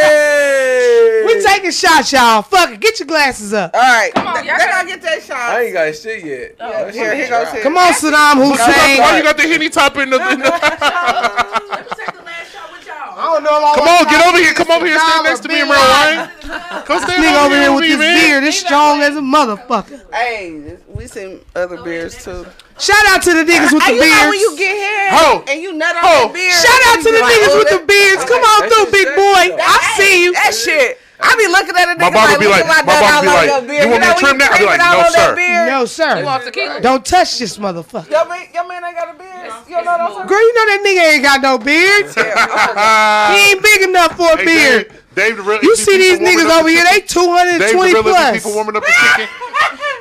S3: hey.
S6: We taking shots, y'all. Fuck it. Get your glasses up.
S4: All right,
S7: on,
S4: they
S7: y'all
S4: they
S7: gotta-
S4: gonna get that
S3: I
S4: shot.
S3: ain't got shit yet. Oh,
S4: Here, here goes here.
S6: Come on, Saddam Hussein.
S1: Why you got the henny top in the? In the
S7: Let me take the last shot with y'all.
S6: don't know.
S1: come on, get over here. Come over here. Stand next to me, Merle Ryan. Come stand
S6: Nigga over here
S1: with
S6: with
S1: me,
S6: this
S1: man.
S6: beard, it's strong as a motherfucker.
S4: Hey, this- we seen other beers too.
S6: Shout out to the niggas with the
S4: And you know when you
S6: beards.
S4: get here
S1: Ho.
S4: and you nut on
S1: Ho.
S4: the beer. "Oh,
S6: Shout out to the niggas with the beards. Come on
S3: that
S6: through,
S3: shit
S6: big
S3: sexy,
S6: boy.
S3: though.
S6: I see you.
S4: That shit. I be looking at a
S1: My
S4: nigga
S1: boss
S4: like,
S1: would be
S4: look
S1: like,
S4: at
S1: my
S4: my
S1: boss
S4: dog
S1: would be
S4: all
S1: like,
S4: over your beard.
S1: you want me
S4: know
S1: to
S4: when
S1: trim
S4: you
S1: that? I'd be
S4: creeping
S1: like,
S4: all
S1: no,
S4: over that
S1: sir.
S4: beard?
S6: No,
S9: You want
S6: sir.
S9: tequila?
S6: Don't touch this motherfucker.
S4: Your man, your man ain't got a beard. You don't know what I'm talking
S6: Girl, you know that nigga ain't got no beard. he ain't big enough for a
S1: Hey,
S6: beard.
S1: Dave, Dave the really
S6: You
S1: keep
S6: see these
S1: people warming
S6: niggas
S1: up
S6: over
S1: the
S6: here,
S1: chicken.
S6: they 220
S1: Dave the really
S6: plus.
S1: people warming up the chicken.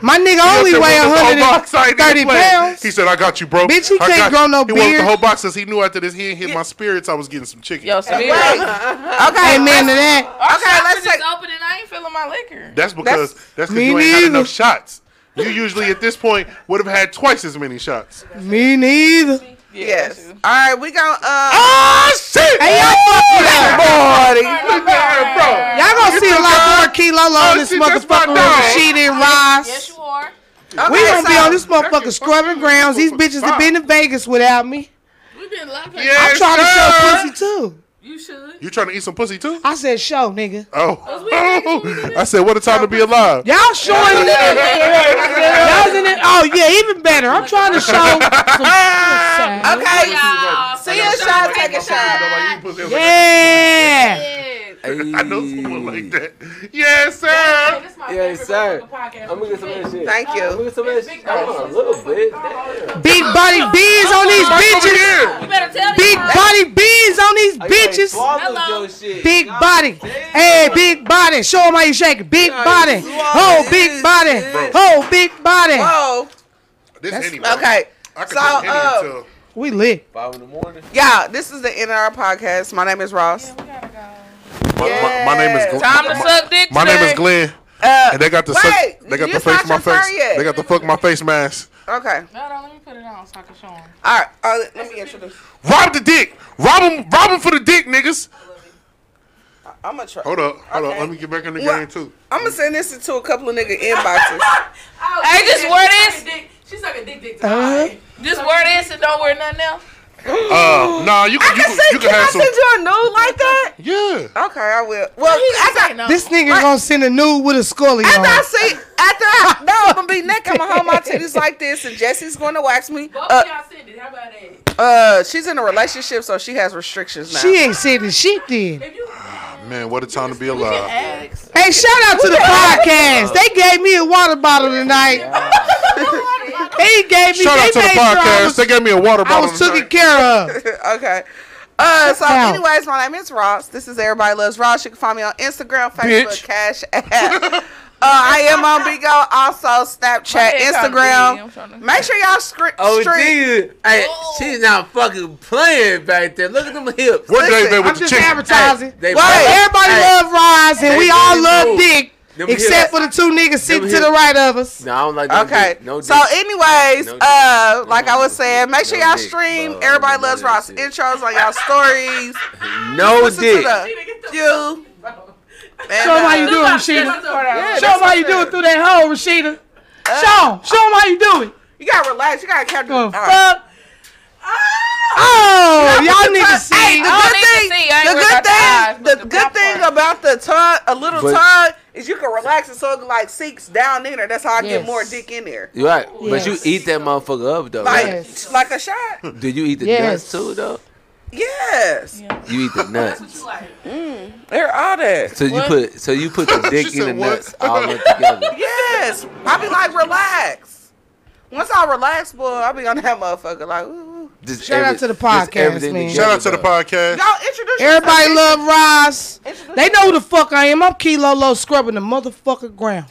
S6: My nigga only
S1: He
S6: weigh
S1: up there with the whole box. I ain't even
S6: 130
S1: playing.
S6: pounds.
S1: He said, "I got you, bro."
S6: Bitch, he
S1: I got
S6: can't grow
S1: you.
S6: no
S1: He wanted
S6: beard.
S1: the whole box since he knew after this he ain't hit my spirits. I was getting some chicken.
S9: Yo, Samir.
S4: about. Okay,
S6: Amen to that.
S4: Okay, let's take.
S2: open and I ain't feeling my liquor.
S1: That's because that's because
S6: Me
S1: you ain't had
S6: neither.
S1: enough shots. You usually at this point would have had twice as many shots.
S6: Me neither.
S4: Yes. All right, we gonna. Uh,
S6: Ah,
S1: Oh shit!
S6: Hey, y'all fucking up.
S4: Party.
S1: Look at her, bro.
S6: Y'all gonna see a lot more Kilo
S1: Oh,
S6: on this
S1: see, that's my
S6: motherfucker with the
S1: dog.
S6: sheet and rise.
S2: Yes, you are.
S4: Okay,
S6: We gonna be
S4: so-
S6: on this motherfucker scrubbing grounds. These bitches have been to Vegas without me.
S2: We've been laughing.
S1: Yes,
S6: I'm trying to
S1: sir.
S6: show pussy too.
S2: You should.
S1: You trying to eat some pussy too?
S6: I said show, nigga.
S1: Oh. oh. I said, what a time to be alive.
S6: Y'all showing Y'all was in it. Oh yeah, even better. I'm trying to show. Some
S4: Okay.
S2: Y'all.
S4: See your shot, take a shot.
S6: yeah.
S2: Yes.
S1: I know someone like that. Yes, sir.
S2: This is my
S3: Yes,
S2: favorite
S3: sir.
S2: motherfucking podcast.
S3: I'm gonna get some of that shit.
S4: Thank
S3: I'm gonna
S4: you.
S3: get some of that shit. Come on, a little bit. Damn.
S6: Big body beans on these bitches.
S2: You
S1: Bitches.
S2: better tell
S6: Big
S2: them.
S6: body beans on these
S3: You ain't
S6: bitches.
S3: swallowed
S2: Hello.
S3: your shit.
S6: Big
S3: God
S6: body.
S3: damn.
S6: Hey, big body. Show 'em how you shake it. Big body. Oh, big body. Oh, big body.
S4: Whoa.
S1: This anyway.
S4: Okay.
S1: I could so,
S4: So,
S1: drink
S4: uh,
S1: any until
S6: We lit.
S3: Five in the morning.
S4: Y'all, this is the NR podcast. My name is Ross.
S1: my, my, my name is Glenn.
S9: Time to
S1: my,
S9: suck dick.
S1: my name is Glenn.
S4: Uh,
S1: And they got the
S4: Wait,
S1: suck, they got
S4: you
S1: the
S4: just
S1: face
S4: not
S1: my
S4: your turn
S1: face.
S4: yet.
S1: They got the fuck my face mask.
S4: Uh, okay.
S2: Hold on, let me put it on so I can show him.
S4: All right. Uh, let me introduce.
S1: Rob the dick. Rob him. Rob him for the dick, niggas.
S4: I'm gonna try.
S1: Hold up. Hold
S4: Okay.
S1: up. Let me get back in the
S4: What?
S1: game too.
S4: I'm gonna send this into a couple of nigga inboxes.
S2: Oh,
S9: Hey, just wear this.
S2: She's like a dick dick.
S6: Uh-huh.
S9: Just wear this and don't wear nothing else.
S1: Uh, nah, you
S4: I
S1: can you,
S4: can
S1: can, you
S4: send.
S1: can
S4: Can I
S1: have some.
S4: send you a nude like that?
S1: Yeah.
S4: Okay, I will. Well,
S2: I
S4: after,
S2: say no.
S6: This nigga gonna send a nude with a scully
S4: after I
S6: on.
S4: see, after I, no, I'm gonna be naked. I'm gonna hold my titties like this, and Jesse's gonna wax me.
S2: Both
S4: Uh,
S2: of y'all send it. How about that?
S4: uh, she's in a relationship, so she has restrictions now.
S6: She ain't sending shit then.
S2: If you
S1: Man, what a time to be alive.
S2: ask,
S6: Hey, shout out to the podcast. They gave me a water bottle tonight. they gave me.
S1: Shout
S6: they
S1: out to the
S6: made sure I
S1: podcast.
S6: was-
S1: they gave me a water
S6: I
S1: bottle.
S6: was taken
S1: tonight.
S6: care of.
S4: okay. Uh, so,
S6: Now.
S4: anyways, my name is Ross. This is Everybody Loves Ross. You can find me on Instagram, Facebook,
S1: Bitch.
S4: Cash App. Uh, I am on Bigo, also Snapchat, Instagram. Make sure y'all scre-
S3: Oh,
S4: stream.
S3: Jesus. Hey, she's not fucking playing back there. Look at them hips.
S1: What
S4: Listen,
S1: Dave did
S6: I'm
S1: with the
S6: just
S1: chicken?
S6: advertising.
S3: They
S4: Why?
S3: both-
S6: Everybody
S3: Hey,
S6: love Rise and
S3: Hey,
S6: we
S3: them
S6: all
S3: hips
S6: love
S3: move.
S6: Dick,
S3: Them hips.
S6: except for the two niggas sitting to
S3: hips.
S6: the right of us.
S3: No, I don't like them
S4: Okay.
S3: dick. No dick.
S4: so, anyways,
S3: No dick.
S4: uh, like
S3: No
S4: I was
S3: dick.
S4: saying, make sure
S3: No
S4: y'all
S3: dick,
S4: stream
S3: bro.
S4: Everybody
S3: No
S4: Loves
S3: dick.
S4: Ross intros on y'all stories.
S3: no
S4: Listen
S3: dick.
S4: to the you. And,
S6: Show 'em how
S4: uh,
S6: you do it, Rashida. Show 'em how you do it through that hole, Rashida. Show 'em. Show 'em how you do it.
S4: You gotta relax. You gotta catch
S6: The
S4: all right.
S6: fuck?
S3: Ah!
S6: Oh, y'all need to see.
S4: Hey, the
S9: I
S4: good
S9: don't need to
S4: thing,
S9: see. I ain't
S4: the
S9: worried
S4: good
S9: about the eyes,
S4: thing,
S9: but
S4: the
S9: the
S4: good
S9: top
S4: thing
S9: part.
S4: about the tongue, a little
S3: But-
S4: tongue, is you can relax it so it like sinks down in there. That's how I get
S6: Yes.
S4: more dick in there.
S3: You're right. But
S6: Yes.
S3: you eat that motherfucker up, though.
S4: Like,
S3: right?
S6: Yes.
S4: like a shot.
S3: Do you eat the
S6: Yes.
S3: nuts, too, though?
S4: Yes,
S3: You eat the nuts.
S4: they're all that.
S3: So you put so you put the dick
S1: She
S3: in the
S1: said what?
S3: nuts all up together.
S4: Yes, I be like relax. Once I relax, boy, I be on that motherfucker like. Ooh.
S3: Just
S6: Shout out to the
S3: just
S6: podcast,
S3: everything
S6: man.
S3: together,
S1: Shout out to the
S3: though.
S1: podcast.
S4: Y'all introduce
S6: Everybody
S4: yourself.
S6: love Ross.
S4: Introduce
S6: They know who the fuck I am. I'm Kilo Low scrubbing the motherfucking ground.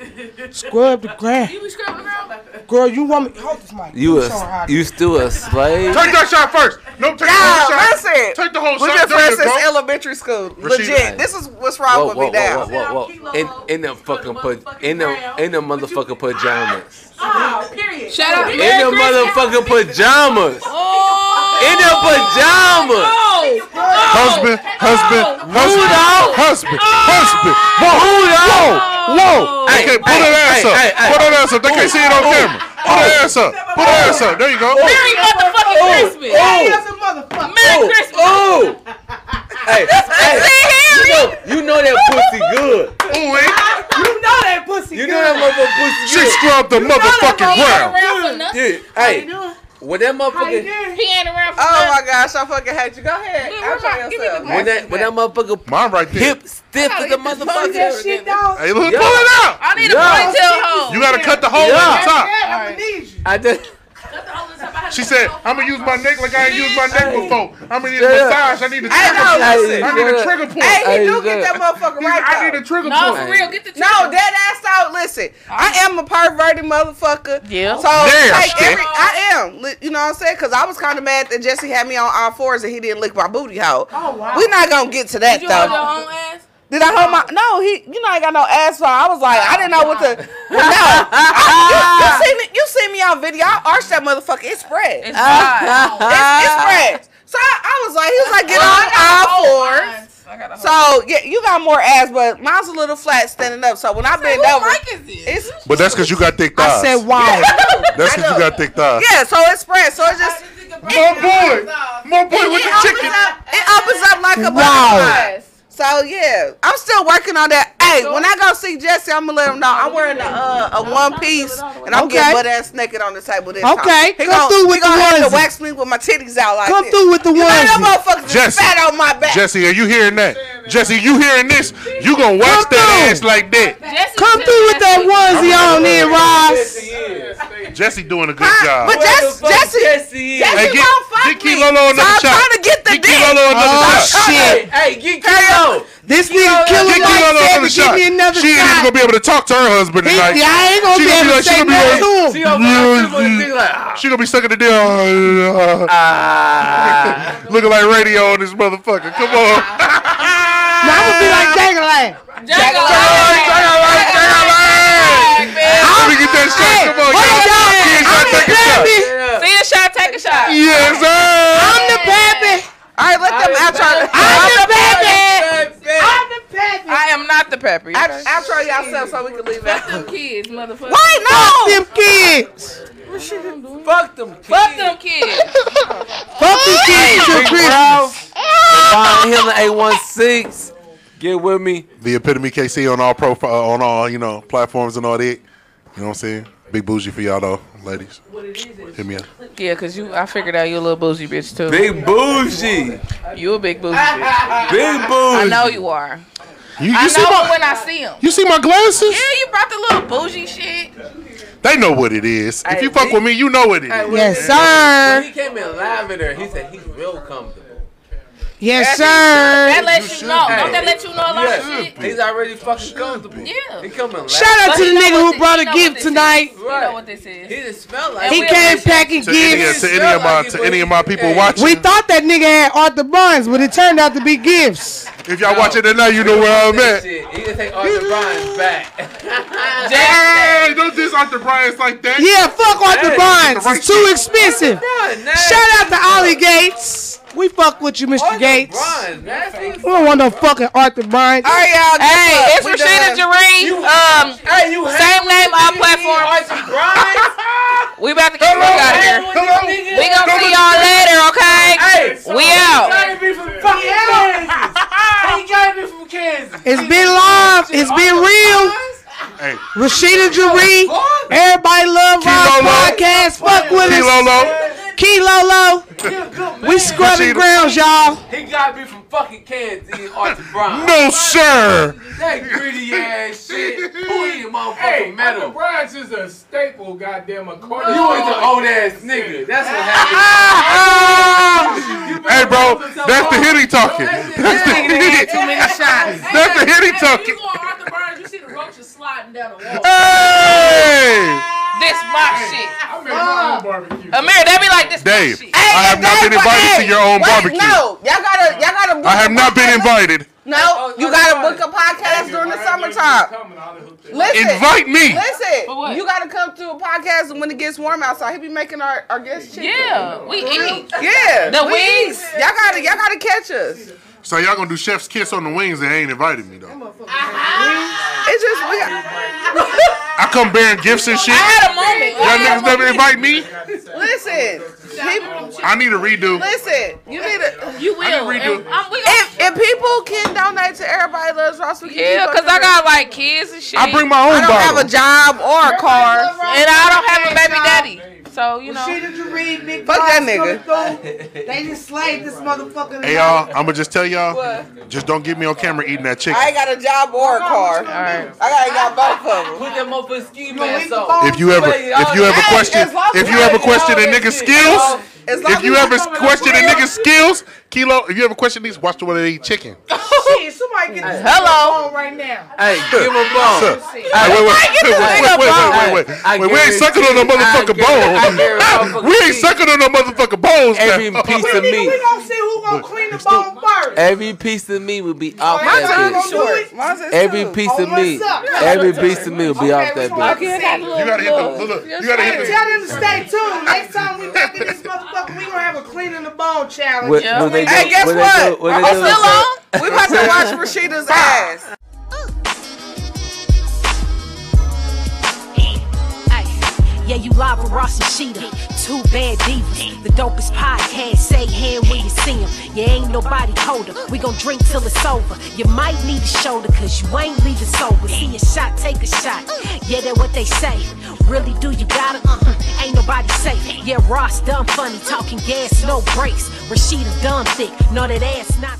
S6: Scrub the ground.
S2: you be scrubbing around,
S6: Girl, you want me? Hold this mic.
S3: You
S6: Let me show her how
S3: a
S6: to-
S3: you still a slave?
S1: Take that shot first. No, take the
S4: Y'all,
S1: whole shot.
S4: listen.
S1: Take the whole
S4: We've
S1: shot.
S4: been
S1: There
S4: friends
S1: you
S4: since
S1: go.
S4: elementary school.
S1: Rashida.
S4: Legit. This is what's wrong
S3: Whoa,
S4: with
S3: whoa,
S4: me now.
S3: whoa, whoa, whoa, whoa! In in the fucking pa- in the in the motherfucking pajamas.
S9: Shout
S4: Oh,
S9: out.
S3: In the motherfucking pajamas. In the pajamas.
S1: Husband, husband, husband,
S3: dog?
S1: husband, husband. Whoa, whoa, whoa.
S3: Hey,
S1: Okay, put
S3: hey,
S1: that ass
S3: hey,
S1: up.
S3: hey, hey.
S1: Put that ass up. They can't see it on camera. Put that ass up. Put that ass up. There you go.
S9: Merry
S1: oh,
S9: motherfucking Christmas. Merry Christmas.
S3: Ooh! Hey, hey, you know, you know that pussy good.
S1: Ooh, eh?
S3: You know that motherfucking
S1: She
S3: pussy good.
S1: scrubbed the motherfucking ground.
S2: around for nothing.
S3: Yeah, hey, when that motherfucker,
S2: He ain't around for
S4: Oh my gosh, I fucking hate you. Go ahead.
S2: Dude,
S4: Outro
S2: where my- give me the
S4: yourself.
S2: glass.
S3: When that when that motherfucker
S1: Mine right there.
S3: hip stiff as a motherfucker.
S6: shit down.
S1: Hey, look, pull it out.
S2: I need a
S3: Yeah.
S2: ponytail hole.
S1: You gotta cut the hole at
S3: Yeah.
S1: the top.
S6: I'm gonna need you.
S3: I just
S1: She said, "I'm gonna use my neck like I ain't used my neck before. I'm gonna need a
S3: Yeah.
S1: massage. I need a
S4: Hey,
S1: trigger.
S4: no,
S1: point.
S4: listen.
S1: I need a trigger point.
S4: Hey, he
S3: Hey,
S4: do
S3: look.
S4: get that motherfucker right though.
S1: I need a trigger
S2: No,
S1: point.
S2: for real, get the
S4: No, dead ass out. Listen, I am a perverted motherfucker.
S2: Yeah.
S4: So
S1: Damn,
S4: take
S1: shit.
S4: every, I am. Li- You know what I'm saying? Because I was kind of mad that Jesse had me on all fours and he didn't lick my booty hole. Oh wow. We're not gonna get to that
S2: You hold your
S4: though.
S2: own ass.
S4: Did I hold my? No, he. You know I ain't got no ass. So I was like, I didn't know what to. No. I- you, you see me? You see me on video? I arched that motherfucker. It spread.
S2: It's hot.
S4: It's, it spread. So I, I was like, he was like, get on all fours.
S2: I got a hole.
S4: So yeah, you got more ass, but mine's a little flat standing up. So when I bend
S2: Who
S4: over,
S2: mic is this?
S4: it's
S1: But that's because you got thick
S6: I
S1: thighs.
S6: said, wow.
S1: that's because you got thick thighs.
S4: yeah, so it spreads. So it just
S1: More boy, more boy with
S4: it
S1: the
S4: opens
S1: chicken.
S4: up. It opens up like a
S6: Wow.
S4: butterfly. So yeah, I'm still working on that. Hey, when I go see Jesse, I'm gonna let him know I'm wearing a uh, a one piece and I'm
S6: Okay.
S4: getting butt ass naked on the table this
S6: Okay,
S4: time. He
S6: come
S4: gonna-
S6: through
S4: he
S6: with the
S4: gonna have
S6: onesie.
S4: to wax me with my titties out like
S6: Come
S4: this.
S6: through with the
S4: You know that
S6: ones.
S4: motherfucker just
S1: Jesse.
S4: fat on my back.
S1: Jesse, are you hearing that? Jesse, you hearing this? You gonna watch
S6: Come
S1: that
S6: through.
S1: ass like that?
S2: Jesse
S6: Come
S2: said
S6: through with that
S2: last week.
S6: onesie on there, Ross.
S1: Jesse doing a good
S4: Huh?
S1: job.
S4: But Jesse, Jesse,
S10: Jesse
S4: Jesse
S1: Hey, get-
S4: won't fuck
S1: get
S4: me.
S1: Key Lolo
S4: so
S1: another
S4: I'm
S1: shot.
S4: trying to get the
S1: Get
S4: dick.
S1: Kilo another
S6: Oh
S1: shot.
S6: shit!
S10: Hey, get Kilo.
S6: This nigga killer
S1: Get Kilo
S6: like said
S1: another
S6: to give
S1: shot.
S6: me another
S1: She ain't even
S6: shot.
S1: gonna be able to talk to her husband
S6: He-
S1: tonight.
S6: I ain't gonna
S1: She
S6: be
S1: gonna be
S6: able to
S1: like- she
S6: say
S1: gonna be
S6: nothing to him.
S10: She over there with the thing like, ah,
S1: She gonna be sucking the dick. Uh,
S10: ah.
S1: looking like radio on this motherfucker. Come on.
S6: Now I'm gonna be like dangling.
S2: Jago,
S1: Let me get that shot. Come on,
S6: Hey,
S1: y'all.
S6: y'all,
S1: Kids, y'all
S6: I'm the
S1: take a shot.
S6: baby.
S10: Yeah.
S2: see a shot, take a shot.
S1: Yes, sir.
S6: I'm the baby.
S4: All right, let them outro.
S6: I'm the baby.
S10: Baby.
S2: I am not the pepper.
S4: Out- Outro yourself so we can leave
S2: Fuck
S4: out.
S2: them kids, motherfucker.
S4: Wait,
S6: Fuck
S4: no.
S6: them kids.
S10: Fuck them kids.
S2: Fuck them kids.
S6: Fuck them kids till Christmas.
S3: Von Hiller 816. Get with me.
S1: The Epitome KC on all profile on all you know platforms and all that. You know what I'm saying? Big bougie for y'all though, ladies. Hit me up.
S2: Yeah, cause you, I figured out you a little bougie bitch too.
S3: Big bougie.
S2: You a big bougie
S10: Ah.
S2: bitch.
S3: Big bougie.
S2: I know you are.
S1: You, you
S2: I
S1: see
S2: know
S1: my
S2: when I see him.
S1: you see my glasses?
S2: Yeah, you brought the little bougie shit.
S1: They know what it is. If you fuck with me, you know what it is.
S6: Yes, sir.
S10: He came in lavender. He said he's real comfortable.
S6: Yes,
S2: That
S6: sir.
S2: lets you know. Don't that let you know a lot of
S10: Yeah,
S2: shit?
S10: he's already fucking comfortable.
S2: Yeah.
S10: He come in lavender.
S6: Shout out
S2: But
S6: to the
S2: he know
S6: nigga
S2: what
S6: who brought
S2: thi- he
S6: a
S2: know what
S6: gift
S2: this
S6: tonight.
S2: is. You know what this
S10: He
S2: is.
S10: didn't smell like.
S2: And
S6: He
S2: we
S6: came
S2: appreciate
S6: packing
S1: To any,
S6: gifts.
S1: to any of my to any of my people watching,
S6: We thought that nigga had Arthur Buns, but it turned out to be gifts.
S1: if y'all watching it now, you know where I'm
S10: that
S1: at.
S10: shit. He didn't take Arthur Bryant's back.
S1: Hey, don't diss Arthur Bryant like that.
S6: Yeah, fuck Arthur
S10: Hey,
S6: Buns.
S1: right
S6: It's too expensive. Shout out to Ollie Gates. We fuck with you, Mr. Gates.
S10: Bronze, nasty.
S6: We don't want no fucking Arthur Buns.
S4: All right, y'all. guess
S2: Hey,
S4: what?
S2: it's
S4: We
S2: Rashida
S4: done.
S2: Jareen. Um,
S10: Hey, you hang
S2: same name, all platforms.
S10: Arthur Bryant.
S2: We about to get the fuck out of here.
S1: Hello.
S2: We gonna see y'all later, okay?
S10: Hey,
S2: We out.
S10: gotta be from fucking Kansas. He gotta be from Kansas.
S6: It's been live. It's been real.
S1: Hey,
S6: Rashida Jaree. Everybody love our
S1: Key Lolo.
S6: podcast. Fuck with
S1: T
S6: us.
S1: Lolo.
S6: Key Lolo. We scrubbing
S1: Rashida.
S6: grounds, y'all.
S10: He gotta be from fucking Kansas. He Arthur Bryant.
S1: No, sir.
S10: That greedy ass shit. Who eating motherfucking metal?
S11: Brian's is a staple, goddamn. According
S10: You ain't the old ass nigga. That's what happened.
S4: Ah!
S1: Hey, bro, that's the hitty talking. That's the hitty.
S2: many shots.
S1: That's the hitty talking.
S11: Arthur Burns, you see the roaches sliding down the wall.
S1: Hey,
S2: This my shit.
S11: I made my own barbecue.
S2: Amir, they be like this my
S1: Dave,
S2: shit.
S1: I have not been invited to your own
S4: Wait,
S1: barbecue.
S4: No, y'all gotta, y'all gotta. book
S1: I have
S4: a
S1: not been
S4: podcast.
S1: invited.
S10: Oh,
S4: No, you gotta book a podcast during the summertime. Listen,
S1: Invite me.
S2: For what?
S4: listen. You gotta come to a podcast when it gets warm outside. He be making our our guests chicken.
S2: Yeah, we eat.
S4: Yeah.
S2: The
S4: please.
S2: wings.
S4: Y'all gotta, y'all gotta catch us.
S1: So y'all gonna do Chef's Kiss on the wings and they ain't invited me though.
S4: It's just we got.
S1: I come bearing gifts and shit.
S2: I had a moment. I
S1: Y'all
S2: had a
S1: niggas never invite me.
S4: Listen, people,
S1: I need a redo.
S4: listen. You need a.
S2: You will.
S1: I didn't redo
S2: And I'm- we gonna-
S4: If, if people can donate to everybody loves Ross, we can
S2: yeah,
S4: keep
S2: cause I
S4: doing
S2: got like kids and shit.
S1: I bring my
S4: I
S1: own
S4: don't have a
S1: bottle.
S4: job or a car.
S2: and I don't have a baby daddy. So you know.
S4: Shit, did you read Big
S6: Fuck that
S4: Pop's
S6: nigga.
S4: coming through? They just slayed this motherfucker.
S1: Hey y'all, I'm gonna just tell y'all, just don't get me on camera eating that chicken.
S6: I ain't got a job or a car.
S2: Alright.
S6: I ain't got both of them.
S3: Put them up for ski
S4: gonna
S3: mask
S4: leave the
S3: on.
S4: phone?
S1: If you ever, if you ever
S6: Hey,
S1: question,
S6: oh, as long
S1: if
S6: as
S1: you
S6: you
S1: ever
S6: ain't
S1: question a
S3: know
S1: nigga's
S3: this shit,
S1: skills,
S6: As long
S1: if
S6: as
S1: you
S6: you
S1: ever
S6: coming up
S1: question a
S6: real.
S1: nigga's skills, Kilo, if you ever question these, watch the way they eat chicken.
S4: Shit, somebody get this
S2: Hello.
S4: phone right now.
S3: Hey, give him a
S1: Sir.
S3: bone.
S1: Hey, wait, wait, wait, wait, wait, wait, wait,
S3: I
S1: wait, wait, we ain't
S3: guarantee-
S1: sucking on no
S3: I
S1: motherfucking
S3: guarantee- I
S1: bones.
S3: guarantee-
S1: We ain't sucking on no motherfucking bones.
S3: Every
S1: now.
S3: piece
S4: Nigga,
S3: of meat.
S4: we gonna see who gonna clean the bone first.
S3: Every piece of meat will be
S4: My
S3: off that
S4: time gonna
S3: bitch.
S4: do it.
S6: Mine's is
S3: Every
S6: two.
S3: piece
S4: Oh,
S3: of
S4: what's
S3: meat.
S4: up? Yeah.
S3: Every piece of meat will be
S4: Okay,
S3: off
S4: which
S3: that
S4: one?
S3: bitch.
S2: Okay, I got a little.
S1: You gotta hit the look, look. You gotta hit the.
S4: Tell them to stay tuned. Next time we back in this motherfucker, we gonna have a cleaning the bone challenge.
S3: What, what they do,
S6: Hey, guess
S3: what? They
S6: what?
S3: do, what they
S4: Oh,
S6: I'm
S3: do,
S6: still on. We about to watch Rashida's ass.
S5: Ay, Yeah, you live with Ross and Sheeta. Two bad divas. The dopest podcast. Say hand where you see him. You ain't nobody colder. We gon' drink till it's over. You might need a shoulder, cause you ain't leaving sober. See a shot, take a shot. Yeah, that what they say. Really do you gotta? Uh-huh. Ain't nobody safe. Yeah, Ross done funny, talking gas, no brakes. Rashida done thick. No, that ass not